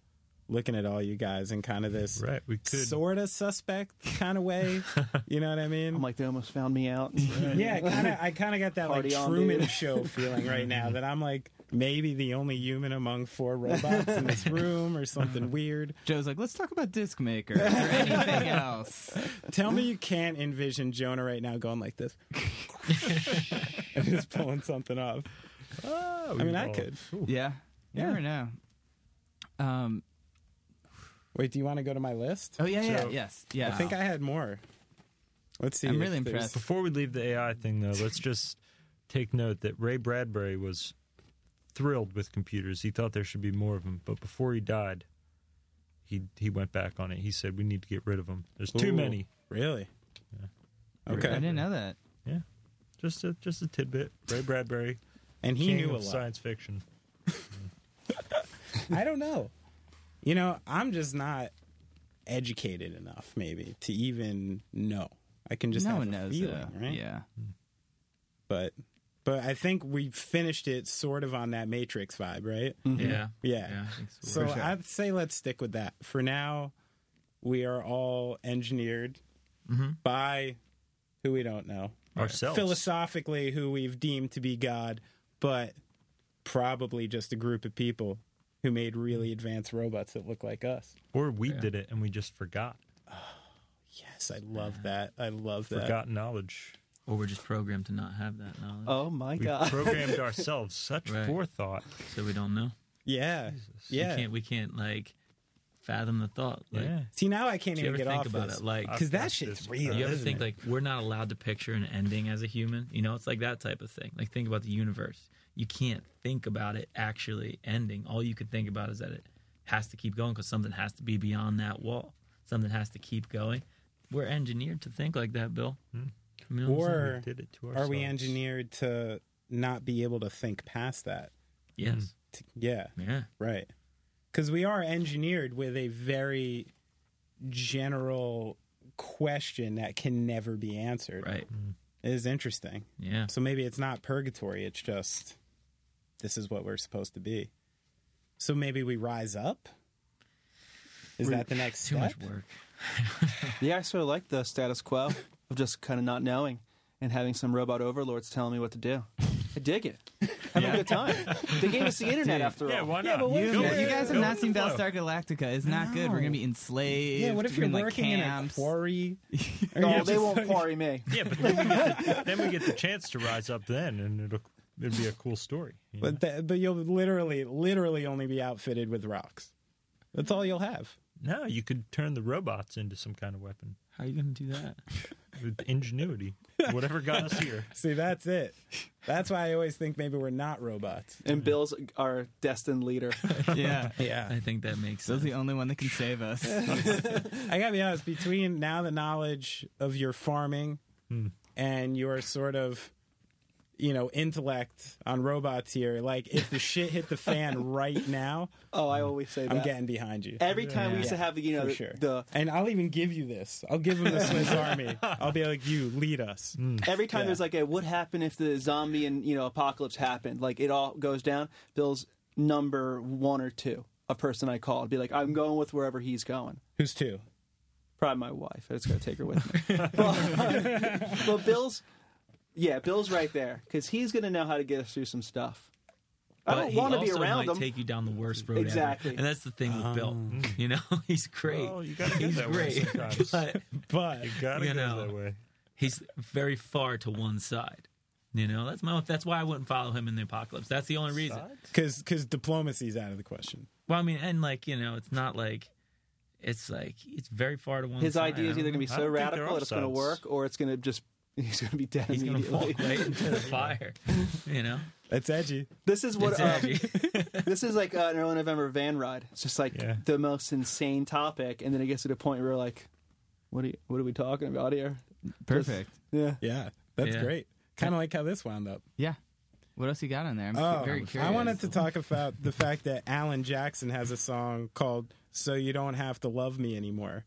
[SPEAKER 3] looking at all you guys and kind of this
[SPEAKER 4] Right. We could
[SPEAKER 3] sort of suspect kind of
[SPEAKER 4] [LAUGHS]
[SPEAKER 3] way. you know what I mean?
[SPEAKER 6] I'm like, they almost found me out.
[SPEAKER 3] yeah, kind of. I kind of got that like
[SPEAKER 6] Party on,
[SPEAKER 3] Truman
[SPEAKER 6] dude.
[SPEAKER 3] Show feeling right now. That I'm like maybe the only human among four robots in
[SPEAKER 4] [LAUGHS]
[SPEAKER 3] this room, or something weird.
[SPEAKER 1] Joe's like, let's talk about Disc Maker or
[SPEAKER 3] [LAUGHS]
[SPEAKER 1] anything else.
[SPEAKER 3] Tell me you can't envision Jonah right now going like
[SPEAKER 4] [LAUGHS]
[SPEAKER 3] this, and just pulling something off.
[SPEAKER 4] Oh,
[SPEAKER 3] I mean,
[SPEAKER 4] we
[SPEAKER 3] I
[SPEAKER 4] all-
[SPEAKER 3] could.
[SPEAKER 4] [LAUGHS] Ooh.
[SPEAKER 1] Yeah, you
[SPEAKER 3] Yeah.
[SPEAKER 1] never know. Um.
[SPEAKER 3] Wait, do you want to go to my list?
[SPEAKER 1] Oh yeah, yeah,
[SPEAKER 4] So-
[SPEAKER 1] yes, yeah.
[SPEAKER 3] I think I had more. Let's see.
[SPEAKER 1] I'm
[SPEAKER 3] if
[SPEAKER 1] really
[SPEAKER 3] there's-
[SPEAKER 1] impressed.
[SPEAKER 4] Before we leave the AI thing, though, let's just take note that Ray Bradbury was thrilled with computers. He thought there should be more of them, but before he died, he he went back on it. He said, "We need to get rid of them. There's too
[SPEAKER 3] Ooh,
[SPEAKER 4] many."
[SPEAKER 3] Really?
[SPEAKER 1] I
[SPEAKER 3] Okay.
[SPEAKER 1] didn't know that.
[SPEAKER 4] Just a just a tidbit. Ray Bradbury,
[SPEAKER 3] And he
[SPEAKER 4] king
[SPEAKER 3] knew a
[SPEAKER 4] of
[SPEAKER 3] lot.
[SPEAKER 4] science fiction.
[SPEAKER 3] I don't know. You know, I'm just not educated enough, maybe, to even know. I can just
[SPEAKER 1] no
[SPEAKER 3] have
[SPEAKER 1] one
[SPEAKER 3] a
[SPEAKER 1] knows,
[SPEAKER 3] feeling,
[SPEAKER 1] though.
[SPEAKER 3] right?
[SPEAKER 1] Yeah.
[SPEAKER 3] But, but I think we finished it sort of on that Matrix vibe, right?
[SPEAKER 1] Mm-hmm.
[SPEAKER 5] yeah,
[SPEAKER 3] Yeah.
[SPEAKER 5] yeah. I think so.
[SPEAKER 3] So
[SPEAKER 5] For sure.
[SPEAKER 3] I'd say let's stick with that for now. We are all engineered
[SPEAKER 1] Mm-hmm.
[SPEAKER 3] by who we don't know,
[SPEAKER 4] Ourselves.
[SPEAKER 3] philosophically, who we've deemed to be God, but probably just a group of people who made really advanced robots that look like us.
[SPEAKER 4] or we did it and we just forgot.
[SPEAKER 3] Yes, I love that. I love that.
[SPEAKER 4] Forgot knowledge.
[SPEAKER 5] or we're just programmed to not have that knowledge,
[SPEAKER 6] oh my
[SPEAKER 4] We
[SPEAKER 6] god.
[SPEAKER 4] programmed ourselves. Such
[SPEAKER 5] Right.
[SPEAKER 4] forethought.
[SPEAKER 5] so we don't know.
[SPEAKER 3] Yeah.
[SPEAKER 5] we
[SPEAKER 3] Yeah.
[SPEAKER 5] can't, we can't like fathom the thought. Like,
[SPEAKER 4] yeah.
[SPEAKER 3] See, now I can't
[SPEAKER 5] Do you
[SPEAKER 3] even
[SPEAKER 5] ever
[SPEAKER 3] get
[SPEAKER 5] think
[SPEAKER 3] off
[SPEAKER 5] about
[SPEAKER 3] this.
[SPEAKER 5] it? Like,
[SPEAKER 3] because that
[SPEAKER 4] That's
[SPEAKER 3] shit's
[SPEAKER 4] just-
[SPEAKER 3] real.
[SPEAKER 5] you ever
[SPEAKER 3] isn't
[SPEAKER 5] think
[SPEAKER 3] it?
[SPEAKER 5] like we're not allowed to picture an ending as a human? You know, it's like that type of thing. Like think about the universe. you can't think about it actually ending. All you can think about is that it has to keep going because something has to be beyond that wall. Something has to keep going. We're engineered to think like that, Bill.
[SPEAKER 6] Hmm.
[SPEAKER 5] I mean, I'm saying-
[SPEAKER 3] Or
[SPEAKER 4] did it to
[SPEAKER 3] are
[SPEAKER 4] ourselves.
[SPEAKER 3] we engineered to not be able to think past that?
[SPEAKER 5] yes,
[SPEAKER 3] T- Yeah,
[SPEAKER 6] Hmm.
[SPEAKER 5] yeah,
[SPEAKER 3] right. Because we are engineered with a very general question that can never be answered.
[SPEAKER 5] right,
[SPEAKER 6] Hmm.
[SPEAKER 3] It is interesting.
[SPEAKER 5] yeah.
[SPEAKER 3] So maybe it's not purgatory, it's just this is what we're supposed to be. So maybe we rise up? Is that the next
[SPEAKER 5] Too
[SPEAKER 3] step?
[SPEAKER 5] much work.
[SPEAKER 6] Yeah, I sort of like the status quo of just kind of not knowing and having some robot overlords telling me what to do. I dig it. Having a good time. They gave
[SPEAKER 4] [LAUGHS]
[SPEAKER 6] us the internet after
[SPEAKER 4] Yeah,
[SPEAKER 6] all.
[SPEAKER 4] why not?
[SPEAKER 2] but what if
[SPEAKER 4] Go with
[SPEAKER 2] you-
[SPEAKER 4] it.
[SPEAKER 2] you
[SPEAKER 1] You guys have
[SPEAKER 4] Go
[SPEAKER 1] not
[SPEAKER 4] with the
[SPEAKER 1] seen
[SPEAKER 4] flow.
[SPEAKER 1] Battlestar Galactica. It's not good. We're gonna be enslaved.
[SPEAKER 3] Yeah, what if
[SPEAKER 1] We're
[SPEAKER 3] you're
[SPEAKER 1] in, like,
[SPEAKER 3] working
[SPEAKER 1] camps.
[SPEAKER 3] in a quarry? Or
[SPEAKER 6] No,
[SPEAKER 3] you're
[SPEAKER 6] Oh, they
[SPEAKER 3] just
[SPEAKER 6] won't
[SPEAKER 3] like-
[SPEAKER 6] quarry me.
[SPEAKER 4] Yeah, but then we, get the, then we get the chance to rise up then, and it'll it'd be a cool story. you
[SPEAKER 3] [LAUGHS]
[SPEAKER 4] know?
[SPEAKER 3] But, that, but you'll literally, literally only be outfitted with rocks. That's all you'll have.
[SPEAKER 4] no, you could turn the robots into some kind of weapon
[SPEAKER 5] How are you going to do that?
[SPEAKER 4] with ingenuity, whatever got us here.
[SPEAKER 3] See, that's it. That's why I always think maybe we're not robots.
[SPEAKER 6] And Bill's our destined
[SPEAKER 4] [LAUGHS]
[SPEAKER 6] leader.
[SPEAKER 1] [LAUGHS]
[SPEAKER 3] [LAUGHS]
[SPEAKER 1] yeah.
[SPEAKER 3] Yeah.
[SPEAKER 5] I think that makes
[SPEAKER 1] Bill's
[SPEAKER 5] sense.
[SPEAKER 1] the only one that can save us.
[SPEAKER 3] I gotta be honest, between now the knowledge of your farming and your sort of you know, intellect on robots here, like if the shit hit the fan right now,
[SPEAKER 6] Oh, I always say that.
[SPEAKER 3] I'm getting behind you.
[SPEAKER 6] Every time we used to
[SPEAKER 3] Yeah,
[SPEAKER 6] have the, you know,
[SPEAKER 3] for
[SPEAKER 6] the,
[SPEAKER 3] sure.
[SPEAKER 6] the
[SPEAKER 3] and I'll even give you this. I'll give him the
[SPEAKER 6] [LAUGHS]
[SPEAKER 3] Swiss Army. I'll be like, you lead us.
[SPEAKER 6] every time
[SPEAKER 3] Yeah.
[SPEAKER 6] there's like a what happened if the zombie and you know apocalypse happened like it all goes down bill's number one or two a person i called be like i'm going with wherever he's going
[SPEAKER 3] Who's two?
[SPEAKER 6] probably my wife i just gotta take her with me
[SPEAKER 5] [LAUGHS]
[SPEAKER 6] but, but bill's yeah bill's right there because he's gonna know how to get us through some stuff i
[SPEAKER 5] But
[SPEAKER 6] don't
[SPEAKER 5] he
[SPEAKER 6] want to be
[SPEAKER 5] also
[SPEAKER 6] around
[SPEAKER 5] might
[SPEAKER 6] him Oh.
[SPEAKER 5] Take you down the worst road ever.
[SPEAKER 6] Exactly.
[SPEAKER 5] and that's the thing with Bill. You know, [LAUGHS] he's great.
[SPEAKER 3] Oh,
[SPEAKER 4] Well, Oh, you gotta go
[SPEAKER 5] he's
[SPEAKER 4] that way
[SPEAKER 5] great,
[SPEAKER 4] sometimes.
[SPEAKER 5] [LAUGHS] but
[SPEAKER 3] But
[SPEAKER 4] You gotta
[SPEAKER 5] You
[SPEAKER 4] go
[SPEAKER 5] know.
[SPEAKER 4] that way.
[SPEAKER 5] he's very far to one side. You know, that's my. That's why I wouldn't follow him in the apocalypse. That's the only reason.
[SPEAKER 3] because because diplomacy's out of the question.
[SPEAKER 5] Well, I mean, and like you know, it's not like it's like it's very far to one.
[SPEAKER 6] his
[SPEAKER 5] side.
[SPEAKER 6] idea is
[SPEAKER 5] I
[SPEAKER 6] either
[SPEAKER 5] don't
[SPEAKER 6] gonna be
[SPEAKER 4] I don't
[SPEAKER 6] so
[SPEAKER 4] think they're
[SPEAKER 6] radical that it's gonna
[SPEAKER 4] upsides.
[SPEAKER 6] work or it's gonna just [LAUGHS] he's gonna be dead
[SPEAKER 5] know. he's gonna fall
[SPEAKER 6] immediately
[SPEAKER 5] right into the fire. You know,
[SPEAKER 3] That's edgy.
[SPEAKER 6] [LAUGHS] this is what
[SPEAKER 5] It's
[SPEAKER 6] uh,
[SPEAKER 5] edgy.
[SPEAKER 6] This is like uh, an early November van ride. It's just like
[SPEAKER 4] Yeah.
[SPEAKER 6] the most insane topic, and then it gets to the point where we're like, "What are you, what are we talking about here?"
[SPEAKER 1] Perfect.
[SPEAKER 6] Yeah,
[SPEAKER 3] Yeah, that's
[SPEAKER 5] Yeah.
[SPEAKER 3] great. Kind of like how this wound up.
[SPEAKER 1] Yeah. What else you got on there? I'm
[SPEAKER 3] Oh,
[SPEAKER 1] very curious.
[SPEAKER 3] I wanted to talk about the fact that Alan Jackson has a song called "So You Don't Have to Love Me Anymore,"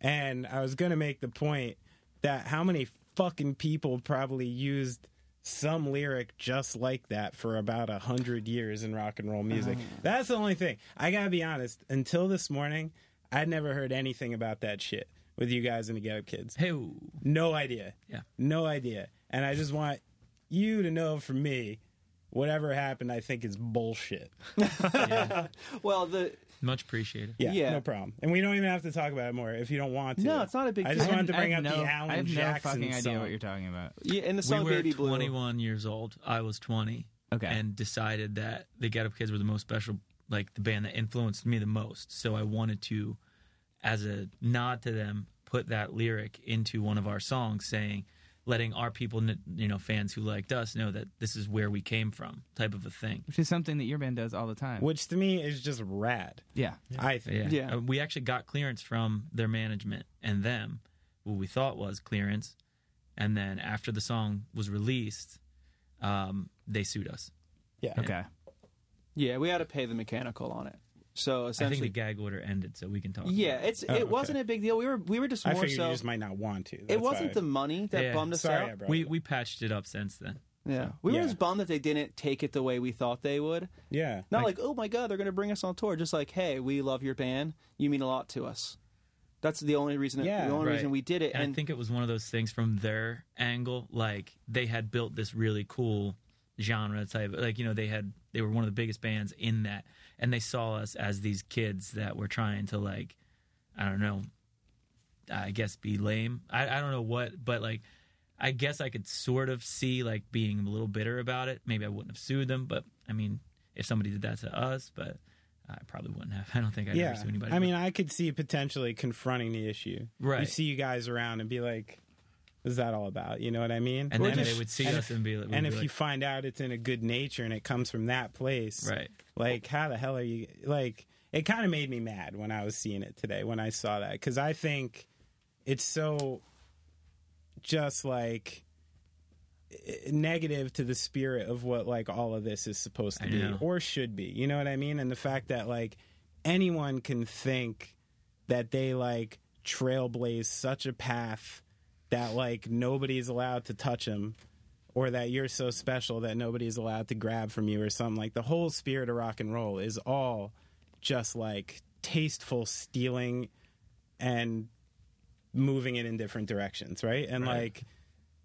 [SPEAKER 3] and I was going to make the point that how many fucking people probably used some lyric just like that for about a hundred years in rock and roll music.
[SPEAKER 1] Oh.
[SPEAKER 3] That's the only thing. I gotta be honest. Until this morning, I'd never heard anything about that shit with you guys and the Get Up Kids.
[SPEAKER 5] hey,
[SPEAKER 3] No idea.
[SPEAKER 5] Yeah.
[SPEAKER 3] No idea. And I just want you to know from me, whatever happened, I think is bullshit.
[SPEAKER 6] Well, the
[SPEAKER 5] much appreciated.
[SPEAKER 3] Yeah.
[SPEAKER 6] Yeah.
[SPEAKER 3] No problem. And we don't even have to talk about it more if you don't want to.
[SPEAKER 6] No, it's not a big
[SPEAKER 3] I just
[SPEAKER 6] deal.
[SPEAKER 3] wanted to
[SPEAKER 1] I
[SPEAKER 3] bring
[SPEAKER 1] have
[SPEAKER 3] up
[SPEAKER 1] no,
[SPEAKER 3] the Alan
[SPEAKER 1] I have
[SPEAKER 3] Jackson
[SPEAKER 1] no fucking
[SPEAKER 3] song.
[SPEAKER 1] idea what you're talking about.
[SPEAKER 6] yeah, and the
[SPEAKER 5] we
[SPEAKER 6] song
[SPEAKER 5] were
[SPEAKER 6] "Baby Blue."
[SPEAKER 5] 21 years old. I was 20.
[SPEAKER 1] Okay.
[SPEAKER 5] And decided that the Get Up Kids were the most special, like the band that influenced me the most. So I wanted to, as a nod to them, put that lyric into one of our songs, saying, letting our people, kn- you know, fans who liked us, know that this is where we came from, type of a thing.
[SPEAKER 1] Which is something that your band does all the time.
[SPEAKER 3] Which to me is just rad.
[SPEAKER 1] yeah.
[SPEAKER 3] I think.
[SPEAKER 5] Yeah.
[SPEAKER 6] Yeah.
[SPEAKER 5] Uh, We actually got clearance from their management and them, what we thought was clearance. And then after the song was released, um, they sued us.
[SPEAKER 3] Yeah.
[SPEAKER 1] Okay.
[SPEAKER 6] Yeah, we had to pay the mechanical on it, so
[SPEAKER 5] I think the
[SPEAKER 6] essentially,
[SPEAKER 5] gag order ended, so we can talk.
[SPEAKER 6] yeah,
[SPEAKER 5] about it.
[SPEAKER 6] it's it wasn't a big deal. We were we were just
[SPEAKER 3] Oh, I
[SPEAKER 6] more
[SPEAKER 3] figured you
[SPEAKER 6] so.
[SPEAKER 3] just might not want to. That's
[SPEAKER 6] It wasn't the
[SPEAKER 3] why
[SPEAKER 6] money that
[SPEAKER 5] Yeah.
[SPEAKER 6] bummed
[SPEAKER 3] I,
[SPEAKER 6] us
[SPEAKER 3] sorry,
[SPEAKER 6] out.
[SPEAKER 3] I brought
[SPEAKER 5] we
[SPEAKER 3] it up.
[SPEAKER 5] we patched it up since then.
[SPEAKER 6] Yeah, we
[SPEAKER 3] Yeah.
[SPEAKER 6] were just bummed that they didn't take it the way we thought they would.
[SPEAKER 3] Yeah.
[SPEAKER 6] Not like, oh my god, they're going to bring us on tour. Just like, hey, we love your band. You mean a lot to us. That's the only reason.
[SPEAKER 3] Yeah.
[SPEAKER 6] the only
[SPEAKER 5] Right.
[SPEAKER 6] reason we did it.
[SPEAKER 5] And, I think it was one of those things from their angle, like they had built this really cool genre type, like you know they had they were one of the biggest bands in that, and they saw us as these kids that were trying to like, I don't know, I guess be lame. I I don't know what, but like. I guess I could sort of see like being a little bitter about it. Maybe I wouldn't have sued them, but I mean, if somebody did that to us, but I probably wouldn't have. [LAUGHS] I don't think I'd ever
[SPEAKER 3] yeah.
[SPEAKER 5] sue anybody.
[SPEAKER 3] I mean, I could see potentially confronting the issue. You
[SPEAKER 5] Right.
[SPEAKER 3] see you guys around and be like, is that all about? You know what I mean?
[SPEAKER 5] And
[SPEAKER 3] Or
[SPEAKER 5] then
[SPEAKER 3] just-
[SPEAKER 5] they would see
[SPEAKER 3] and
[SPEAKER 5] us
[SPEAKER 3] if-
[SPEAKER 5] and be like,
[SPEAKER 3] and
[SPEAKER 5] we'd
[SPEAKER 3] if
[SPEAKER 5] be
[SPEAKER 3] you
[SPEAKER 5] like,
[SPEAKER 3] find out it's in a good nature and it comes from that place,
[SPEAKER 5] right,
[SPEAKER 3] like how the hell are you? Like it kind of made me mad when I was seeing it today when I saw that because I think it's so just like eh, negative to the spirit of what like all of this is supposed to
[SPEAKER 5] I
[SPEAKER 3] be
[SPEAKER 5] know.
[SPEAKER 3] or should be. You know what I mean? And the fact that like anyone can think that they like trailblaze such a path that like nobody's allowed to touch them or that you're so special that nobody's allowed to grab from you or something like the whole spirit of rock and roll is all just like tasteful stealing and moving it in different directions right and
[SPEAKER 5] Right.
[SPEAKER 3] like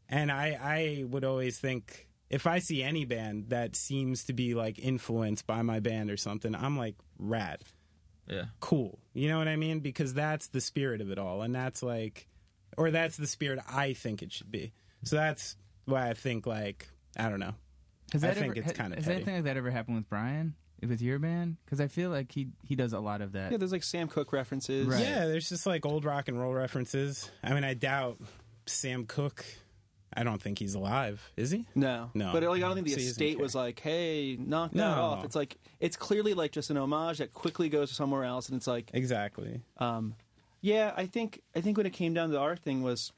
[SPEAKER 3] and i i would always think if i see any band that seems to be like influenced by my band or something i'm like rad
[SPEAKER 5] yeah,
[SPEAKER 3] cool. You know what I mean? Because that's the spirit of it all. And that's like, or that's the spirit I think it should be. So that's why I think, like, I don't know.
[SPEAKER 1] Has
[SPEAKER 3] I
[SPEAKER 1] that
[SPEAKER 3] think
[SPEAKER 1] ever-
[SPEAKER 3] it's
[SPEAKER 1] ha-
[SPEAKER 3] kinda
[SPEAKER 1] Has
[SPEAKER 3] petty.
[SPEAKER 1] anything like that ever happened with Brian with your band? Because I feel like he he does a lot of that.
[SPEAKER 6] Yeah, there's like Sam Cooke references.
[SPEAKER 1] Right.
[SPEAKER 3] Yeah, there's just like old rock and roll references. I mean, I doubt Sam Cooke, I don't think he's alive. Is he?
[SPEAKER 6] No,
[SPEAKER 3] No.
[SPEAKER 6] But like, I don't think the
[SPEAKER 3] So he doesn't
[SPEAKER 6] estate
[SPEAKER 3] care.
[SPEAKER 6] was like, "Hey, knock that
[SPEAKER 3] No.
[SPEAKER 6] off." It's like it's clearly like just an homage that quickly goes somewhere else, and it's like,
[SPEAKER 3] Exactly.
[SPEAKER 6] um, yeah, I think I think when it came down to our thing was,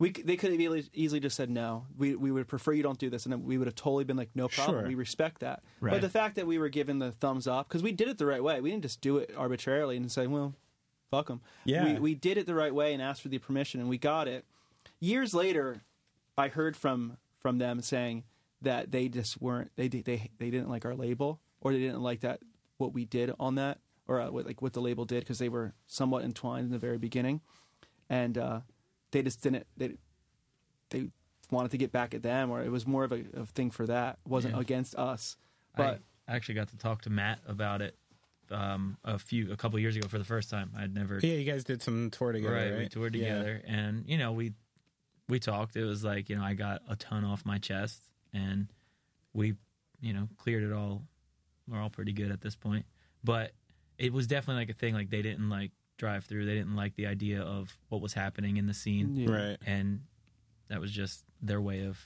[SPEAKER 6] we c- they could have easily- easily just said no. We we would prefer you don't do this, and then we would have totally been like, no problem.
[SPEAKER 3] Sure.
[SPEAKER 6] We respect that.
[SPEAKER 1] Right.
[SPEAKER 6] But the fact that we were given the thumbs up because we did it the right way. We didn't just do it arbitrarily and say, well, fuck them.
[SPEAKER 3] Yeah.
[SPEAKER 6] We, we did it the right way and asked for the permission, and we got it. Years later, I heard from from them saying that they just weren't they di- they they didn't like our label or they didn't like that what we did on that or uh, what, like what the label did because they were somewhat entwined in the very beginning, and uh, they just didn't they they wanted to get back at them or it was more of a, of thing for that It wasn't
[SPEAKER 5] Yeah.
[SPEAKER 6] against us but
[SPEAKER 5] I actually got to talk to Matt about it um, a few a couple years ago for the first time. I'd never
[SPEAKER 3] Yeah, you guys did some tour together. Right,
[SPEAKER 5] right, we toured
[SPEAKER 3] Yeah.
[SPEAKER 5] together and you know we we talked it was like you know i got a ton off my chest and we you know cleared it all we're all pretty good at this point but it was definitely like a thing like they didn't like drive through they didn't like the idea of what was happening in the scene
[SPEAKER 6] yeah.
[SPEAKER 3] Right.
[SPEAKER 5] and that was just their way of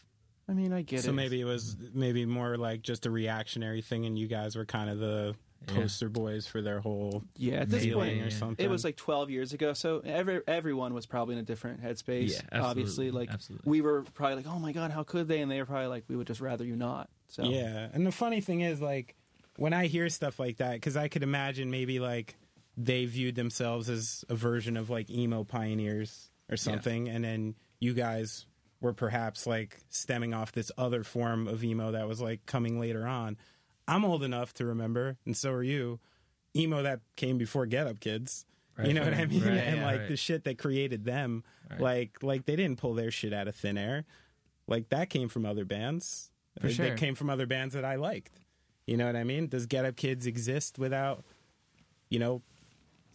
[SPEAKER 6] i mean i get
[SPEAKER 3] So
[SPEAKER 6] it
[SPEAKER 3] maybe it was maybe more like just a reactionary thing, and you guys were kind of the
[SPEAKER 5] Yeah.
[SPEAKER 3] poster boys for their whole
[SPEAKER 6] yeah at this
[SPEAKER 5] Maybe.
[SPEAKER 6] point
[SPEAKER 3] feeling or
[SPEAKER 5] yeah.
[SPEAKER 3] something.
[SPEAKER 6] it was like 12 years ago so every, everyone was probably in a different headspace
[SPEAKER 5] Yeah, absolutely,
[SPEAKER 6] obviously like
[SPEAKER 5] absolutely.
[SPEAKER 6] we were probably like oh my god how could they and they were probably like we would just rather you not so
[SPEAKER 3] Yeah, and the funny thing is, like, when I hear stuff like that, because I could imagine maybe like they viewed themselves as a version of like emo pioneers or something, and then you guys were perhaps like stemming off this other form of emo that was like coming later on. I'm old enough to remember, and so are you. Emo that came before Get Up Kids. you
[SPEAKER 5] Right.
[SPEAKER 3] know what I mean?
[SPEAKER 5] Right,
[SPEAKER 3] and
[SPEAKER 5] yeah,
[SPEAKER 3] like
[SPEAKER 5] right.
[SPEAKER 3] the shit that created them,
[SPEAKER 5] Right.
[SPEAKER 3] like like they didn't pull their shit out of thin air. Like that came from other bands.
[SPEAKER 1] For
[SPEAKER 3] Like,
[SPEAKER 1] sure.
[SPEAKER 3] That came from other bands that I liked. You know what I mean? Does Get Up Kids exist without, you know,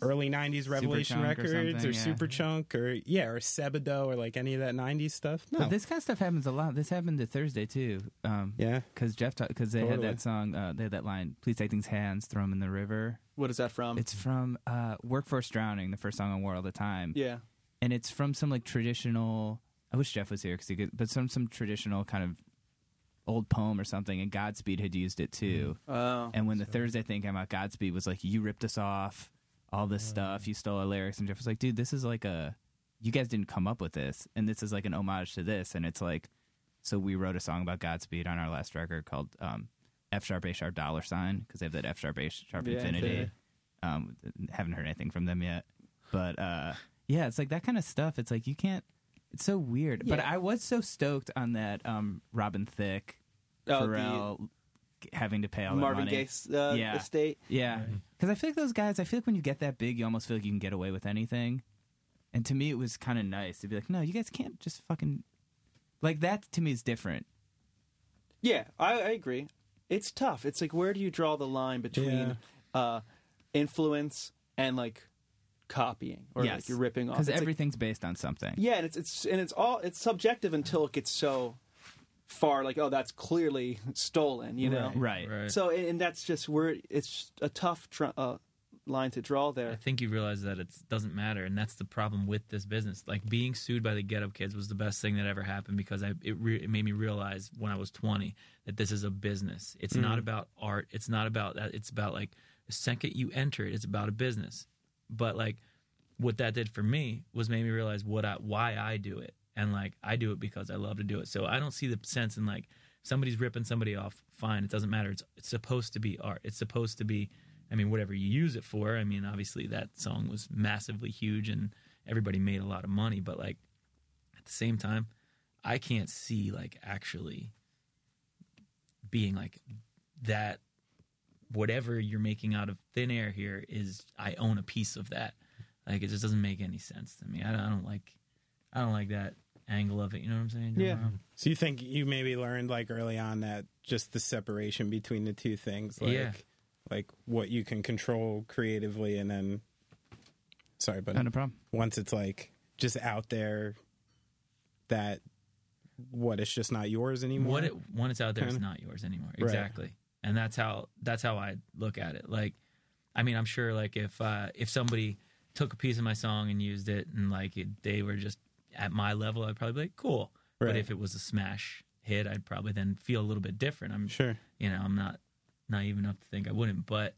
[SPEAKER 3] early '90s Revelation
[SPEAKER 1] Superchunk or
[SPEAKER 3] Records or,
[SPEAKER 1] something, yeah.
[SPEAKER 3] Superchunk or yeah or Sebado or like any of that '90s stuff? No.
[SPEAKER 1] But this kind of stuff happens a lot. This happened to Thursday too. Um,
[SPEAKER 3] yeah.
[SPEAKER 1] Because Jeff, because they had
[SPEAKER 3] Totally.
[SPEAKER 1] that song, uh, they had that line, "Please take things hands, throw them in the river."
[SPEAKER 6] what is that from
[SPEAKER 1] It's from uh, "Workforce Drowning," the first song on War All the Time,
[SPEAKER 6] yeah
[SPEAKER 1] and it's from some like traditional. I wish Jeff was here because he could, but some some traditional kind of old poem or something. And Godspeed had used it too.
[SPEAKER 6] oh
[SPEAKER 1] And when the Thursday thing came out, Godspeed was like, "You ripped us off, all this stuff. You stole our lyrics." And Jeff was like, "Dude, this is like a, you guys didn't come up with this, and this is like an homage to this." And it's like, so we wrote a song about Godspeed on our last record called um, "F sharp A sharp dollar sign" because they have that F sharp A sharp
[SPEAKER 6] Yeah,
[SPEAKER 1] infinity.
[SPEAKER 6] infinity.
[SPEAKER 1] Um, haven't heard anything from them yet, but uh, yeah, it's like that kind of stuff. It's like you can't. It's so weird, but
[SPEAKER 6] Yeah.
[SPEAKER 1] I was so stoked on that um, Robin Thicke,
[SPEAKER 6] Oh, the-
[SPEAKER 1] Pharrell having to pay all that
[SPEAKER 6] marvin
[SPEAKER 1] money.
[SPEAKER 6] gaye's uh,
[SPEAKER 1] Yeah.
[SPEAKER 6] estate
[SPEAKER 1] Yeah. Because I feel like those guys, I feel like when you get that big, you almost feel like you can get away with anything. And to me, it was kind of nice to be like, no, you guys can't just fucking. Like, that to me is different.
[SPEAKER 6] Yeah, I, I agree. It's tough. It's like where do you draw the line between uh, influence and like copying or
[SPEAKER 1] Yes.
[SPEAKER 6] like you're ripping off?
[SPEAKER 1] Because
[SPEAKER 6] It's like-
[SPEAKER 1] everything's based on something.
[SPEAKER 6] yeah, and it's it's and it's all it's subjective until it gets so far. Like oh, that's clearly stolen. You know.
[SPEAKER 1] Right.
[SPEAKER 5] right
[SPEAKER 6] So and and that's just where it's a tough tr- uh, line to draw
[SPEAKER 5] I
[SPEAKER 6] there.
[SPEAKER 5] think you realize that it doesn't matter, and that's the problem with this business. Like being sued by the Get Up Kids was the best thing that ever happened because I it, re- it made me realize when I was 20 that this is a business. It's not about art. It's not about that. It's about like the second you enter it, it's about a business. But like what that did for me was made me realize what I why I do it, and like I do it because I love to do it. So I don't see the sense in like somebody's ripping somebody off. Fine, it doesn't matter. It's, it's supposed to be art. It's supposed to be I mean, whatever you use it for. I mean, obviously that song was massively huge and everybody made a lot of money, but like at the same time, I can't see like actually being like that whatever you're making out of thin air here is I own a piece of that. Like it just doesn't make any sense to me. I don't, I don't like I don't like that angle of it, you know what I'm saying?
[SPEAKER 6] Yeah.
[SPEAKER 5] Jeremiah?
[SPEAKER 3] So you think you maybe learned like early on that just the separation between the two things, like
[SPEAKER 5] Yeah.
[SPEAKER 3] like what you can control creatively, and then sorry, but
[SPEAKER 1] Not a problem.
[SPEAKER 3] once it's like just out there, that what it's just not yours anymore.
[SPEAKER 5] What it, when it's out there, it's
[SPEAKER 3] Kinda.
[SPEAKER 5] not yours anymore. Exactly, and that's how that's how I look at it. Like, I mean, I'm sure like if uh, if somebody took a piece of my song and used it, and like it, they were just at my level, I'd probably be like, cool. But
[SPEAKER 3] Right.
[SPEAKER 5] if it was a smash hit, I'd probably then feel a little bit different. I'm
[SPEAKER 3] sure.
[SPEAKER 5] you know, I'm not naive enough to think I wouldn't, but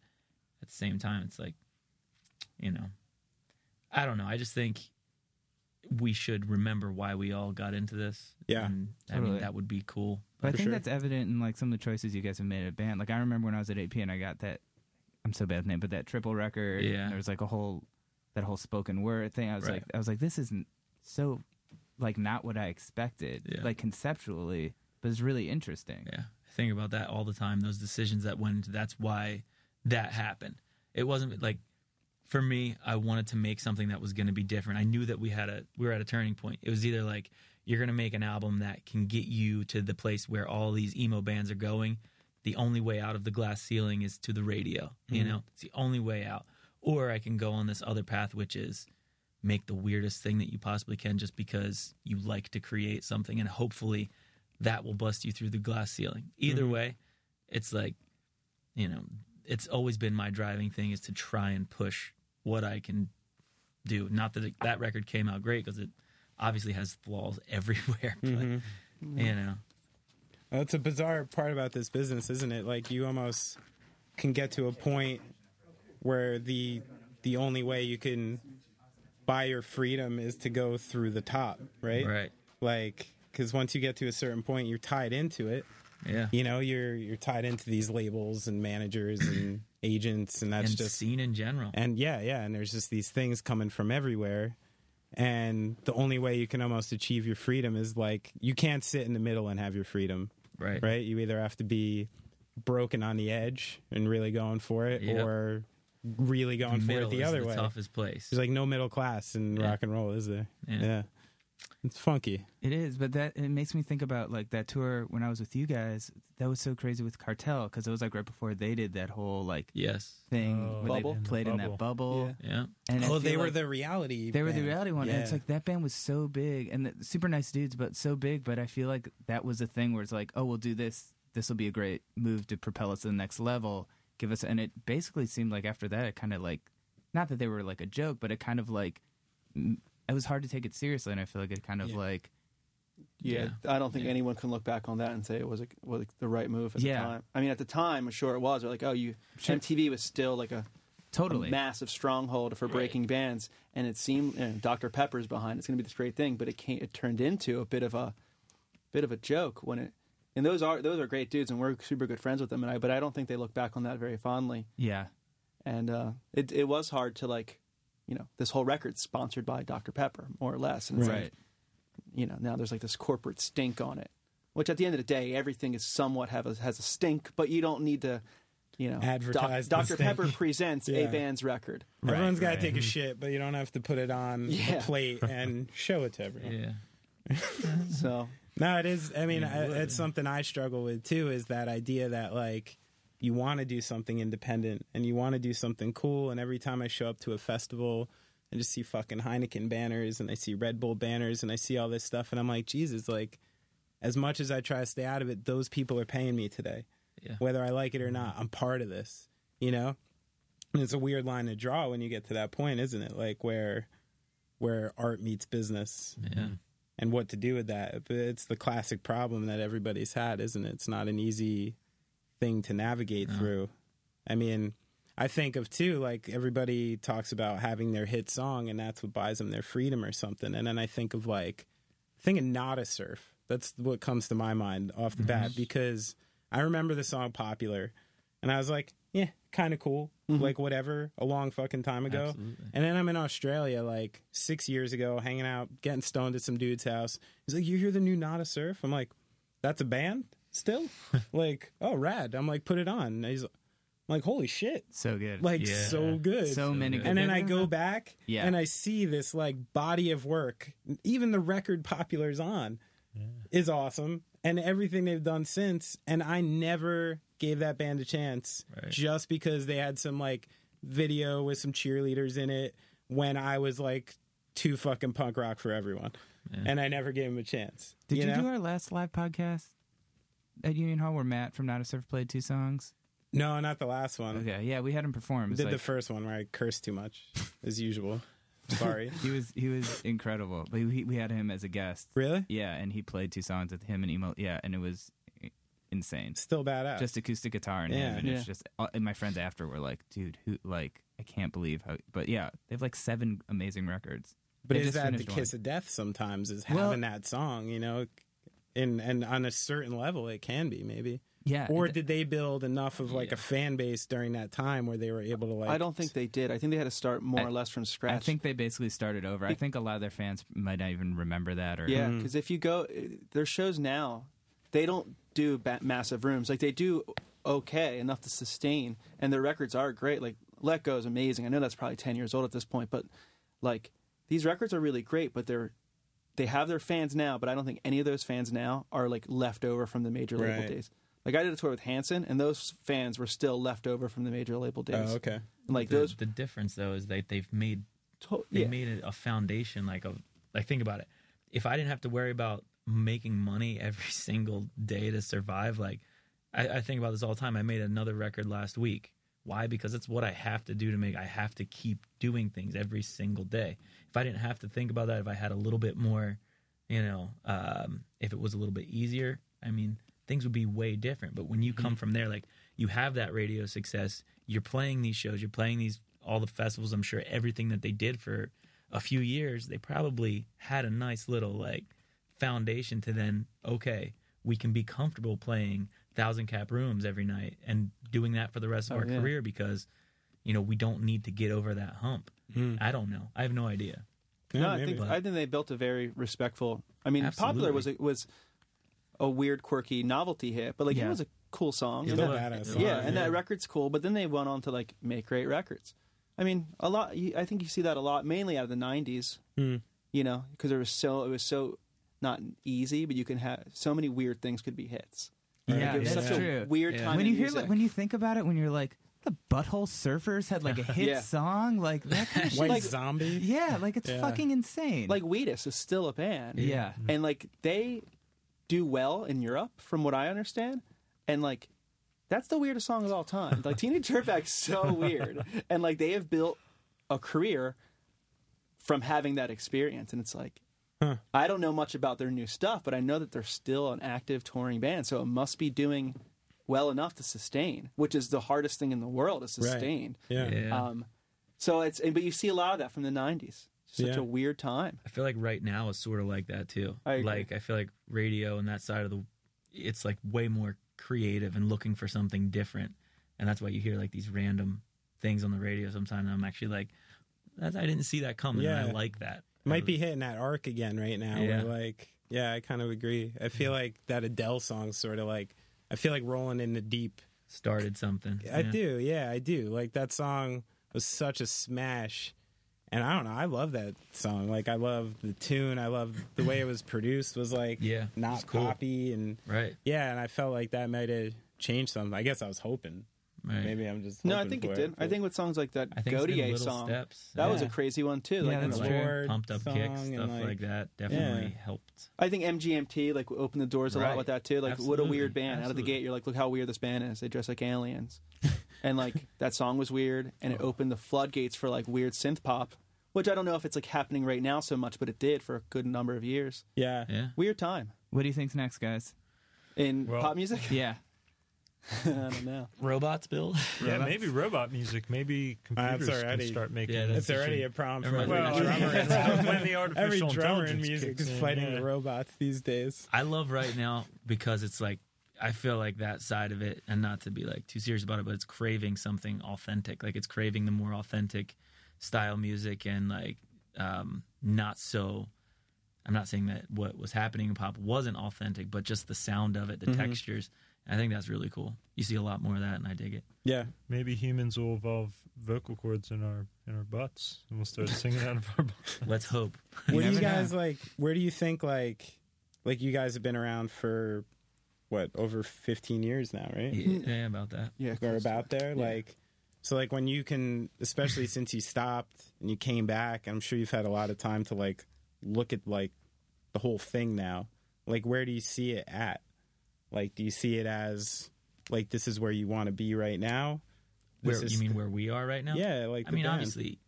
[SPEAKER 5] at the same time, it's like, you know, I don't know. I just think we should remember why we all got into this.
[SPEAKER 3] Yeah,
[SPEAKER 5] and, I
[SPEAKER 1] totally.
[SPEAKER 5] mean that would be cool.
[SPEAKER 1] But I
[SPEAKER 3] For
[SPEAKER 1] think
[SPEAKER 3] sure.
[SPEAKER 1] that's evident in like some of the choices you guys have made at band. Like I remember when I was at AP and I got that I'm so bad with name, but that triple record.
[SPEAKER 5] Yeah.
[SPEAKER 1] And there was like a whole that whole spoken word thing. I was
[SPEAKER 5] Right.
[SPEAKER 1] like I was like, this isn't so like not what I expected.
[SPEAKER 5] Yeah.
[SPEAKER 1] Like conceptually, but it's really interesting.
[SPEAKER 5] Yeah, I think about that all the time. Those decisions that went into that's why that happened. It wasn't like for me. I wanted to make something that was going to be different. I knew that we had a we were at a turning point. It was either like you're going to make an album that can get you to the place where all these emo bands are going. The only way out of the glass ceiling is to the radio. You know, it's the only way out. Or I can go on this other path, which is make the weirdest thing that you possibly can just because you like to create something and hopefully that will bust you through the glass ceiling. Either way, it's like, you know, it's always been my driving thing is to try and push what I can do. Not that it, that record came out great because it obviously has flaws [LAUGHS] everywhere, but
[SPEAKER 3] Mm-hmm.
[SPEAKER 5] you know,
[SPEAKER 3] That's a bizarre part about this business, isn't it? Like you almost can get to a point where the the only way you can buy your freedom is to go through the top, right?
[SPEAKER 5] right?
[SPEAKER 3] Like cuz once you get to a certain point, you're tied into it.
[SPEAKER 5] Yeah,
[SPEAKER 3] You know, you're you're tied into these labels and managers and agents and that's
[SPEAKER 5] and
[SPEAKER 3] just
[SPEAKER 5] scene in general.
[SPEAKER 3] and yeah, yeah, and there's just these things coming from everywhere. And the only way you can almost achieve your freedom is like you can't sit in the middle and have your freedom
[SPEAKER 5] right,
[SPEAKER 3] right? You either have to be broken on the edge and really going for it,
[SPEAKER 5] Yep.
[SPEAKER 3] or really going for
[SPEAKER 5] Middle
[SPEAKER 3] it the
[SPEAKER 5] is
[SPEAKER 3] other
[SPEAKER 5] the
[SPEAKER 3] way.
[SPEAKER 5] toughest place.
[SPEAKER 3] There's like no middle class in
[SPEAKER 5] Yeah.
[SPEAKER 3] rock and roll, is there?
[SPEAKER 5] Yeah.
[SPEAKER 3] it's funky.
[SPEAKER 1] It is, but that it makes me think about like that tour when I was with you guys. That was so crazy with Cartel because it was like right before they did that whole like
[SPEAKER 5] yes,
[SPEAKER 1] thing
[SPEAKER 4] Oh,
[SPEAKER 1] where
[SPEAKER 6] Bubble?
[SPEAKER 1] they played in that bubble.
[SPEAKER 5] yeah,
[SPEAKER 1] And I
[SPEAKER 3] oh,
[SPEAKER 1] feel
[SPEAKER 3] they were
[SPEAKER 1] like-
[SPEAKER 3] the reality.
[SPEAKER 1] They were the
[SPEAKER 3] band.
[SPEAKER 1] reality one, and it's
[SPEAKER 3] Yeah.
[SPEAKER 1] like that band was so big and the, super nice dudes, but so big. But I feel like that was a thing where it's like, oh, we'll do this. This will be a great move to propel us to the next level. Give us, and it basically seemed like after that, it kind of like, not that they were like a joke, but it kind of like, m- it was hard to take it seriously, and I feel like it kind of
[SPEAKER 3] Yeah.
[SPEAKER 1] like,
[SPEAKER 6] Yeah, I don't think anyone can look back on that and say it was a, was the right move at
[SPEAKER 1] Yeah.
[SPEAKER 6] the time. I mean, at the time, sure it was. They're like, oh, you
[SPEAKER 1] Sure.
[SPEAKER 6] MTV was still like a
[SPEAKER 1] totally,
[SPEAKER 6] a massive stronghold for breaking bands, and it seemed you know, Dr Pepper's behind. It's going to be this great thing, but it came, it turned into a bit of a bit of a joke when it. And those are those are great dudes, and we're super good friends with them. And I, but I don't think they look back on that very fondly.
[SPEAKER 1] yeah,
[SPEAKER 6] And uh, it it was hard to like, you know, this whole record's sponsored by Dr Pepper, more or less. And it's like,
[SPEAKER 1] right,
[SPEAKER 6] you know now there's like this corporate stink on it which at the end of the day everything is somewhat have a, has a stink but you don't need to you know
[SPEAKER 3] Advertise the
[SPEAKER 6] doc, dr
[SPEAKER 3] stink.
[SPEAKER 6] pepper presents a
[SPEAKER 3] Yeah.
[SPEAKER 6] band's record
[SPEAKER 3] Everyone's got to take a shit, but you don't have to put it on
[SPEAKER 6] Yeah.
[SPEAKER 3] a
[SPEAKER 5] [LAUGHS]
[SPEAKER 3] plate and show it to everyone.
[SPEAKER 5] yeah,
[SPEAKER 6] so
[SPEAKER 3] No, it is. I mean, I, it's something I struggle with too. Is that idea that like you want to do something independent and you want to do something cool, and every time I show up to a festival, I just see fucking Heineken banners and I see Red Bull banners and I see all this stuff, and I'm like, Jesus, like as much as I try to stay out of it, those people are paying me today,
[SPEAKER 5] Yeah.
[SPEAKER 3] whether I like it or not. I'm part of this, you know. And it's a weird line to draw when you get to that point, isn't it? Like where where art meets business
[SPEAKER 5] Yeah.
[SPEAKER 3] and what to do with that. But it's the classic problem that everybody's had, isn't it? It's not an easy thing to navigate
[SPEAKER 5] No.
[SPEAKER 3] through. I mean, I think of too, like everybody talks about having their hit song and that's what buys them their freedom or something. And then I think of like, think of Not a Surf. That's what comes to my mind off the bat because I remember the song Popular and I was like, yeah, kind of cool. Like, whatever, a long fucking time ago.
[SPEAKER 5] Absolutely.
[SPEAKER 3] And then I'm in Australia like six years ago, hanging out, getting stoned at some dude's house. He's like, You hear the new Nada Surf? I'm like, That's a band still? like, oh, rad. I'm like, Put it on. And he's I'm like, Holy shit.
[SPEAKER 1] So good.
[SPEAKER 3] Like,
[SPEAKER 5] Yeah.
[SPEAKER 3] so good.
[SPEAKER 1] so many.
[SPEAKER 5] good.
[SPEAKER 1] good-
[SPEAKER 3] and then I go back
[SPEAKER 1] Yeah.
[SPEAKER 3] and I see this like body of work. Even the record Popular's on is awesome. And everything they've done since. And I never gave that band a chance
[SPEAKER 5] Right.
[SPEAKER 3] just because they had some like video with some cheerleaders in it when I was like too fucking punk rock for everyone. And I never gave them a chance.
[SPEAKER 1] Did you,
[SPEAKER 3] know?
[SPEAKER 1] do our last live podcast at Union Hall where Matt from Not a Surf played two songs?
[SPEAKER 3] No, not the last one.
[SPEAKER 1] Okay, yeah, we had him perform. It
[SPEAKER 3] I
[SPEAKER 1] was
[SPEAKER 3] Uh-huh. did
[SPEAKER 1] like-
[SPEAKER 3] the first one where I cursed too much, as usual.
[SPEAKER 1] [LAUGHS]
[SPEAKER 3] Sorry.
[SPEAKER 1] he was he was incredible. But we, we had him as a guest.
[SPEAKER 3] really?
[SPEAKER 1] Yeah, and he played two songs with him and emo. Yeah, and it was i- insane.
[SPEAKER 3] Still badass.
[SPEAKER 1] Just acoustic guitar and
[SPEAKER 3] Yeah.
[SPEAKER 1] him, and
[SPEAKER 6] Yeah.
[SPEAKER 1] it's just. all- And my friends after were like, "Dude, who? Like, I can't believe how." But yeah, they have like seven amazing records.
[SPEAKER 3] But
[SPEAKER 1] They
[SPEAKER 3] is
[SPEAKER 1] just
[SPEAKER 3] that the
[SPEAKER 1] finished
[SPEAKER 3] kiss
[SPEAKER 1] one.
[SPEAKER 3] of death? Sometimes is
[SPEAKER 1] Well-
[SPEAKER 3] having that song, you know, and and on a certain level it can be maybe.
[SPEAKER 1] Yeah,
[SPEAKER 3] Or
[SPEAKER 1] it-
[SPEAKER 3] did they build enough of like a fan base during that time where they were able to like?
[SPEAKER 6] I don't think they did. I think they had to start more
[SPEAKER 1] I-
[SPEAKER 6] or less from
[SPEAKER 1] I
[SPEAKER 6] scratch.
[SPEAKER 1] think they basically started over. I think a lot of their fans might not even remember that. Or
[SPEAKER 6] Yeah,
[SPEAKER 3] Mm-hmm.
[SPEAKER 6] because if you go, their shows now, they don't do ba- massive rooms. Like they do okay enough to sustain, and their records are great. Like Let Go is amazing. I know that's probably ten years old at this point, but like these records are really great. But they're they have their fans now, but I don't think any of those fans now are like left over from the major label
[SPEAKER 3] Right.
[SPEAKER 6] days. Like I did a tour with Hanson, and those fans were still left over from the major label days.
[SPEAKER 3] Oh, okay.
[SPEAKER 6] And, like
[SPEAKER 5] the,
[SPEAKER 6] those,
[SPEAKER 5] the difference though is that they've made
[SPEAKER 6] to-
[SPEAKER 5] they
[SPEAKER 6] yeah,
[SPEAKER 5] made it a foundation like a like think about it if i didn't have to worry about making money [LAUGHS] every single day to survive like I, I think about this all the time i made another record last week why because it's what i have to do to make i have to keep doing things every single day if i didn't have to think about that if i had a little bit more you know um, if it was a little bit easier i mean things would be way different but when you
[SPEAKER 6] Mm-hmm.
[SPEAKER 5] come from there like you have that radio success you're playing these shows you're playing these all the festivals i'm sure everything that they did for a few years they probably had a nice little like foundation to then okay we can be comfortable playing thousand cap rooms every night and doing that for the rest of
[SPEAKER 6] Oh,
[SPEAKER 5] our
[SPEAKER 6] yeah.
[SPEAKER 5] career because you know we don't need to get over that hump
[SPEAKER 6] Hmm.
[SPEAKER 5] i don't know i have no idea
[SPEAKER 3] Yeah,
[SPEAKER 6] no, I
[SPEAKER 3] maybe.
[SPEAKER 6] think I think they built a very respectful. I mean, popular was a, was a weird, quirky novelty hit, but like
[SPEAKER 1] Yeah.
[SPEAKER 6] it was a cool song.
[SPEAKER 5] Yeah,
[SPEAKER 6] And
[SPEAKER 3] Still
[SPEAKER 5] but-
[SPEAKER 3] badass.
[SPEAKER 6] that-
[SPEAKER 3] song,
[SPEAKER 6] yeah, and that record's cool. But then they went on to like make great records. I mean, a lot. you- I think you see that a lot, mainly out of the '90s.
[SPEAKER 3] Mm.
[SPEAKER 6] You know, because there was so it was so not easy, but you can have so many weird things could be hits.
[SPEAKER 1] yeah,
[SPEAKER 6] Like, it was
[SPEAKER 1] that's
[SPEAKER 6] such
[SPEAKER 1] true.
[SPEAKER 6] a weird
[SPEAKER 5] Yeah.
[SPEAKER 6] time.
[SPEAKER 1] when
[SPEAKER 6] in
[SPEAKER 1] you hear
[SPEAKER 6] music.
[SPEAKER 1] like, when you think about it, when you're like the Butthole Surfers had [LAUGHS] like a hit
[SPEAKER 6] Yeah.
[SPEAKER 1] song, like that [LAUGHS] kind of shit.
[SPEAKER 3] White
[SPEAKER 6] like-
[SPEAKER 3] zombie.
[SPEAKER 1] Yeah, like it's
[SPEAKER 3] Yeah.
[SPEAKER 1] fucking insane.
[SPEAKER 6] like Wheatus is still a band.
[SPEAKER 1] yeah,
[SPEAKER 6] and like they do well in Europe, from what I understand, and like that's the weirdest song of all time.
[SPEAKER 3] [LAUGHS]
[SPEAKER 6] Like Teenage Dirtbag's so weird, and like they have built a career from having that experience, and it's like I don't know much about their new stuff, but I know that they're still an active touring band, so it must be doing well enough to sustain, which is the hardest thing in the world is
[SPEAKER 3] Right.
[SPEAKER 6] sustained.
[SPEAKER 3] Yeah.
[SPEAKER 6] Um, so it's but you see a lot of that from the '90s. Such
[SPEAKER 3] Yeah.
[SPEAKER 6] a weird time.
[SPEAKER 5] I feel like right now is sort of like that too.
[SPEAKER 6] I agree.
[SPEAKER 5] Like I feel like radio and that side of the, it's like way more creative and looking for something different, and that's why you hear like these random things on the radio sometimes. And I'm actually like, that, I didn't see that coming. and
[SPEAKER 3] Yeah.
[SPEAKER 5] I like that.
[SPEAKER 3] Might be hitting that arc again right now.
[SPEAKER 5] Yeah.
[SPEAKER 3] Where like, yeah, I kind of agree. I feel like that Adele song sort of like. I feel like rolling in the deep.
[SPEAKER 5] started something.
[SPEAKER 3] I
[SPEAKER 5] Yeah.
[SPEAKER 3] do, yeah, I do. Like that song was such a smash, and I don't know. I love that song. Like I love the tune. I love the way it was produced. Was like
[SPEAKER 5] Yeah, it was
[SPEAKER 3] not
[SPEAKER 5] cool.
[SPEAKER 3] poppy and
[SPEAKER 5] Right.
[SPEAKER 3] yeah. And I felt like that might have changed something. I guess I was hoping.
[SPEAKER 5] Right.
[SPEAKER 3] Maybe I'm just
[SPEAKER 6] No, I
[SPEAKER 3] hoping
[SPEAKER 6] think
[SPEAKER 3] for
[SPEAKER 6] it did. I think with songs like that
[SPEAKER 5] I think it's been
[SPEAKER 6] Godier
[SPEAKER 5] little
[SPEAKER 6] song,
[SPEAKER 5] steps.
[SPEAKER 6] that was a
[SPEAKER 3] Yeah.
[SPEAKER 6] crazy one too. Like,
[SPEAKER 1] Yeah,
[SPEAKER 6] I
[SPEAKER 1] that's
[SPEAKER 6] don't know.
[SPEAKER 1] true.
[SPEAKER 3] Lord
[SPEAKER 5] pumped up
[SPEAKER 3] song
[SPEAKER 5] kicks
[SPEAKER 3] and,
[SPEAKER 5] stuff like,
[SPEAKER 3] like-
[SPEAKER 5] that definitely
[SPEAKER 3] Yeah.
[SPEAKER 5] helped.
[SPEAKER 6] I think MGMT like opened the doors a lot
[SPEAKER 5] Right.
[SPEAKER 6] with that too. Like what a
[SPEAKER 5] Absolutely.
[SPEAKER 6] weird band out of the
[SPEAKER 5] Absolutely. [LAUGHS]
[SPEAKER 6] gate. You're like, look how weird this band is. They dress like aliens. and like that song was weird, and
[SPEAKER 5] Oh.
[SPEAKER 6] it opened the floodgates for like weird synth pop, which I don't know if it's like happening right now so much, but it did for a good number of years.
[SPEAKER 3] Yeah.
[SPEAKER 5] Yeah.
[SPEAKER 6] Weird time
[SPEAKER 1] What do you think's next, guys?
[SPEAKER 6] in
[SPEAKER 4] Well-
[SPEAKER 6] pop music. [LAUGHS]
[SPEAKER 1] Yeah.
[SPEAKER 6] I don't know.
[SPEAKER 5] Robots, Bill. [LAUGHS]
[SPEAKER 4] Yeah, maybe robot music. Maybe computers
[SPEAKER 3] already-
[SPEAKER 4] can start making.
[SPEAKER 5] Yeah,
[SPEAKER 4] it.
[SPEAKER 5] that's-
[SPEAKER 3] It's already a problem for
[SPEAKER 5] Never
[SPEAKER 3] every
[SPEAKER 5] mind.
[SPEAKER 4] well,
[SPEAKER 5] Every
[SPEAKER 3] drummer.
[SPEAKER 5] drummer
[SPEAKER 4] it's [LAUGHS] when- when the
[SPEAKER 3] Every
[SPEAKER 4] artificial
[SPEAKER 3] drummer in
[SPEAKER 4] intelligence
[SPEAKER 3] music
[SPEAKER 4] kicks
[SPEAKER 3] is
[SPEAKER 4] in,
[SPEAKER 3] fighting
[SPEAKER 4] yeah.
[SPEAKER 3] the robots these days.
[SPEAKER 5] I love right now because it's like I feel like that side of it, and not to be like too serious about it, but it's craving something authentic. Like it's craving the more authentic style music and like um, not so. I'm not saying that what was happening in pop wasn't authentic, but just the sound of it, the
[SPEAKER 3] Mm-hmm.
[SPEAKER 5] textures. I think that's really cool. You see a lot more of that, and I dig it.
[SPEAKER 3] Yeah.
[SPEAKER 4] Maybe humans will evolve vocal cords in our in our butts, and we'll start singing out of our butts.
[SPEAKER 5] Let's hope.
[SPEAKER 3] What do
[SPEAKER 1] never
[SPEAKER 3] you guys like? Where do you think like like you guys have been around for what over 15 years now, right?
[SPEAKER 5] [LAUGHS] Yeah, yeah, about that.
[SPEAKER 6] Yeah,
[SPEAKER 3] Or
[SPEAKER 6] close to
[SPEAKER 3] about there,
[SPEAKER 6] Yeah.
[SPEAKER 3] like so like when you can especially since you stopped and you came back, I'm sure you've had a lot of time to like look at like the whole thing now. Like where do you see it at? Like do you see it as like this is where you want to be right now? This
[SPEAKER 5] Where
[SPEAKER 3] is
[SPEAKER 5] you mean
[SPEAKER 3] the-
[SPEAKER 5] where we are right now?
[SPEAKER 3] Yeah, like
[SPEAKER 5] I
[SPEAKER 3] the
[SPEAKER 5] mean,
[SPEAKER 3] band.
[SPEAKER 5] obviously,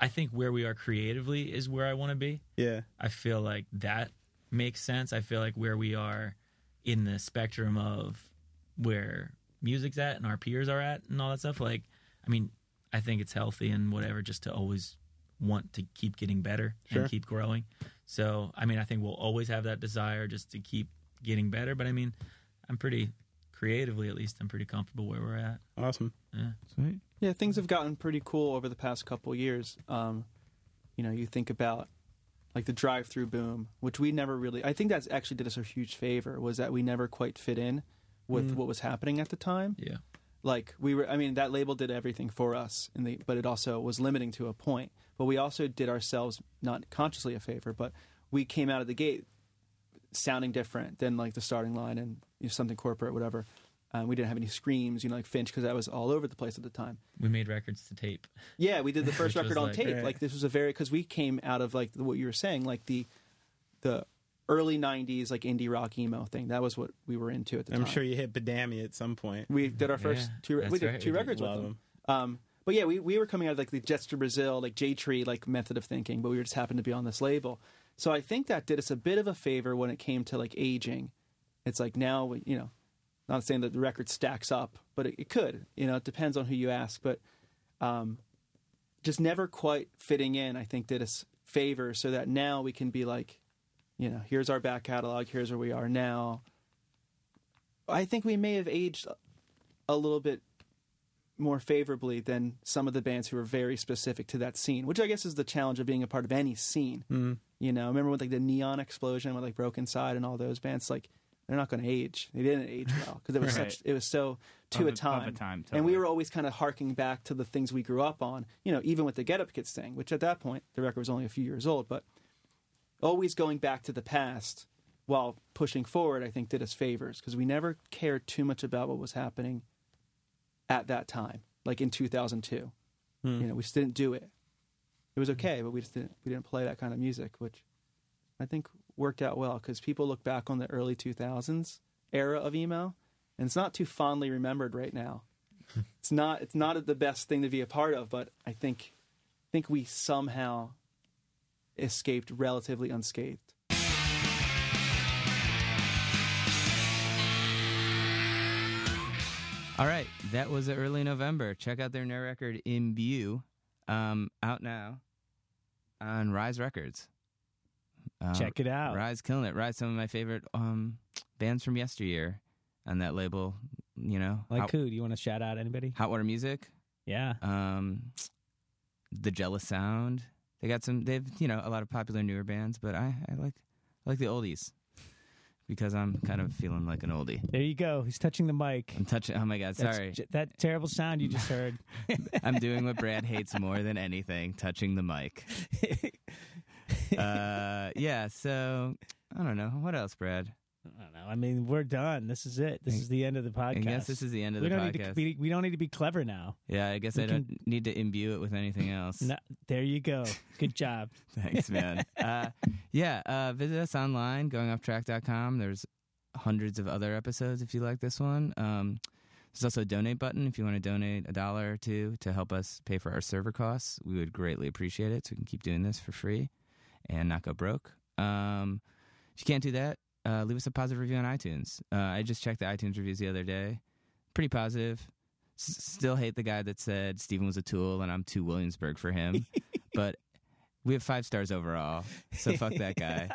[SPEAKER 5] I think where we are creatively is where I want to be.
[SPEAKER 3] Yeah.
[SPEAKER 5] I feel like that makes sense. I feel like where we are in the spectrum of where music's at and our peers are at and all that stuff. Like, I mean, I think it's healthy and whatever just to always want to keep getting better
[SPEAKER 3] Sure.
[SPEAKER 5] and keep growing. So, I mean, I think we'll always have that desire just to keep getting better. But I mean, I'm pretty creatively, at least, I'm pretty comfortable where we're at.
[SPEAKER 3] Awesome.
[SPEAKER 5] Yeah.
[SPEAKER 1] Sweet.
[SPEAKER 6] Yeah, things have gotten pretty cool over the past couple years. Um, you know, you think about like the drive-through boom, which we never really. I think that's actually did us a huge favor was that we never quite fit in with what was happening at the time.
[SPEAKER 5] Yeah.
[SPEAKER 6] Like we were. I mean, that label did everything for us, and the, but it also was limiting to a point. But we also did ourselves not consciously a favor, but we came out of the gate sounding different than like the starting line and you know, something corporate, whatever. Um, we didn't have any screams, you know, like Finch, because that was all over the place at the time.
[SPEAKER 5] We made records to tape. [LAUGHS]
[SPEAKER 6] Yeah, we did the first
[SPEAKER 5] Which was
[SPEAKER 6] record on
[SPEAKER 5] like-
[SPEAKER 6] tape.
[SPEAKER 3] Right.
[SPEAKER 6] Like this was a very because we came out of like what you were saying, like the the early '90s like indie rock emo thing. That was what we were into at the
[SPEAKER 3] I'm
[SPEAKER 6] time.
[SPEAKER 3] sure you hit Badami at some point.
[SPEAKER 6] we did our first
[SPEAKER 5] Yeah,
[SPEAKER 6] two. Re- we
[SPEAKER 5] that's
[SPEAKER 6] did
[SPEAKER 5] right,
[SPEAKER 6] two
[SPEAKER 5] we did.
[SPEAKER 6] records with
[SPEAKER 3] Love
[SPEAKER 6] them. Um, but yeah, we, we were coming out of like the Jets to Brazil, like J Tree, like method of thinking, but we just happened to be on this label. So I think that did us a bit of a favor when it came to like aging. It's like now, we- you know, not saying that the record stacks up, but it, it could. You know, it depends on who you ask. But um, just never quite fitting in, I think, did us favor so that now we can be like, you know, here's our back catalog, here's where we are now. I think we may have aged a little bit more favorably than some of the bands who were very specific to that scene, which I guess is the challenge of being a part of any scene.
[SPEAKER 1] Mm-hmm.
[SPEAKER 3] Mm.
[SPEAKER 6] You know, remember with like the Neon Explosion with like Broken Side and all those bands, like they're not going to age. They didn't age well because it
[SPEAKER 1] [LAUGHS]
[SPEAKER 6] was
[SPEAKER 1] Right.
[SPEAKER 6] such it was so to
[SPEAKER 1] Of
[SPEAKER 6] a,
[SPEAKER 1] a- of a
[SPEAKER 6] time.
[SPEAKER 1] time,
[SPEAKER 6] And we
[SPEAKER 1] totally.
[SPEAKER 6] were always kind of harking back to the things we grew up on. You know, even with the Get Up Kids thing, which at that point the record was only a few years old, but always going back to the past while pushing forward, I think did us favors because we never cared too much about what was happening at that time, like in 2002. You know, we just didn't do it. It was okay, but we just didn't we didn't play that kind of music, which I think worked out well because people look back on the early 2000s era of emo, and it's not too fondly remembered right now. it's not it's not the best thing to be a part of, but I think think we somehow escaped relatively unscathed.
[SPEAKER 1] All right, that was early November. Check out their new record "Imbue," um, out now on Rise Records. Uh,
[SPEAKER 2] Check it out.
[SPEAKER 1] Rise killing it. Rise some of my favorite um, bands from yesteryear on that label. You know,
[SPEAKER 2] Like
[SPEAKER 1] Hot,
[SPEAKER 2] who? Do you want to shout out anybody?
[SPEAKER 1] Hot Water Music,
[SPEAKER 2] Yeah.
[SPEAKER 1] um, the Jealous Sound. They got some. They've you know a lot of popular newer bands, but I, I like I like the oldies because I'm kind of feeling like an oldie.
[SPEAKER 2] There you go. He's touching the mic.
[SPEAKER 1] I'm touching. Oh my god,
[SPEAKER 2] That's
[SPEAKER 1] sorry.
[SPEAKER 2] j- that terrible sound you just heard.
[SPEAKER 1] [LAUGHS] I'm doing
[SPEAKER 2] [LAUGHS]
[SPEAKER 1] what Brad hates more than anything, touching the mic.
[SPEAKER 2] [LAUGHS]
[SPEAKER 1] Uh, yeah, so I don't know. What else, Brad?
[SPEAKER 2] I don't know. I mean, we're done. This is it. This is the end of the podcast.
[SPEAKER 1] I guess this is the end of
[SPEAKER 2] we
[SPEAKER 1] the
[SPEAKER 2] don't
[SPEAKER 1] podcast.
[SPEAKER 2] need to be, we don't need to be clever now.
[SPEAKER 1] yeah, I guess
[SPEAKER 2] we
[SPEAKER 1] I don't need to imbue it with anything else.
[SPEAKER 2] No, there you go.
[SPEAKER 1] [LAUGHS]
[SPEAKER 2] Good job.
[SPEAKER 1] Thanks, man. uh, yeah, uh, visit us online, goingofftrack.com. There's hundreds of other episodes if you like this one. Um, There's also a donate button if you want to donate a dollar or two to help us pay for our server costs. We would greatly appreciate it so we can keep doing this for free and not go broke. Um, if you can't do that, uh, leave us a positive review on iTunes. Uh, I just checked the iTunes reviews the other day. Pretty positive. S- still hate the guy that said Steven was a tool and I'm too Williamsburg for
[SPEAKER 2] [LAUGHS]
[SPEAKER 1] him. but we have five stars overall. So fuck that
[SPEAKER 2] [LAUGHS]
[SPEAKER 1] guy.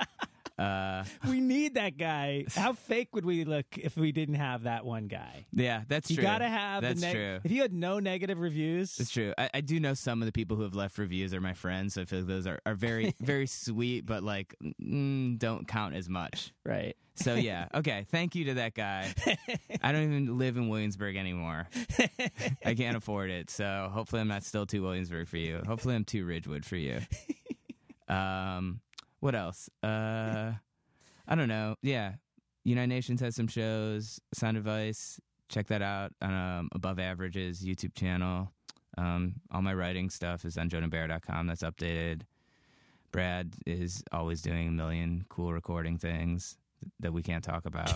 [SPEAKER 1] Uh,
[SPEAKER 2] we need that guy. How fake would we look if we didn't have that one guy?
[SPEAKER 1] yeah, that's
[SPEAKER 2] You
[SPEAKER 1] true.
[SPEAKER 2] gotta have
[SPEAKER 1] That's
[SPEAKER 2] the neg-
[SPEAKER 1] true.
[SPEAKER 2] If you had no negative reviews,
[SPEAKER 1] It's true. I, I do know some of the people who have left reviews are my friends, so I feel like those are, are
[SPEAKER 2] [LAUGHS]
[SPEAKER 1] very, very sweet, but like mm, don't count as much.
[SPEAKER 2] right?
[SPEAKER 1] So yeah, okay. Thank you to that guy. I don't even live in Williamsburg anymore. I can't afford it, so hopefully I'm not still too Williamsburg for you. Hopefully I'm too Ridgewood for you. Um, what else? Uh, I don't know. Yeah, United Nations has some shows. Sound Advice, check that out on um, Above Average's YouTube channel. Um, all my writing stuff is on jodanbear.com. That's updated. Brad is always doing a million cool recording things that we can't talk about.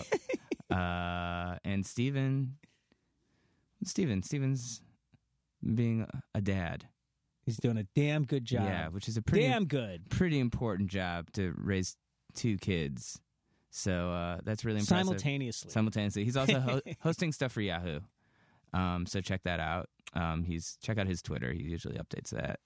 [SPEAKER 1] uh, and Steven, Steven, Steven's being a dad.
[SPEAKER 2] He's doing a damn good job.
[SPEAKER 1] Yeah, which is a pretty
[SPEAKER 2] damn good.
[SPEAKER 1] pretty important job to raise two kids. So uh, that's really impressive.
[SPEAKER 2] Simultaneously,
[SPEAKER 1] Simultaneously, he's also
[SPEAKER 2] [LAUGHS]
[SPEAKER 1] ho- hosting stuff for Yahoo. Um, so check that out. Um, he's check out his Twitter. He usually updates that.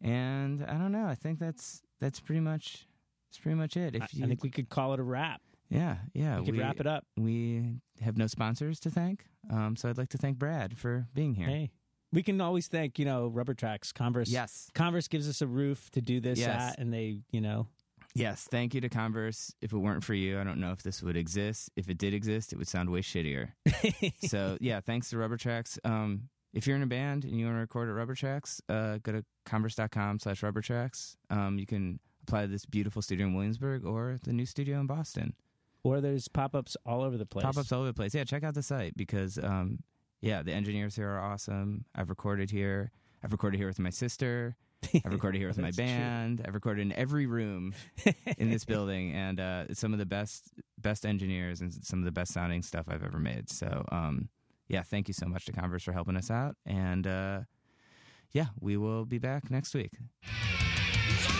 [SPEAKER 1] And I don't know. I think that's that's pretty much that's pretty much it.
[SPEAKER 2] I,
[SPEAKER 1] If you,
[SPEAKER 2] I think we could call it a wrap.
[SPEAKER 1] yeah, yeah,
[SPEAKER 2] we could wrap it up.
[SPEAKER 1] We have no sponsors to thank. Um, so I'd like to thank Brad for being here.
[SPEAKER 2] Hey, we can always thank you know Rubber Tracks, Converse.
[SPEAKER 1] Yes,
[SPEAKER 2] Converse gives us a roof to do this
[SPEAKER 1] Yes.
[SPEAKER 2] at, and they, you know,
[SPEAKER 1] yes. Thank you to Converse. If it weren't for you, I don't know if this would exist. If it did exist, it would sound way shittier. so yeah, thanks to Rubber Tracks. Um, if you're in a band and you want to record at Rubber Tracks, uh, go to converse.com slash rubber tracks. Um, you can apply to this beautiful studio in Williamsburg or the new studio in Boston.
[SPEAKER 2] or there's pop ups all over the place.
[SPEAKER 1] Pop
[SPEAKER 2] [LAUGHS]
[SPEAKER 1] ups all over the place. Yeah, check out the site because um, yeah, the engineers here are awesome. I've recorded here. I've recorded here with my sister. I've recorded here with my
[SPEAKER 2] That's true.
[SPEAKER 1] band. I've recorded in every room
[SPEAKER 2] [LAUGHS]
[SPEAKER 1] in this building, and uh, it's some of the best best engineers and some of the best sounding stuff I've ever made. So um, yeah, thank you so much to Converse for helping us out, and uh, yeah, we will be back next week.
[SPEAKER 7] Yeah!